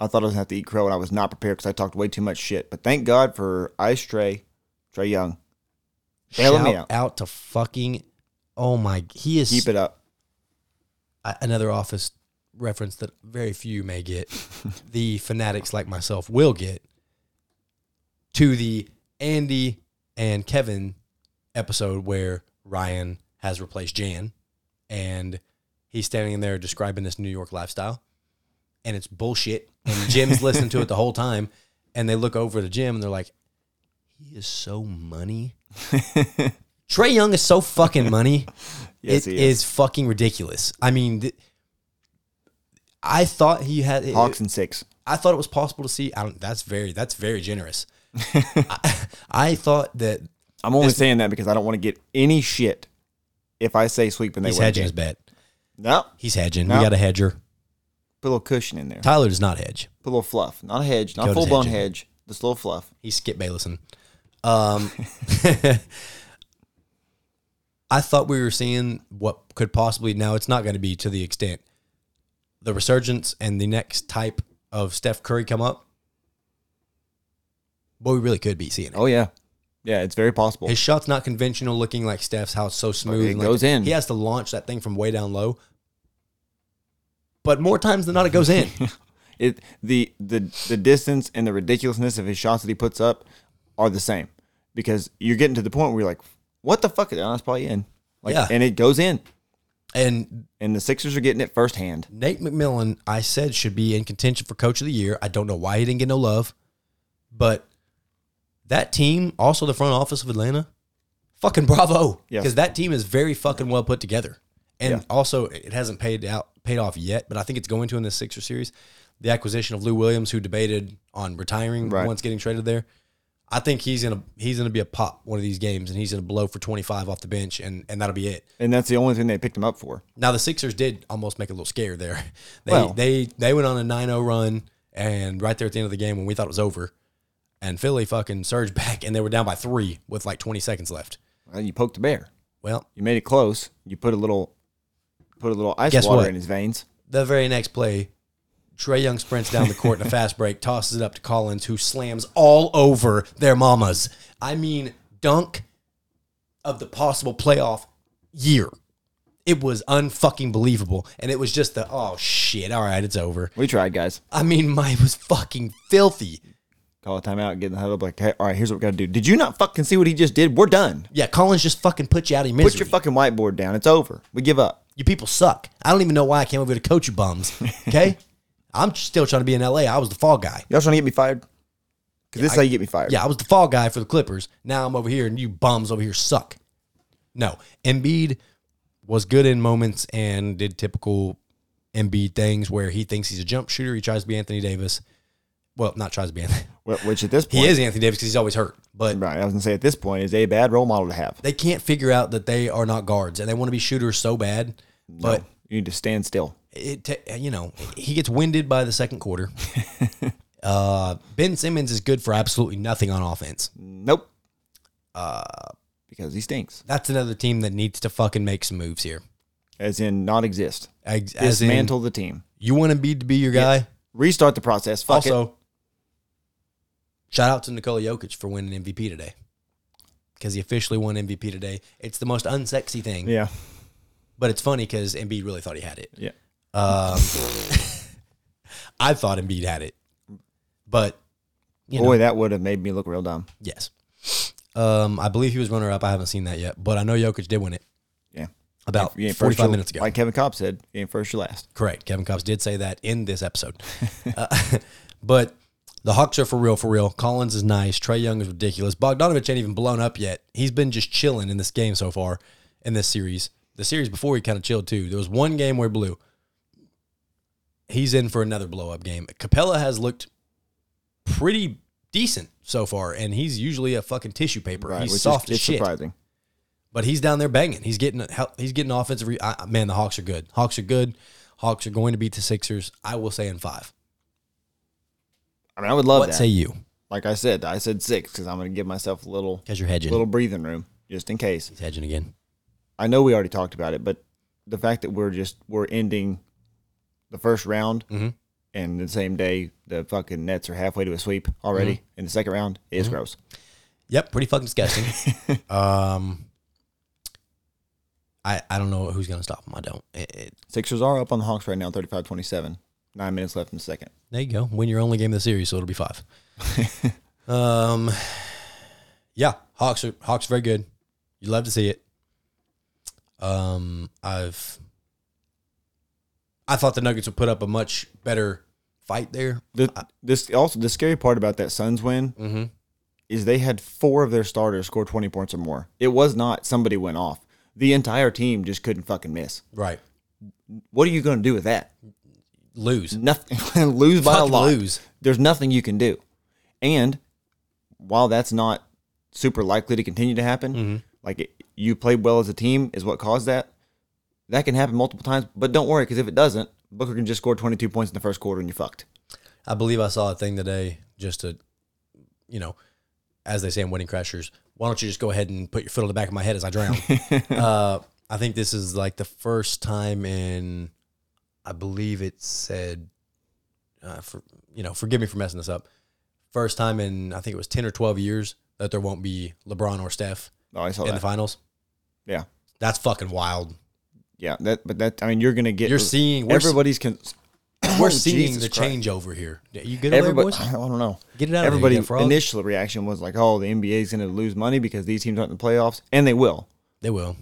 Speaker 1: I thought I was gonna have to eat crow, and I was not prepared because I talked way too much shit. But thank God for Ice Trey, Trey Young. Bailing
Speaker 2: Shout
Speaker 1: me
Speaker 2: out. to fucking oh my he is
Speaker 1: Keep it up.
Speaker 2: a- another office reference that very few may get. the fanatics like myself will get to the Andy and Kevin episode where Ryan has replaced Jan and he's standing in there describing this New York lifestyle and it's bullshit and Jim's listening to it the whole time and they look over to Jim and they're like he is so money. Trey Young is so fucking money
Speaker 1: Yes,
Speaker 2: it
Speaker 1: he is.
Speaker 2: is. fucking ridiculous. I mean, th- I thought he had. it-
Speaker 1: Hawks and six.
Speaker 2: I thought it was possible to see. I don't. That's very. That's very generous. I, I thought that
Speaker 1: I'm only saying that because I don't want to get any shit if I say sweep and they
Speaker 2: he's
Speaker 1: win.
Speaker 2: hedging his bet.
Speaker 1: No,
Speaker 2: He's hedging.
Speaker 1: No.
Speaker 2: We got a hedger.
Speaker 1: put a little cushion in there. Put
Speaker 2: Tyler does not hedge.
Speaker 1: a little fluff, not a hedge, not
Speaker 2: Dakota's
Speaker 1: full blown
Speaker 2: hedging.
Speaker 1: hedge. Just a little fluff.
Speaker 2: He's Skip Baylesson. Um, I thought we were seeing what could possibly. Now it's not going to be to the extent the resurgence and the next type of Steph Curry come up. But we really could be seeing it.
Speaker 1: Oh yeah, yeah. It's very possible.
Speaker 2: His shot's not conventional looking like Steph's, how it's so smooth.
Speaker 1: It
Speaker 2: and like-
Speaker 1: goes in.
Speaker 2: He has to launch that thing from way down low. But more times than not, it goes in.
Speaker 1: it the the the distance and the ridiculousness of his shots that he puts up are the same because you're getting to the point where you're like, what the fuck is that? That's probably in. Like,
Speaker 2: Yeah.
Speaker 1: and it goes in,
Speaker 2: and
Speaker 1: and the Sixers are getting it firsthand.
Speaker 2: Nate McMillan, I said, should be in contention for coach of the year. I don't know why he didn't get no love. But that team, also the front office of Atlanta, fucking bravo.
Speaker 1: Yes.
Speaker 2: Because that team is very fucking well put together. And
Speaker 1: Yeah.
Speaker 2: also, it hasn't paid out paid off yet, but I think it's going to in this Sixer series. The acquisition of Lou Williams, who debated on retiring
Speaker 1: Right.
Speaker 2: once getting traded there. I think he's gonna he's gonna be a pop one of these games, and he's gonna blow for twenty five off the bench, and and that'll be it.
Speaker 1: And that's the only thing they picked him up for.
Speaker 2: Now the Sixers did almost make a little scared there. They
Speaker 1: Well-
Speaker 2: they they went on a 9-0 run and right there at the end of the game when we thought it was over and Philly fucking surged back and they were down by 3 with like 20 seconds left.
Speaker 1: Uh, You poked the bear.
Speaker 2: Well,
Speaker 1: You made it close. You put a little, put a little ice
Speaker 2: Guess
Speaker 1: water
Speaker 2: what?
Speaker 1: in his veins.
Speaker 2: the very next play Trey Young sprints down the court in a fast break, tosses it up to Collins who slams all over their mamas. I mean, dunk of the possible playoff year. It was unfucking believable and it was just the oh shit, all right, it's over.
Speaker 1: We tried, guys.
Speaker 2: I mean, mine was fucking filthy.
Speaker 1: Call a timeout, get in the huddle, be like, hey, all right, here's what we got to do. Did you not fucking see what he just did? We're done.
Speaker 2: Yeah, Collins just fucking put you out of your misery.
Speaker 1: Put your fucking whiteboard down. It's over. We give up.
Speaker 2: you people suck. I don't even know why I came over here to coach you bums. Okay, I'm still trying to be in LA. I was the fall guy.
Speaker 1: Y'all trying to get me fired? Because this is how you get me fired.
Speaker 2: Yeah, I was the fall guy for the Clippers. Now I'm over here, and you bums over here suck. No, Embiid was good in moments and did typical Embiid things where he thinks he's a jump shooter. He tries to be Anthony Davis. Well, not tries to be Anthony.
Speaker 1: Wh- Which at this point,
Speaker 2: He is Anthony Davis because he's always hurt. But
Speaker 1: Right. I was gonna say at this point is a bad role model to have.
Speaker 2: they can't figure out that they are not guards and they want to be shooters so bad. But
Speaker 1: You need to stand still.
Speaker 2: it ta- you know he gets winded by the second quarter. uh, ben Simmons is good for absolutely nothing on offense.
Speaker 1: Nope. Uh, because he stinks,
Speaker 2: That's another team that needs to fucking make some moves here.
Speaker 1: as in not exist.
Speaker 2: As, as in,
Speaker 1: Dismantle the team.
Speaker 2: you want to be to be your guy.
Speaker 1: Restart the process. Fuck it.
Speaker 2: also, shout out to Nikola Jokic for winning MVP today because he officially won MVP today. It's the most unsexy thing,
Speaker 1: Yeah.
Speaker 2: but it's funny because Embiid really thought he had it.
Speaker 1: Yeah.
Speaker 2: Um, I thought Embiid had it, but you know,
Speaker 1: Boy, that would have made me look real dumb.
Speaker 2: yes. Um, I believe he was runner up. I haven't seen that yet, but I know Jokic did win it
Speaker 1: Yeah.
Speaker 2: about
Speaker 1: You ain't first,
Speaker 2: 45
Speaker 1: you'll-
Speaker 2: minutes ago.
Speaker 1: Like Kevin Cobb said, you ain't first, you last.
Speaker 2: Correct. Kevin Cobbs did say that in this episode. Uh, but the Hawks are for real, for real. Collins is nice. Trey Young is ridiculous. Bogdanovich ain't even blown up yet. He's been just chilling in this game so far, in this series. The series before he kind of chilled too. There was one game where he blew. He's in for another blow up game. Capella has looked pretty decent so far, and he's usually a fucking tissue paper.
Speaker 1: Right.
Speaker 2: he's
Speaker 1: which
Speaker 2: soft
Speaker 1: is
Speaker 2: as
Speaker 1: it's
Speaker 2: shit
Speaker 1: surprising.
Speaker 2: but he's down there banging. He's getting help. He's getting offensive. Re- I, I- man, the Hawks are good. Hawks are good. Hawks are going to beat the Sixers. I will say in five.
Speaker 1: I mean, I would love
Speaker 2: what
Speaker 1: that.
Speaker 2: say you?
Speaker 1: like I said, I said six because I'm going to give myself a little
Speaker 2: Because you're hedging.
Speaker 1: little breathing room just in case.
Speaker 2: He's hedging again.
Speaker 1: I know we already talked about it, but the fact that we're just we're ending the first round and the same day the fucking Nets are halfway to a sweep already in the second round is gross.
Speaker 2: Yep, pretty fucking disgusting. um, I I don't know who's gonna stop him. I don't. It- it-
Speaker 1: Sixers are up on the Hawks right now, 35-27. Nine minutes left in the second.
Speaker 2: there you go. Win your only game of the series, so it'll be five. um, yeah, Hawks are Hawks are very good. You'd love to see it. Um, I've I thought the Nuggets would put up a much better fight there.
Speaker 1: The, this also the scary part about that Suns win is they had four of their starters score twenty points or more. It was not somebody went off. The entire team just couldn't fucking miss.
Speaker 2: Right,
Speaker 1: What are you going to do with that?
Speaker 2: lose.
Speaker 1: Nothing. lose by
Speaker 2: Fucking
Speaker 1: a lot.
Speaker 2: lose.
Speaker 1: There's nothing you can do. And while that's not super likely to continue to happen,
Speaker 2: Mm-hmm.
Speaker 1: like it, you played well as a team is what caused that. That can happen multiple times, but don't worry because if it doesn't, Booker can just score 22 points in the first quarter and you're fucked.
Speaker 2: I believe I saw a thing today just to, you know, as they say in Wedding Crashers, why don't you just go ahead and put your foot on the back of my head as I drown? uh, I think this is like the first time in, I believe it said, uh, for, you know, forgive me for messing this up. First time in, I think it was 10 or 12 years that there won't be LeBron or Steph
Speaker 1: Oh, I saw
Speaker 2: in the
Speaker 1: that.
Speaker 2: finals.
Speaker 1: yeah,
Speaker 2: That's fucking wild.
Speaker 1: yeah. That, but that I mean, you're gonna get.
Speaker 2: You're seeing- we're s-
Speaker 1: everybody's con-
Speaker 2: We're
Speaker 1: Oh,
Speaker 2: seeing
Speaker 1: Jesus
Speaker 2: the
Speaker 1: Christ.
Speaker 2: change over here. You good over there,
Speaker 1: Everybody,
Speaker 2: boys?
Speaker 1: I don't know.
Speaker 2: Get it out of there, you
Speaker 1: Everybody
Speaker 2: dead frog.
Speaker 1: initial reaction was like, "Oh, the NBA is going to lose money because these teams aren't in the playoffs," and they will.
Speaker 2: They will.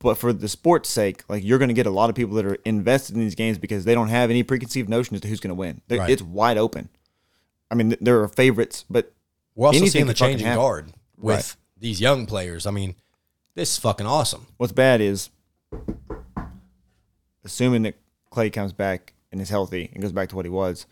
Speaker 1: but for the sport's sake, like you're going to get a lot of people that are invested in these games because they don't have any preconceived notion as to who's going to win. They're-
Speaker 2: Right.
Speaker 1: It's wide open. I mean, th- there are favorites, but
Speaker 2: We're also
Speaker 1: Anything
Speaker 2: seeing the
Speaker 1: could fucking
Speaker 2: changing
Speaker 1: happen.
Speaker 2: guard with
Speaker 1: Right.
Speaker 2: these young players. I mean, this is fucking awesome.
Speaker 1: what's bad is assuming that Clay comes back and is healthy and goes back to what he was.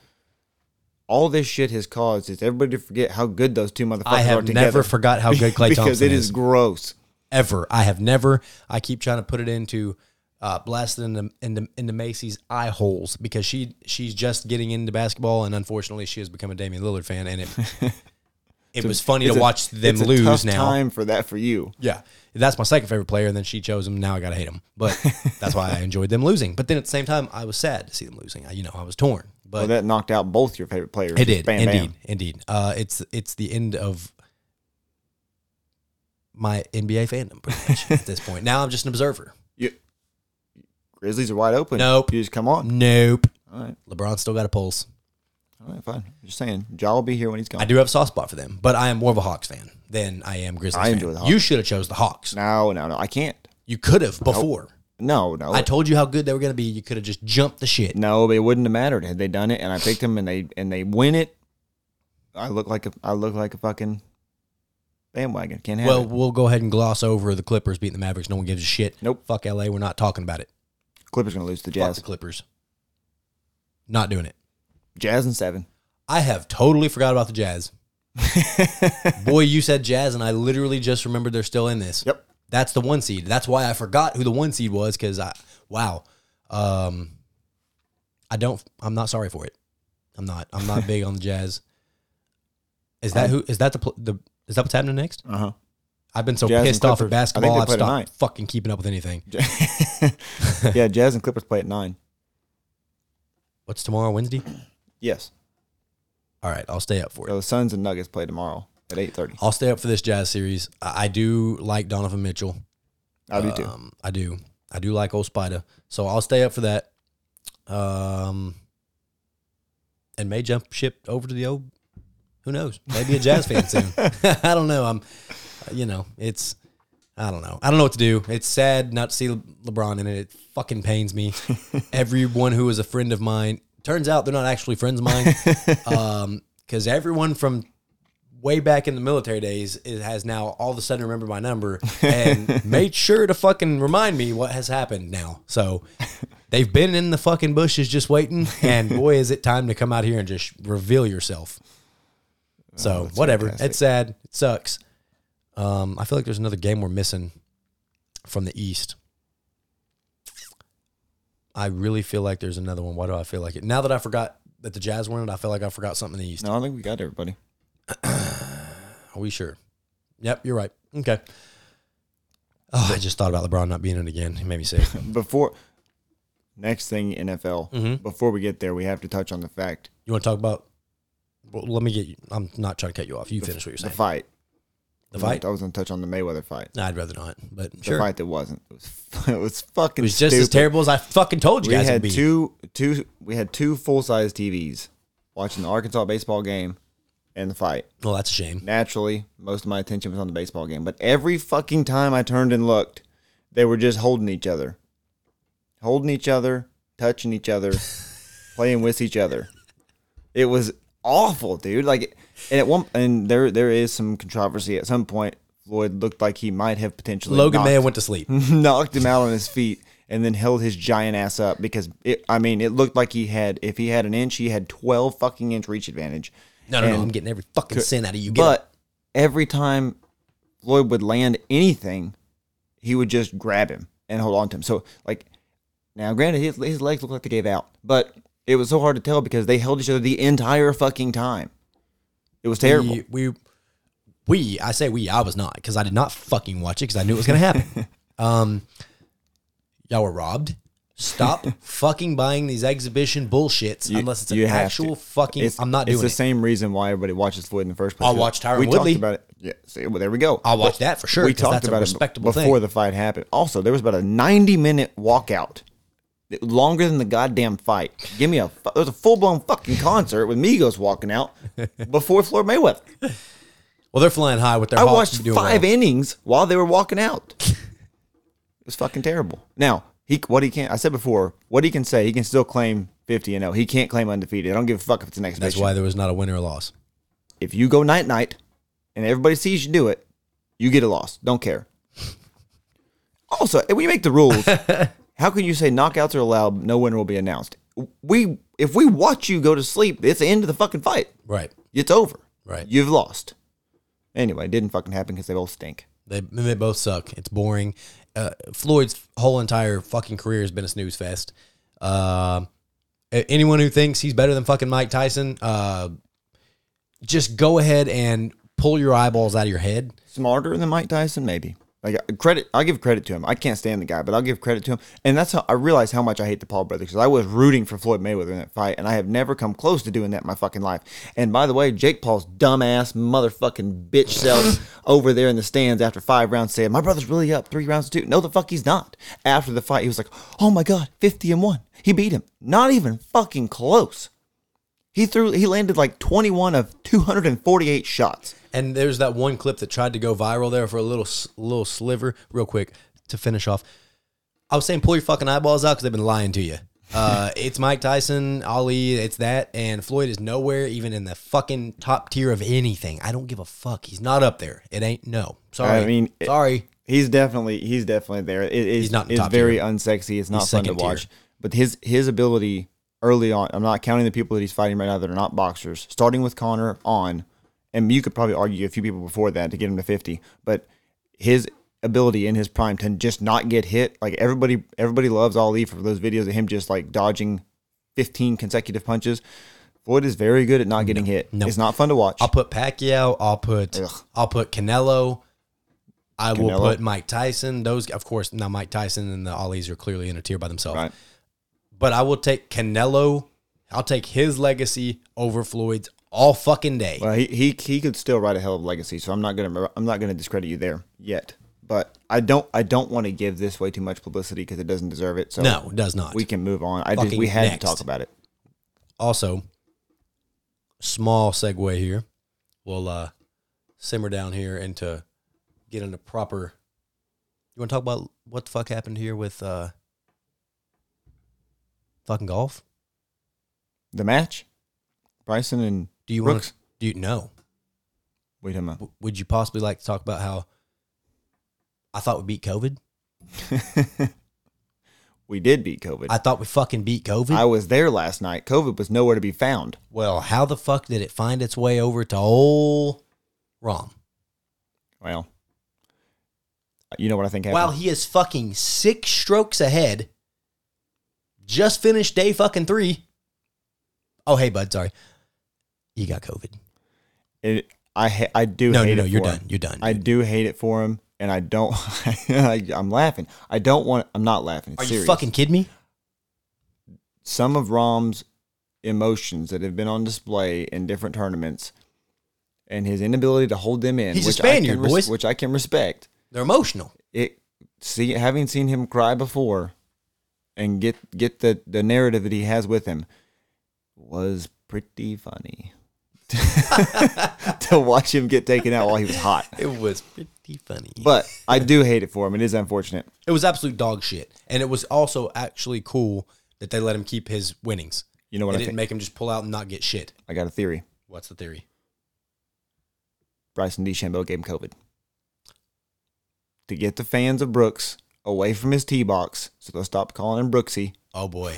Speaker 1: All this shit has caused is everybody to forget how good those two motherfuckers
Speaker 2: I
Speaker 1: are
Speaker 2: have
Speaker 1: together.
Speaker 2: never forgot how good Clay
Speaker 1: because
Speaker 2: Thompson
Speaker 1: it
Speaker 2: is,
Speaker 1: is gross.
Speaker 2: ever. I have never. I keep trying to put it into uh, blasted in the, in the in the Macy's eye holes because she she's just getting into basketball and unfortunately she has become a Damian Lillard fan and it it was funny to
Speaker 1: It's a-
Speaker 2: watch them
Speaker 1: it's a
Speaker 2: lose
Speaker 1: tough
Speaker 2: now.
Speaker 1: Time for that for you.
Speaker 2: Yeah, that's my second favorite player, and then she chose him. Now I gotta hate him, but that's why I enjoyed them losing. But then at the same time, I was sad to see them losing. I, you know, I was torn. But
Speaker 1: Well, that knocked out both your favorite players.
Speaker 2: It did,
Speaker 1: Bam, bam.
Speaker 2: indeed, indeed. Uh, it's it's the end of my NBA fandom pretty much at this point. Now I'm just an observer.
Speaker 1: You, Grizzlies are wide open.
Speaker 2: Nope.
Speaker 1: You just come on.
Speaker 2: Nope.
Speaker 1: All right.
Speaker 2: LeBron's still got a pulse.
Speaker 1: All right, fine. Just saying. Ja will be here when he's gone.
Speaker 2: I do have a soft spot for them, but I am more of a Hawks fan than I am Grizzlies.
Speaker 1: I
Speaker 2: fan.
Speaker 1: enjoy the Hawks.
Speaker 2: You should have chose the Hawks.
Speaker 1: No, no, no. I can't.
Speaker 2: You could have before.
Speaker 1: No, no.
Speaker 2: I told you how good they were going to be. You could have just jumped the shit.
Speaker 1: no, but it wouldn't have mattered had they done it and I picked them and they and they win it. I look like a I look like a fucking bandwagon. Can't have
Speaker 2: Well,
Speaker 1: it.
Speaker 2: we'll go ahead and gloss over the Clippers beating the Mavericks. No one gives a shit.
Speaker 1: Nope.
Speaker 2: Fuck LA. We're not talking about it.
Speaker 1: Clippers gonna lose to
Speaker 2: Fuck
Speaker 1: Jazz.
Speaker 2: the Clippers. Not doing it.
Speaker 1: Jazz and seven.
Speaker 2: I have totally forgot about the Jazz. Boy, you said Jazz, and I literally just remembered they're still in this.
Speaker 1: Yep.
Speaker 2: That's the one seed. That's why I forgot who the one seed was because I, wow. Um, I don't, I'm not sorry for it. I'm not, I'm not big on the Jazz. Is that who, is that the, pl- the, is that what's happening next?
Speaker 1: Uh huh.
Speaker 2: I've been so
Speaker 1: Jazz and
Speaker 2: pissed off
Speaker 1: Clippers. I
Speaker 2: at
Speaker 1: think they
Speaker 2: basketball, I've
Speaker 1: play
Speaker 2: stopped
Speaker 1: tonight.
Speaker 2: fucking keeping up with anything.
Speaker 1: yeah, Jazz and Clippers play at nine.
Speaker 2: What's tomorrow, Wednesday?
Speaker 1: Yes.
Speaker 2: All right, I'll stay up for it.
Speaker 1: So the Suns and Nuggets play tomorrow at eight thirty.
Speaker 2: I'll stay up for this Jazz series. I, I do like Donovan Mitchell.
Speaker 1: I do too.
Speaker 2: Um, I do. I do like old Spider. So I'll stay up for that. Um, and may jump ship over to the old. Who knows? Maybe a jazz fan soon. I don't know. I'm, you know, it's. I don't know. I don't know what to do. It's sad not to see Le- LeBron in it. It fucking pains me. Everyone who is a friend of mine turns out they're not actually friends of mine, because everyone from way back in the military days is, has now all of a sudden remembered my number and made sure to fucking remind me what has happened now. So they've been in the fucking bushes just waiting, and boy, is it time to come out here and just reveal yourself. So whatever, it's sad. It sucks. Um, I feel like there's another game we're missing from the East. I really feel like there's another one. Why do I feel like it? Now that I forgot that the Jazz won it, I feel like I forgot something in the East.
Speaker 1: No, I think we got everybody.
Speaker 2: Are we sure? Yep, you're right. Okay. Oh, I just thought about LeBron not being in again. It made me sick.
Speaker 1: Before next thing NFL.
Speaker 2: Mm-hmm.
Speaker 1: Before we get there, we have to touch on the fact
Speaker 2: You want to talk about? Well, let me get you. I'm not trying to cut you off. You finish what you're
Speaker 1: the
Speaker 2: saying.
Speaker 1: fight.
Speaker 2: The fight?
Speaker 1: I was going to touch on the Mayweather fight.
Speaker 2: Nah, I'd rather not. But
Speaker 1: The
Speaker 2: sure,
Speaker 1: fight that wasn't. It was, it was fucking.
Speaker 2: it was just as
Speaker 1: stupid.
Speaker 2: terrible as I fucking told you
Speaker 1: We
Speaker 2: guys it'd
Speaker 1: had
Speaker 2: be.
Speaker 1: two two. We had two full size TVs watching the Arkansas baseball game and the fight.
Speaker 2: well, that's a shame.
Speaker 1: Naturally, most of my attention was on the baseball game. But every fucking time I turned and looked, they were just holding each other, holding each other, touching each other, playing with each other. It was awful, dude. Like, and at one and there there is some controversy. At some point, Floyd looked like he might have potentially
Speaker 2: Logan Mayo
Speaker 1: knocked-
Speaker 2: went to sleep.
Speaker 1: knocked him out on his feet and then held his giant ass up because it, I mean it looked like he had if he had an inch he had 12 fucking inch reach advantage.
Speaker 2: No, no, no.
Speaker 1: And-
Speaker 2: I'm getting every fucking cent out of you. Get it.
Speaker 1: But every time Floyd would land anything, he would just grab him and hold on to him. So like now granted his, his legs looked like they gave out, but it was so hard to tell because they held each other the entire fucking time. It was terrible.
Speaker 2: We, we, we, I say we, I was not because I did not fucking watch it because I knew it was going to happen. um, y'all were robbed. Stop fucking buying these exhibition bullshits
Speaker 1: You-
Speaker 2: unless it's an
Speaker 1: you have
Speaker 2: actual
Speaker 1: to.
Speaker 2: fucking.
Speaker 1: It's-
Speaker 2: I'm not
Speaker 1: it's
Speaker 2: doing
Speaker 1: the
Speaker 2: it.
Speaker 1: same reason why everybody watches Floyd in the first place.
Speaker 2: I'll watch Tyron
Speaker 1: we
Speaker 2: Woodley.
Speaker 1: talked about it. Yeah, see, well, there we go.
Speaker 2: I'll watch that for sure,
Speaker 1: We
Speaker 2: 'cause
Speaker 1: talked
Speaker 2: that's a
Speaker 1: about
Speaker 2: respectable
Speaker 1: it b- before
Speaker 2: thing.
Speaker 1: the fight happened. Also, there was about a 90 minute walkout, It- longer than the goddamn fight. Give me a. fu- There was a full blown fucking concert with Migos walking out before Floyd Mayweather.
Speaker 2: Well, they're flying high with their.
Speaker 1: I
Speaker 2: Hawks
Speaker 1: watched
Speaker 2: doing
Speaker 1: five
Speaker 2: well.
Speaker 1: innings while they were walking out. it was fucking terrible. Now he what he can I said before what he can say he can still claim 50 and 0. He can't claim undefeated. I don't give a fuck if it's an exhibition.
Speaker 2: That's why there was not a win or a loss.
Speaker 1: if you go night night and everybody sees you do it, you get a loss. Don't care. Also, when you make the rules, how can you say knockouts are allowed, no winner will be announced? We if we watch you go to sleep, it's the end of the fucking fight.
Speaker 2: Right.
Speaker 1: It's over.
Speaker 2: Right.
Speaker 1: You've lost. Anyway, it didn't fucking happen because they both stink.
Speaker 2: They they both suck. It's boring. Uh, Floyd's whole entire fucking career has been a snooze fest. Um, a- anyone who thinks he's better than fucking Mike Tyson, uh, just go ahead and pull your eyeballs out of your head.
Speaker 1: Smarter than Mike Tyson, maybe. Like uh, credit, I'll give credit to him. I can't stand the guy, but I'll give credit to him. And that's how I realize how much I hate the Paul brothers because I was rooting for Floyd Mayweather in that fight, and I have never come close to doing that in my fucking life. And by the way, Jake Paul's dumbass motherfucking bitch self over there in the stands after five rounds said, "My brother's really up three rounds to two." No, the fuck he's not. After the fight, he was like, "Oh my god, fifty and one. He beat him. Not even fucking close." He threw. He landed like twenty-one of two hundred and forty-eight shots.
Speaker 2: And there's that one clip that tried to go viral there for a little s- little sliver, real quick to finish off. I was saying pull your fucking eyeballs out because they've been lying to you. Uh, it's Mike Tyson, Ali, it's that, and Floyd is nowhere even in the fucking top tier of anything. I don't give a fuck. He's not up there. It ain't no. Sorry.
Speaker 1: I mean, it-
Speaker 2: sorry.
Speaker 1: He's definitely he's definitely there. It is
Speaker 2: He's not in
Speaker 1: it's
Speaker 2: top
Speaker 1: very
Speaker 2: tier.
Speaker 1: unsexy. It's not fun to
Speaker 2: second tier.
Speaker 1: watch. But his his ability early on, I'm not counting the people that he's fighting right now that are not boxers, starting with Connor on, and you could probably argue a few people before that to get him to 50. But his ability in his prime to just not get hit, like everybody everybody loves Ali for those videos of him just like dodging 15 consecutive punches. Floyd is very good at not getting hit.
Speaker 2: no.
Speaker 1: It's not fun to watch.
Speaker 2: I'll put Pacquiao. I'll put
Speaker 1: Ugh.
Speaker 2: I'll put Canelo. I will
Speaker 1: Canelo.
Speaker 2: put Mike Tyson. Those, of course, now Mike Tyson and the Ollie's are clearly in a tier by themselves.
Speaker 1: Right.
Speaker 2: But I will take Canelo. I'll take his legacy over Floyd's all fucking day.
Speaker 1: Well, he, he he could still write a hell of a legacy, so I'm not gonna I'm not gonna discredit you there yet. But I don't I don't want to give this way too much publicity because it doesn't deserve it. So
Speaker 2: no, it does not.
Speaker 1: we can move on. I just
Speaker 2: Fucking
Speaker 1: we had
Speaker 2: next.
Speaker 1: to talk about it.
Speaker 2: also, small segue here. We'll uh, simmer down here into get into proper. You want to talk about what the fuck happened here with uh, fucking golf?
Speaker 1: The match? Bryson and
Speaker 2: Do you want?
Speaker 1: Brooks.
Speaker 2: Do you know?
Speaker 1: Wait a minute.
Speaker 2: Would you possibly like to talk about how I thought we beat COVID?
Speaker 1: We did beat COVID.
Speaker 2: I thought we fucking beat COVID.
Speaker 1: I was there last night. COVID was nowhere to be found.
Speaker 2: well, how the fuck did it find its way over to old Rom?
Speaker 1: Well, you know what I think happened.
Speaker 2: While he is fucking six strokes ahead, just finished day fucking three. Oh, hey, bud, sorry. You got COVID.
Speaker 1: it, I ha- I do
Speaker 2: No, no,
Speaker 1: hate
Speaker 2: no,
Speaker 1: it
Speaker 2: you're
Speaker 1: for
Speaker 2: done.
Speaker 1: him.
Speaker 2: You're done.
Speaker 1: I do hate it for him, and I don't. I, am laughing. I don't want. I'm not laughing. It's
Speaker 2: Are you
Speaker 1: serious.
Speaker 2: fucking kidding me?
Speaker 1: Some of Rom's emotions that have been on display in different tournaments, and his inability to hold them in,
Speaker 2: He's a
Speaker 1: which I
Speaker 2: Spaniard,
Speaker 1: can res-
Speaker 2: boys.
Speaker 1: which I can respect.
Speaker 2: They're emotional.
Speaker 1: It see having seen him cry before, and get get the the narrative that he has with him was pretty funny. to watch him get taken out while he was hot.
Speaker 2: It was pretty funny.
Speaker 1: But I do hate it for him. It is unfortunate.
Speaker 2: it was absolute dog shit. And it was also actually cool that they let him keep his winnings.
Speaker 1: You know
Speaker 2: It
Speaker 1: what I
Speaker 2: didn't
Speaker 1: think?
Speaker 2: make him just pull out and not get shit.
Speaker 1: I got a theory.
Speaker 2: What's the theory?
Speaker 1: Bryson DeChambeau gave him COVID to get the fans of Brooks away from his tee box, so they'll stop calling him Brooksy.
Speaker 2: Oh boy.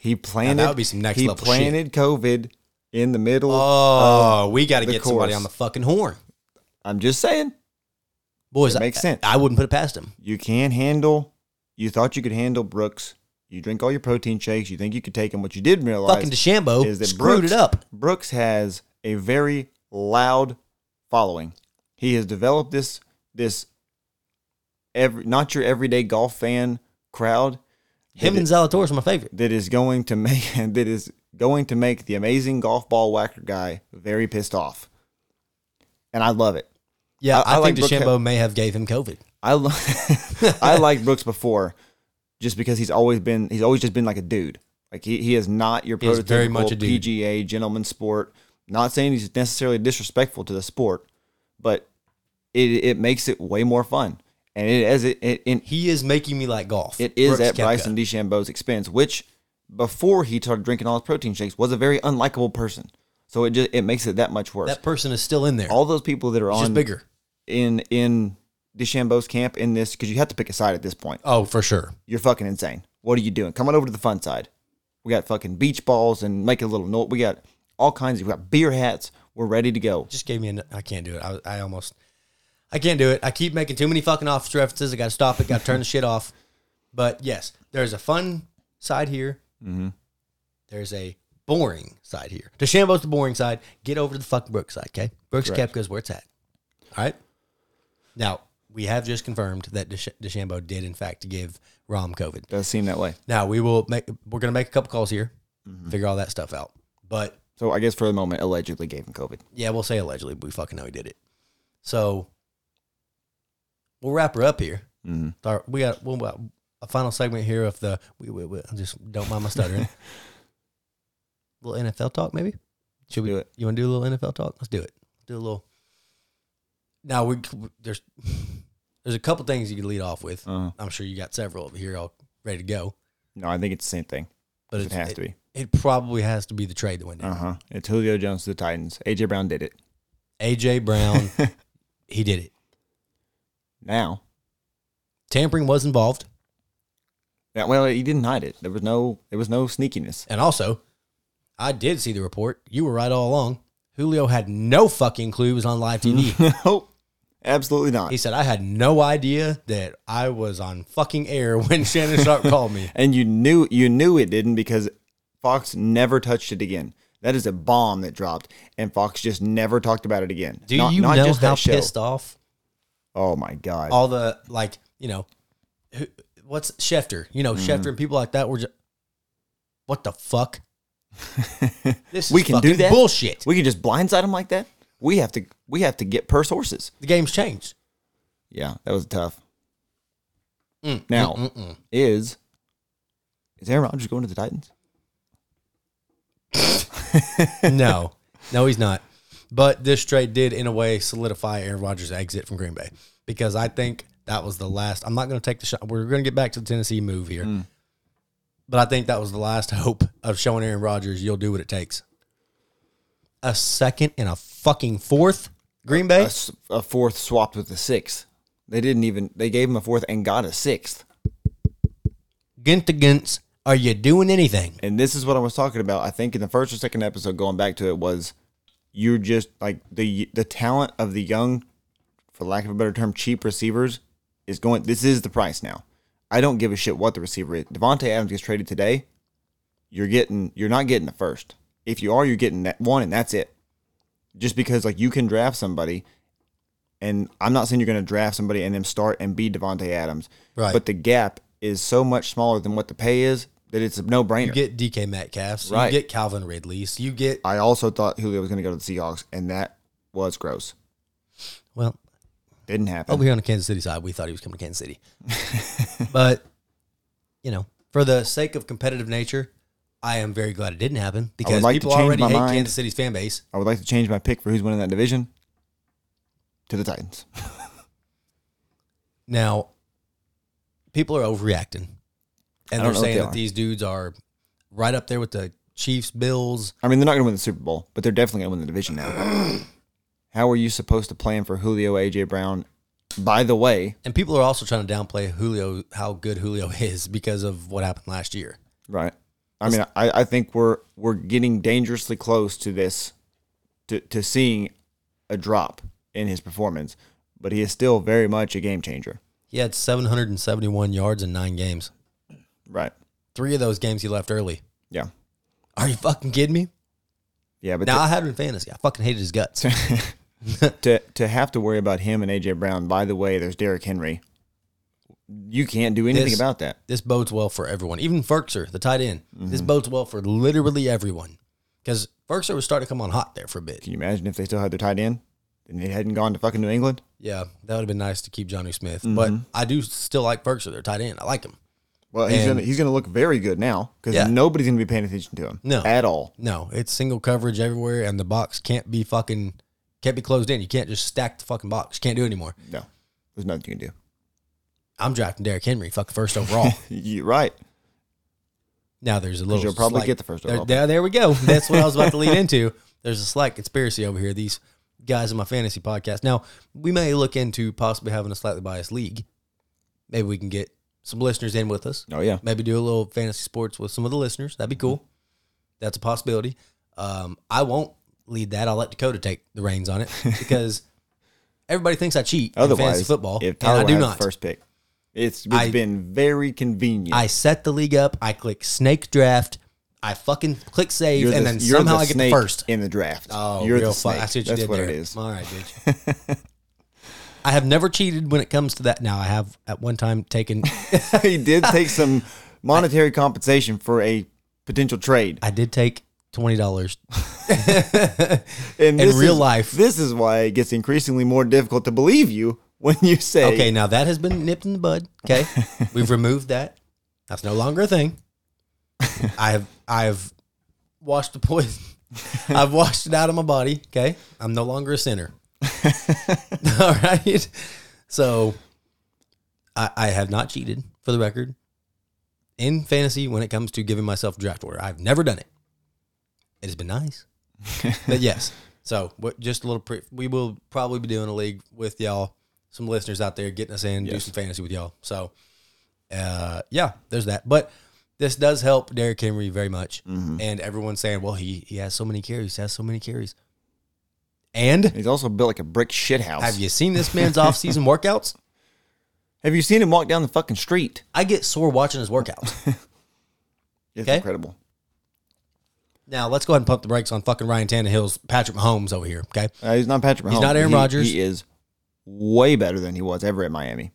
Speaker 1: He planted.
Speaker 2: would be some next
Speaker 1: he
Speaker 2: level shit.
Speaker 1: planted COVID in the middle.
Speaker 2: oh, we got to
Speaker 1: the
Speaker 2: get somebody
Speaker 1: course.
Speaker 2: on the fucking horn.
Speaker 1: I'm just saying,
Speaker 2: Boys,
Speaker 1: It makes
Speaker 2: I,
Speaker 1: sense.
Speaker 2: I wouldn't put it past him.
Speaker 1: you can't handle. You thought you could handle Brooks. You drink all your protein shakes. You think you could take him. What you didn't realize
Speaker 2: Fucking DeChambeau
Speaker 1: is that
Speaker 2: screwed
Speaker 1: Brooks,
Speaker 2: it up.
Speaker 1: Brooks has a very loud following. He has developed this this every not your everyday golf fan crowd
Speaker 2: Him
Speaker 1: Did
Speaker 2: and Zalatoris are my favorite.
Speaker 1: that is going to make that is going to make the amazing golf ball whacker guy very pissed off. And I love it.
Speaker 2: Yeah,
Speaker 1: I-
Speaker 2: I,
Speaker 1: I like
Speaker 2: think
Speaker 1: Brooke-
Speaker 2: DeChambeau may have gave him COVID.
Speaker 1: I lo- I liked Brooks before just because he's always been he's always just been like a dude. Like he, he is not your
Speaker 2: He is
Speaker 1: prototypical
Speaker 2: very much a dude.
Speaker 1: PGA gentleman sport. Not saying he's necessarily disrespectful to the sport, but it it makes it way more fun. And it as it it, it,
Speaker 2: He is making me like golf.
Speaker 1: it is
Speaker 2: Brooks
Speaker 1: at
Speaker 2: Koepka.
Speaker 1: Bryson DeChambeau's expense, which before he started drinking all his protein shakes was a very unlikable person. So it just it makes it that much worse.
Speaker 2: That person is still in there.
Speaker 1: all those people that are
Speaker 2: He's
Speaker 1: on
Speaker 2: just bigger.
Speaker 1: in in DeChambeau's camp in this because you have to pick a side at this point.
Speaker 2: Oh, for sure.
Speaker 1: You're fucking insane. What are you doing? Come on over to the fun side. We got fucking beach balls and make a little note. We got all kinds of we got beer hats. We're ready to go.
Speaker 2: Just gave me an. I can't do it. I, I almost. I can't do it. I keep making too many fucking office references. I got to stop it. Got to turn the shit off. But yes, there's a fun side here. Mm-hmm. There's a boring side here. DeChambeau's the boring side. Get over to the fucking Brooks side, okay? Brooks
Speaker 1: Correct.
Speaker 2: Koepka's where it's at. All right. Now we have just confirmed that Desch- DeChambeau did in fact give Rom COVID.
Speaker 1: Does seem that way.
Speaker 2: Now we will make. We're gonna make a couple calls here, figure all that stuff out. But
Speaker 1: So I guess for the moment, allegedly gave him COVID.
Speaker 2: yeah, we'll say allegedly. But we fucking know he did it. So we'll wrap her up here.
Speaker 1: Mhm.
Speaker 2: Our- We got one well, a final segment here of the. We, we, we I just don't mind my stuttering. little NFL talk, maybe. Should we
Speaker 1: Do it.
Speaker 2: You want to do a little NFL talk? Let's do it. Do a little. Now we there's there's a couple things you can lead off with.
Speaker 1: Uh-huh.
Speaker 2: I'm sure you got several over here all ready to go.
Speaker 1: No, I think it's the same thing.
Speaker 2: But
Speaker 1: It
Speaker 2: it's-
Speaker 1: has to be.
Speaker 2: It probably has to be the trade that went down.
Speaker 1: Uh huh. It's Julio Jones to the Titans. AJ Brown did it.
Speaker 2: AJ Brown, he did it.
Speaker 1: Now,
Speaker 2: Tampering was involved,
Speaker 1: yeah, well, he didn't hide it. There was no, there was no sneakiness.
Speaker 2: and also, I did see the report. You were right all along. Julio had no fucking clue he was on live TV.
Speaker 1: nope, absolutely not.
Speaker 2: he said, "I had no idea that I was on fucking air when Shannon Sharp called me."
Speaker 1: and you knew you knew it didn't because Fox never touched it again. That is a bomb that dropped, and Fox just never talked about it again.
Speaker 2: Do
Speaker 1: Not-
Speaker 2: you
Speaker 1: not
Speaker 2: know
Speaker 1: just
Speaker 2: how
Speaker 1: that show.
Speaker 2: pissed off
Speaker 1: Oh my god!
Speaker 2: all the like you know who, what's Schefter, you know Schefter
Speaker 1: Mm-hmm.
Speaker 2: and people like that were just what the fuck. this is
Speaker 1: we can do
Speaker 2: fucking
Speaker 1: that.
Speaker 2: bullshit.
Speaker 1: We can just blindside them like that. We have to. We have to get per sources.
Speaker 2: the game's changed.
Speaker 1: Yeah, that was tough.
Speaker 2: Mm,
Speaker 1: now is is Aaron Rodgers going to the Titans?
Speaker 2: No. No, he's not. But this trade did, in a way, solidify Aaron Rodgers' exit from Green Bay because I think that was the last. I'm not going to take the shot. We're going to get back to the Tennessee move here. But I think that was the last hope of showing Aaron Rodgers you'll do what it takes. A second and a fucking fourth, Green
Speaker 1: A,
Speaker 2: Bay?
Speaker 1: s- a fourth swapped with a sixth. They didn't even. They gave him a fourth and got a sixth.
Speaker 2: Gint against, are you doing anything?
Speaker 1: And this is what I was talking about. I think in the first or second episode, going back to it, was you're just like the the talent of the young, for lack of a better term, cheap receivers is going. This is the price now. I don't give a shit what the receiver is. Devonte Adams gets traded today. You're getting. You're not getting the first. If you are, you're getting that one, and that's it. Just because like you can draft somebody, and I'm not saying you're going to draft somebody and then start and be Devonte Adams,
Speaker 2: Right.
Speaker 1: But the gap is so much smaller than what the pay is that it's a no brainer.
Speaker 2: You get DK Metcalf.
Speaker 1: Right.
Speaker 2: You get Calvin Ridley. So you get,
Speaker 1: I also thought Julio was going to go to the Seahawks, and that was gross.
Speaker 2: well,
Speaker 1: Didn't happen.
Speaker 2: over here on the Kansas City side, Oh, we thought he was coming to Kansas City. but, you know, for the sake of competitive nature, I am very glad it didn't happen because
Speaker 1: like to
Speaker 2: people
Speaker 1: change
Speaker 2: already
Speaker 1: my
Speaker 2: hate
Speaker 1: mind.
Speaker 2: Kansas City's fan base.
Speaker 1: I would like to change my pick for who's winning that division to the Titans.
Speaker 2: Now, people are overreacting
Speaker 1: don't
Speaker 2: and
Speaker 1: know
Speaker 2: they're
Speaker 1: if
Speaker 2: saying
Speaker 1: they
Speaker 2: that
Speaker 1: are.
Speaker 2: these dudes are right up there with the Chiefs, Bills.
Speaker 1: I mean, they're not going to win the Super Bowl, but they're definitely going to win the division now. How are you supposed to plan for Julio, AJ Brown? By the way,
Speaker 2: And people are also trying to downplay Julio, how good Julio is because of what happened last year.
Speaker 1: right? I mean, I, I think we're we're getting dangerously close to this, to to seeing a drop in his performance, but he is still very much a game changer,
Speaker 2: He had 771 yards in nine games.
Speaker 1: right?
Speaker 2: Three of those games he left early.
Speaker 1: Yeah,
Speaker 2: Are you fucking kidding me?
Speaker 1: yeah. But
Speaker 2: now
Speaker 1: the-
Speaker 2: I had him in fantasy. I fucking hated his guts.
Speaker 1: to to have to worry about him and AJ Brown. By the way, there's Derrick Henry. You can't do anything
Speaker 2: This-
Speaker 1: about that.
Speaker 2: this bodes well for everyone. Even Ferkser, the tight end. This bodes well for literally everyone. Because Ferkser was starting to come on hot there for a bit.
Speaker 1: Can you imagine if they still had their tight end and they hadn't gone to fucking New England?
Speaker 2: Yeah, that would have been nice to keep Johnny Smith. But I do still like Ferkser, their tight end. I like him.
Speaker 1: Well, he's
Speaker 2: And-
Speaker 1: gonna he's gonna look very good now because
Speaker 2: Yeah.
Speaker 1: nobody's gonna be paying attention to him.
Speaker 2: No.
Speaker 1: at all.
Speaker 2: No, it's single coverage everywhere, and the box can't be fucking can't be closed in. You can't just stack the fucking box. You can't do it anymore.
Speaker 1: No, there's nothing you can do.
Speaker 2: I'm drafting Derrick Henry, fucking first overall.
Speaker 1: You're right.
Speaker 2: Now there's a little.
Speaker 1: you'll probably
Speaker 2: slight-
Speaker 1: get the first
Speaker 2: there,
Speaker 1: overall
Speaker 2: there, there we go. That's what I was about to lead into. There's a slight conspiracy over here. These guys in my fantasy podcast. Now we may look into possibly having a slightly biased league. Maybe we can get some listeners in with us.
Speaker 1: Oh yeah, Mm-hmm.
Speaker 2: Maybe do a little fantasy sports with some of the listeners. That'd be cool. That's a possibility. Um, I won't lead that. I'll let Dakota take the reins on it because everybody thinks I cheat in
Speaker 1: otherwise
Speaker 2: fantasy football,
Speaker 1: If
Speaker 2: and
Speaker 1: Tyler
Speaker 2: I do
Speaker 1: has
Speaker 2: not.
Speaker 1: the first pick, it's, it's
Speaker 2: I-
Speaker 1: been very convenient.
Speaker 2: I set the league up. I click snake draft. I fucking click save,
Speaker 1: You're
Speaker 2: and
Speaker 1: the-
Speaker 2: then
Speaker 1: you're
Speaker 2: somehow
Speaker 1: the
Speaker 2: I get the
Speaker 1: snake
Speaker 2: first.
Speaker 1: in the draft.
Speaker 2: Oh,
Speaker 1: you're
Speaker 2: real
Speaker 1: the
Speaker 2: fun.
Speaker 1: snake.
Speaker 2: I see what you
Speaker 1: That's
Speaker 2: did
Speaker 1: what
Speaker 2: there.
Speaker 1: it is.
Speaker 2: All right, bitch. I have never cheated when it comes to that. Now I have at one time taken.
Speaker 1: he did take some monetary compensation for a potential trade.
Speaker 2: I did take twenty dollars.
Speaker 1: And
Speaker 2: in
Speaker 1: this
Speaker 2: real
Speaker 1: is-
Speaker 2: life.
Speaker 1: this is why it gets increasingly more difficult to believe you when you say,
Speaker 2: Okay, now that has been nipped in the bud. Okay, we've removed that. That's no longer a thing. I have I have washed the poison. I've washed it out of my body. Okay, I'm no longer a sinner. All right. So I, I have not cheated for the record in fantasy when it comes to giving myself draft order. I've never done it. It has been nice. but yes. So what, just a little pre- we will probably be doing a league with y'all, some listeners out there getting us in, do
Speaker 1: Yes.
Speaker 2: some fantasy with y'all. So uh yeah, there's that. But this does help Derrick Henry very much. And everyone's saying, well, he he has so many carries, he has so many carries. And
Speaker 1: he's also built like a brick shit house.
Speaker 2: have you seen this man's off-season workouts?
Speaker 1: Have you seen him walk down the fucking street?
Speaker 2: I get sore watching his workouts.
Speaker 1: It's
Speaker 2: Okay.
Speaker 1: incredible.
Speaker 2: now let's go ahead and pump the brakes on fucking Ryan Tannehill's Patrick Mahomes over here. Okay,
Speaker 1: Uh, he's not Patrick Mahomes.
Speaker 2: He's not Aaron
Speaker 1: but he-
Speaker 2: Rodgers.
Speaker 1: He is way better than he was ever at Miami.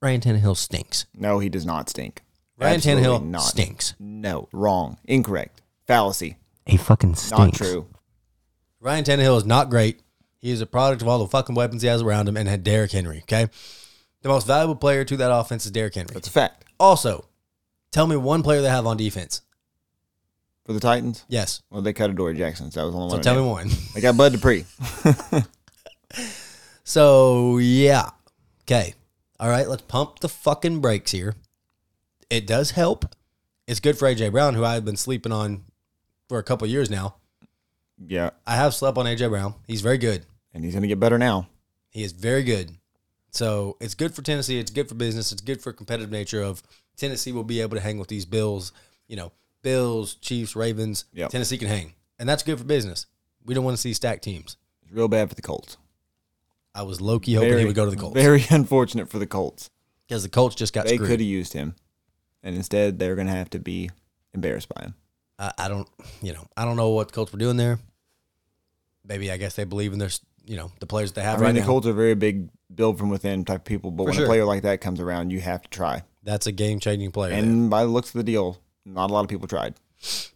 Speaker 2: Ryan Tannehill stinks.
Speaker 1: No, he does not stink.
Speaker 2: Ryan
Speaker 1: Absolutely
Speaker 2: Tannehill
Speaker 1: not.
Speaker 2: stinks.
Speaker 1: No, wrong, incorrect, fallacy,
Speaker 2: He fucking stinks.
Speaker 1: not true.
Speaker 2: Ryan Tannehill is not great. He is a product of all the fucking weapons he has around him and had Derrick Henry. Okay, the most valuable player to that offense is Derrick Henry.
Speaker 1: That's a fact.
Speaker 2: Also, tell me one player they have on defense.
Speaker 1: for the Titans?
Speaker 2: Yes.
Speaker 1: Well, they cut Adoree Jackson. So that was the only
Speaker 2: So
Speaker 1: one. I
Speaker 2: tell
Speaker 1: knew.
Speaker 2: me one.
Speaker 1: They got Bud Dupree.
Speaker 2: So yeah. Okay. All right. Let's pump the fucking brakes here. It does help. It's good for AJ Brown, who I've been sleeping on for a couple years now.
Speaker 1: yeah,
Speaker 2: I have slept on AJ Brown. He's very good.
Speaker 1: and he's gonna get better now.
Speaker 2: He is very good. So it's good for Tennessee. It's good for business. It's good for competitive nature of Tennessee will be able to hang with these Bills. You know, Bills, Chiefs, Ravens.
Speaker 1: Yep.
Speaker 2: Tennessee can hang, and that's good for business. We don't want to see stacked teams.
Speaker 1: It's real bad for the Colts.
Speaker 2: I was low key hoping he would go to the Colts
Speaker 1: Very unfortunate for the Colts.
Speaker 2: because the Colts just got
Speaker 1: they
Speaker 2: screwed.
Speaker 1: could have used him, and instead they're gonna have to be embarrassed by him.
Speaker 2: I, I don't, you know, I don't know what the Colts were doing there. Maybe I guess they believe in their, s- you know, the players they
Speaker 1: I
Speaker 2: have
Speaker 1: mean,
Speaker 2: right
Speaker 1: the
Speaker 2: now.
Speaker 1: Colts are very big build from within type people, but when
Speaker 2: sure.
Speaker 1: a player like that comes around, you have to try.
Speaker 2: That's a game changing player. there.
Speaker 1: And by the looks of the deal, not a lot of people tried.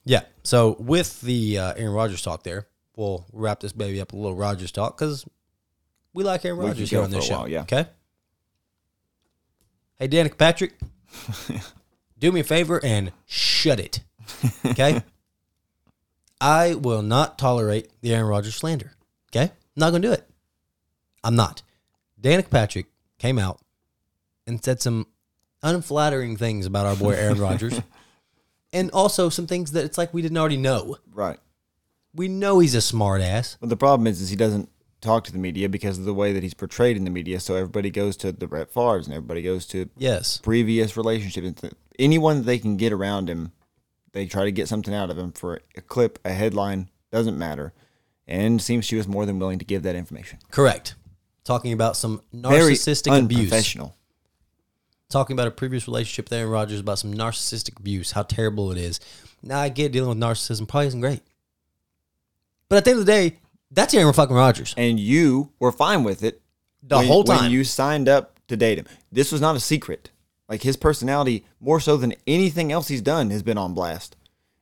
Speaker 2: yeah. So with the uh, Aaron Rodgers talk there, we'll wrap this baby up with a little Rodgers talk because we like Aaron
Speaker 1: We could
Speaker 2: Rodgers here
Speaker 1: go
Speaker 2: on this
Speaker 1: for a
Speaker 2: show.
Speaker 1: while, yeah.
Speaker 2: Okay. Hey, Danica Patrick, do me a favor and shut it. Okay. I will not tolerate the Aaron Rodgers slander. Okay. Not going to do it. I'm not. Danica Patrick came out and said some unflattering things about our boy Aaron Rodgers. And also some things that it's like we didn't already know.
Speaker 1: Right.
Speaker 2: We know he's a smart ass.
Speaker 1: But the problem is, is he doesn't talk to the media because of the way that he's portrayed in the media. So everybody goes to the Brett Favre's and everybody goes to
Speaker 2: Yes.
Speaker 1: previous relationships. and th- Anyone that they can get around him, they try to get something out of him for a clip, a headline, doesn't matter. And it seems she was more than willing to give that information.
Speaker 2: Correct. Talking about some
Speaker 1: Very
Speaker 2: narcissistic abuse.
Speaker 1: unprofessional.
Speaker 2: Talking about a previous relationship with Aaron Rodgers about some narcissistic abuse, how terrible it is. Now I get dealing with narcissism probably isn't great. But at the end of the day, that's Aaron fucking Rodgers.
Speaker 1: And you were fine with it
Speaker 2: The
Speaker 1: when-
Speaker 2: whole
Speaker 1: when
Speaker 2: time.
Speaker 1: you signed up to date him. This was not a secret. Like his personality, more so than anything else he's done, has been on blast.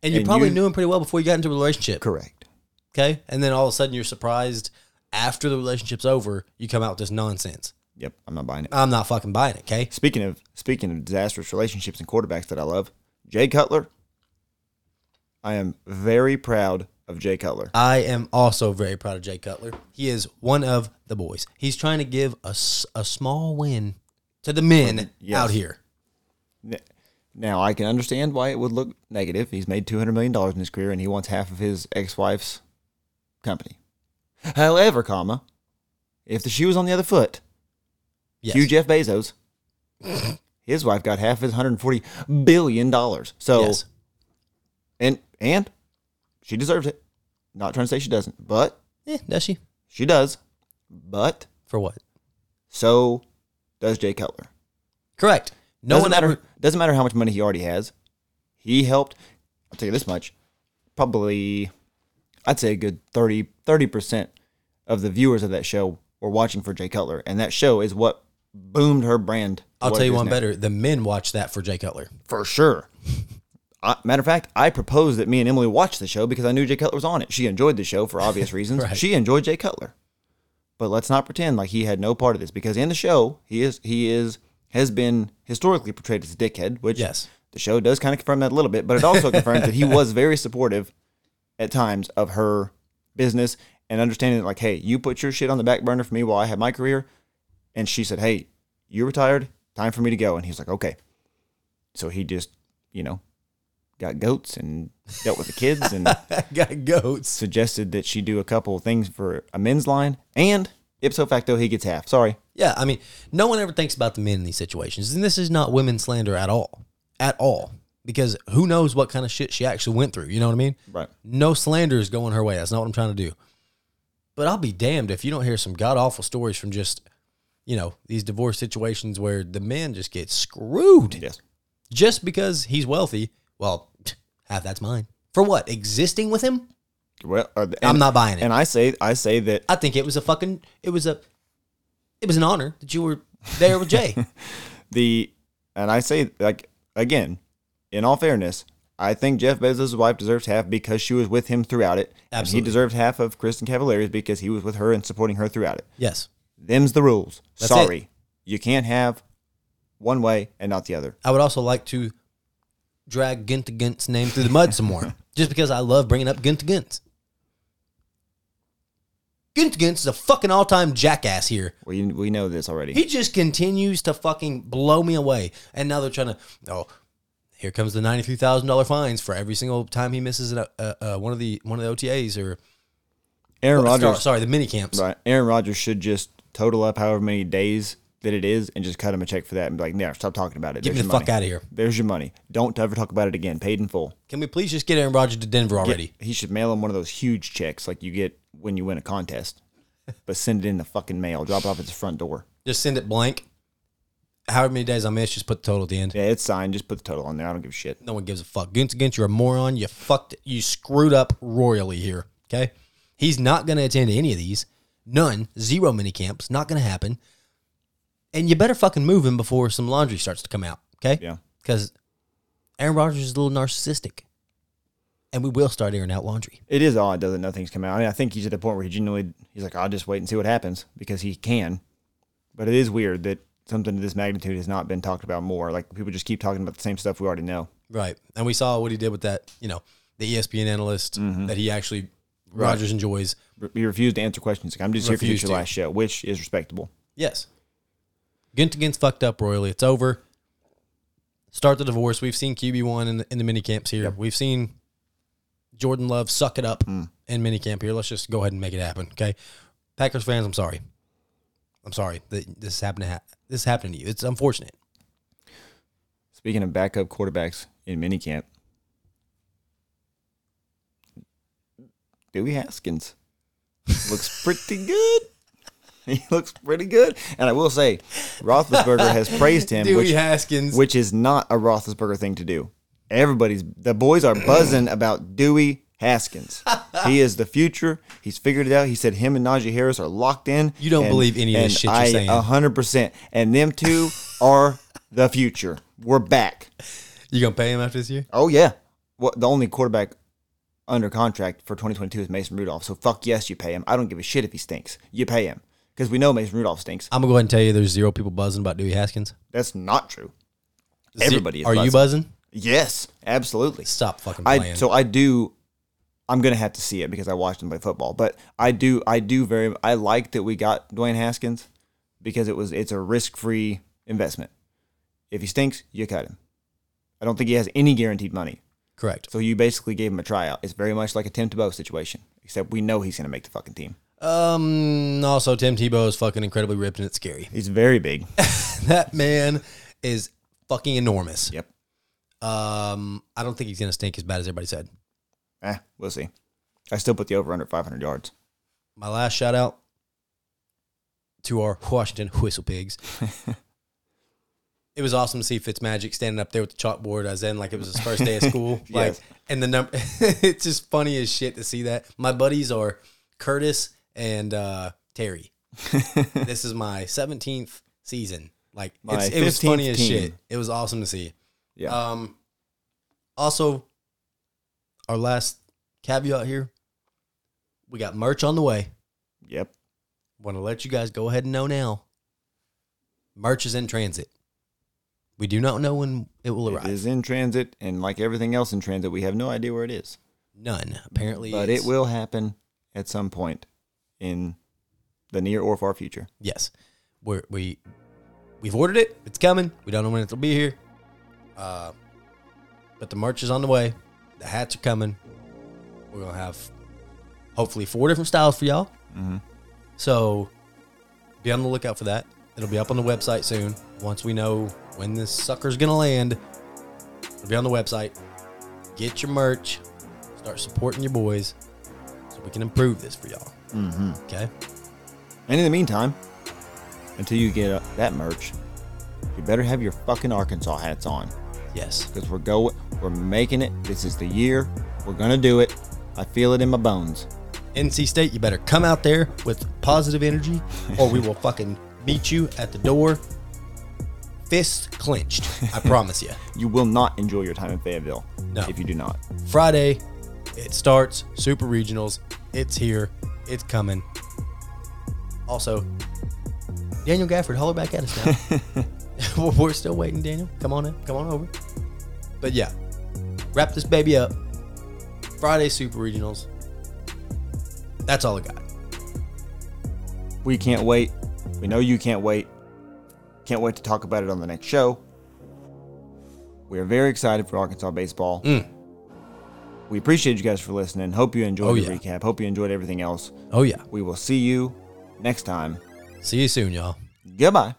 Speaker 2: and you
Speaker 1: and
Speaker 2: probably
Speaker 1: you-
Speaker 2: knew him pretty well before you got into a relationship.
Speaker 1: Correct.
Speaker 2: Okay. And then all of a sudden you're surprised after the relationship's over, you come out with this nonsense.
Speaker 1: Yep, I'm not buying it.
Speaker 2: I'm not fucking buying it. Okay.
Speaker 1: Speaking of speaking of disastrous relationships and quarterbacks that I love, Jay Cutler. I am very proud of Jay Cutler.
Speaker 2: I am also very proud of Jay Cutler. He is one of the boys. He's trying to give a, s- a small win to the men
Speaker 1: Yes.
Speaker 2: out here.
Speaker 1: N- Now I can understand why it would look negative. He's made two hundred million dollars in his career, and he wants half of his ex-wife's company. However, comma, if the shoe was on the other foot,
Speaker 2: Yes.
Speaker 1: Hugh Jeff Bezos, his wife got half of his hundred and forty billion dollars. So
Speaker 2: Yes.
Speaker 1: and and she deserves it. Not trying to say she doesn't, but
Speaker 2: Eh, does she?
Speaker 1: she does. But
Speaker 2: For what?
Speaker 1: so does Jay Cutler.
Speaker 2: Correct. No
Speaker 1: doesn't
Speaker 2: one
Speaker 1: matter.
Speaker 2: ever.
Speaker 1: Doesn't matter how much money he already has. He helped. I'll tell you this much. Probably, I'd say a good 30 percent of the viewers of that show were watching for Jay Cutler, and that show is what boomed her brand. to
Speaker 2: I'll
Speaker 1: what
Speaker 2: tell
Speaker 1: it
Speaker 2: you
Speaker 1: is
Speaker 2: one
Speaker 1: now.
Speaker 2: better. The men watch that for Jay Cutler.
Speaker 1: for sure. I, matter of fact, I proposed that me and Emily watch the show because I knew Jay Cutler was on it. She enjoyed the show for obvious reasons.
Speaker 2: Right.
Speaker 1: She enjoyed Jay Cutler, but let's not pretend like he had no part of this because in the show he is he is has been historically portrayed as a dickhead, which
Speaker 2: Yes.
Speaker 1: the show does kind of confirm that a little bit, but it also confirms that he was very supportive at times of her business and understanding that like, hey, you put your shit on the back burner for me while I had my career, and she said, hey, you retired, time for me to go, and he's like, okay so he just you know got goats and dealt with the kids and
Speaker 2: Got goats.
Speaker 1: suggested that she do a couple of things for a men's line and ipso facto he gets half sorry
Speaker 2: Yeah. I mean, no one ever thinks about the men in these situations. And this is not women slander at all. At all. Because who knows what kind of shit she actually went through. You know what I mean?
Speaker 1: right
Speaker 2: no slander is going her way. That's not what I'm trying to do. But I'll be damned if you don't hear some god awful stories from just, you know, these divorce situations where the men just get screwed
Speaker 1: yes
Speaker 2: just because he's wealthy. Well, half that's mine. For what? Existing with him?
Speaker 1: well uh, and,
Speaker 2: I'm not buying it.
Speaker 1: and i say i say that
Speaker 2: I think it was a fucking it was a it was an honor that you were there with Jay.
Speaker 1: the and i say like again in all fairness i think jeff bezos' wife deserves half because she was with him throughout it and he
Speaker 2: Absolutely.
Speaker 1: deserves half of kristen cavallari's because he was with her and supporting her throughout it
Speaker 2: yes.
Speaker 1: them's the rules
Speaker 2: That's it.
Speaker 1: sorry you can't have one way and not the other
Speaker 2: I would also like to drag Ginta Gint's name through the mud some more, just because I love bringing up Ginta Gintz. Ginta Gintz is a fucking all time jackass here.
Speaker 1: We we know this already.
Speaker 2: He just continues to fucking blow me away. And now they're trying to, oh, here comes the ninety-three thousand dollar fines for every single time he misses an, uh, uh, one of the one of the OTAs or
Speaker 1: Aaron Rodgers,
Speaker 2: sorry the mini camps.
Speaker 1: right? Aaron Rodgers should just total up however many days that it is and just cut him a check for that and be like, "Never stop talking about it.
Speaker 2: Get me
Speaker 1: There's
Speaker 2: the
Speaker 1: your
Speaker 2: fuck
Speaker 1: money.
Speaker 2: outta here."
Speaker 1: There's your money. Don't ever talk about it again. Paid in full.
Speaker 2: Can we please just get Aaron Rodgers to Denver
Speaker 1: Get-
Speaker 2: already?
Speaker 1: he should mail him one of those huge checks like you get when you win a contest, but send it in the fucking mail. Drop it off at the front door.
Speaker 2: Just send it blank. However many days I miss, just put the total at the end.
Speaker 1: Yeah, it's signed. Just put the total on there. I don't give a shit.
Speaker 2: No one gives a fuck. Gunts against you're a moron. You fucked. You screwed up royally here. Okay, he's not going to attend any of these. None. Zero mini camps. Not going to happen. And you better fucking move him before some laundry starts to come out. Okay.
Speaker 1: Yeah.
Speaker 2: Because Aaron Rodgers is a little narcissistic, and we will start airing out laundry.
Speaker 1: It is odd though that nothing's come out. I mean, I think he's at the point where he genuinely he's like, I'll just wait and see what happens because he can. But it is weird that something of this magnitude has not been talked about more. Like people just keep talking about the same stuff we already know.
Speaker 2: Right. And we saw what he did with that. You know, the E ESPN analyst that he actually Rodgers enjoys.
Speaker 1: Re- He refused to answer questions. Like, I'm just here
Speaker 2: Refused
Speaker 1: for
Speaker 2: to.
Speaker 1: your last show, which is respectable.
Speaker 2: Yes. Guntigan's fucked up royally. It's over. Start the divorce. We've seen QB1 in the, in the mini camps here. We've seen Jordan Love suck it up
Speaker 1: Mm.
Speaker 2: in mini camp here. Let's just go ahead and make it happen. Okay. Packers fans, I'm sorry. I'm sorry that this happened to ha- this happened to you. It's unfortunate.
Speaker 1: Speaking of backup quarterbacks in minicamp, Dewey Haskins looks pretty good. He looks pretty good, and I will say, Roethlisberger has praised him,
Speaker 2: Dewey
Speaker 1: which,
Speaker 2: Haskins.
Speaker 1: which is not a Roethlisberger thing to do. Everybody's the boys are buzzing about Dewey Haskins. He is the future. He's figured it out. He said him and Najee Harris are locked in.
Speaker 2: You don't
Speaker 1: and-
Speaker 2: believe any of this
Speaker 1: and
Speaker 2: shit you're
Speaker 1: I
Speaker 2: saying.
Speaker 1: hundred percent. And them two are the future. We're back.
Speaker 2: you gonna pay him after this year?
Speaker 1: Oh yeah. What the only quarterback under contract for 2022 is Mason Rudolph. So fuck yes, you pay him. I don't give a shit if he stinks. You pay him because we know Mason Rudolph stinks.
Speaker 2: I'm gonna go ahead and tell you there's zero people buzzing about Dewey Haskins.
Speaker 1: That's not true.
Speaker 2: Ze-
Speaker 1: Everybody is
Speaker 2: Are you buzzing?
Speaker 1: Yes, absolutely.
Speaker 2: Stop fucking playing.
Speaker 1: I so I do. I'm gonna have to see it because I watched him play football. But I do, I do very. I like that we got Dwayne Haskins because it was it's a risk free investment. If he stinks, you cut him. I don't think he has any guaranteed money.
Speaker 2: Correct.
Speaker 1: So you basically gave him a tryout. It's very much like a Tim Tebow situation, except we know he's gonna make the fucking team.
Speaker 2: Um. Also, Tim Tebow is fucking incredibly ripped and it's scary.
Speaker 1: He's very big.
Speaker 2: That man is fucking enormous.
Speaker 1: yep.
Speaker 2: Um. I don't think he's gonna stink as bad as everybody said.
Speaker 1: Eh, we'll see. I still put the over under 500 yards.
Speaker 2: My last shout out to our Washington Whistle Pigs. it was awesome to see Fitzmagic standing up there with the chalkboard as in like it was his first day of school. Like
Speaker 1: Yes.
Speaker 2: and the number it's just funny as shit to see that. My buddies are Curtis and uh Terry. this is my 17th season. Like
Speaker 1: My
Speaker 2: it's, it was
Speaker 1: 15th
Speaker 2: funny as
Speaker 1: team.
Speaker 2: shit. It was awesome to see.
Speaker 1: Yeah.
Speaker 2: Um also our last caveat here. We got merch on the way
Speaker 1: yep.
Speaker 2: want to let you guys go ahead and know now. Merch is in transit. We do not know when it will arrive.
Speaker 1: It is in transit, and like everything else in transit, we have no idea where it is.
Speaker 2: None apparently,
Speaker 1: but
Speaker 2: is.
Speaker 1: it will happen at some point in the near or far future.
Speaker 2: Yes, We're, we we've ordered it. It's coming. We don't know when it'll be here. Uh, but the merch is on the way. The hats are coming. We're gonna have hopefully four different styles for y'all. So be on the lookout for that. It'll be up on the website soon. Once we know when this sucker's gonna land, it'll be on the website. Get your merch. Start supporting your boys, so we can improve this for y'all. Mm-hmm. Okay.
Speaker 1: And in the meantime, until you get uh, that merch, you better have your fucking Arkansas hats on
Speaker 2: Yes.
Speaker 1: because we're going, we're making it. This is the year. We're gonna do it. I feel it in my bones.
Speaker 2: NC State, you better come out there with positive energy, or we will fucking meet you at the door, fist clenched. I promise you.
Speaker 1: You will not enjoy your time in Fayetteville
Speaker 2: No.
Speaker 1: if you do not.
Speaker 2: Friday, it starts Super Regionals. It's here. It's coming. Also, Daniel Gafford, holler back at us now. We're- We're still waiting, Daniel. Come on in. Come on over. But yeah, Wrap this baby up. Friday Super Regionals. That's all I got.
Speaker 1: We can't wait. We know you can't wait. Can't wait to talk about it on the next show. We are very excited for Arkansas baseball.
Speaker 2: Mm.
Speaker 1: We appreciate you guys for listening. Hope you enjoyed
Speaker 2: Oh,
Speaker 1: the
Speaker 2: yeah.
Speaker 1: recap. Hope you enjoyed everything else.
Speaker 2: Oh, yeah.
Speaker 1: We will see you next time.
Speaker 2: See you soon, y'all.
Speaker 1: Goodbye.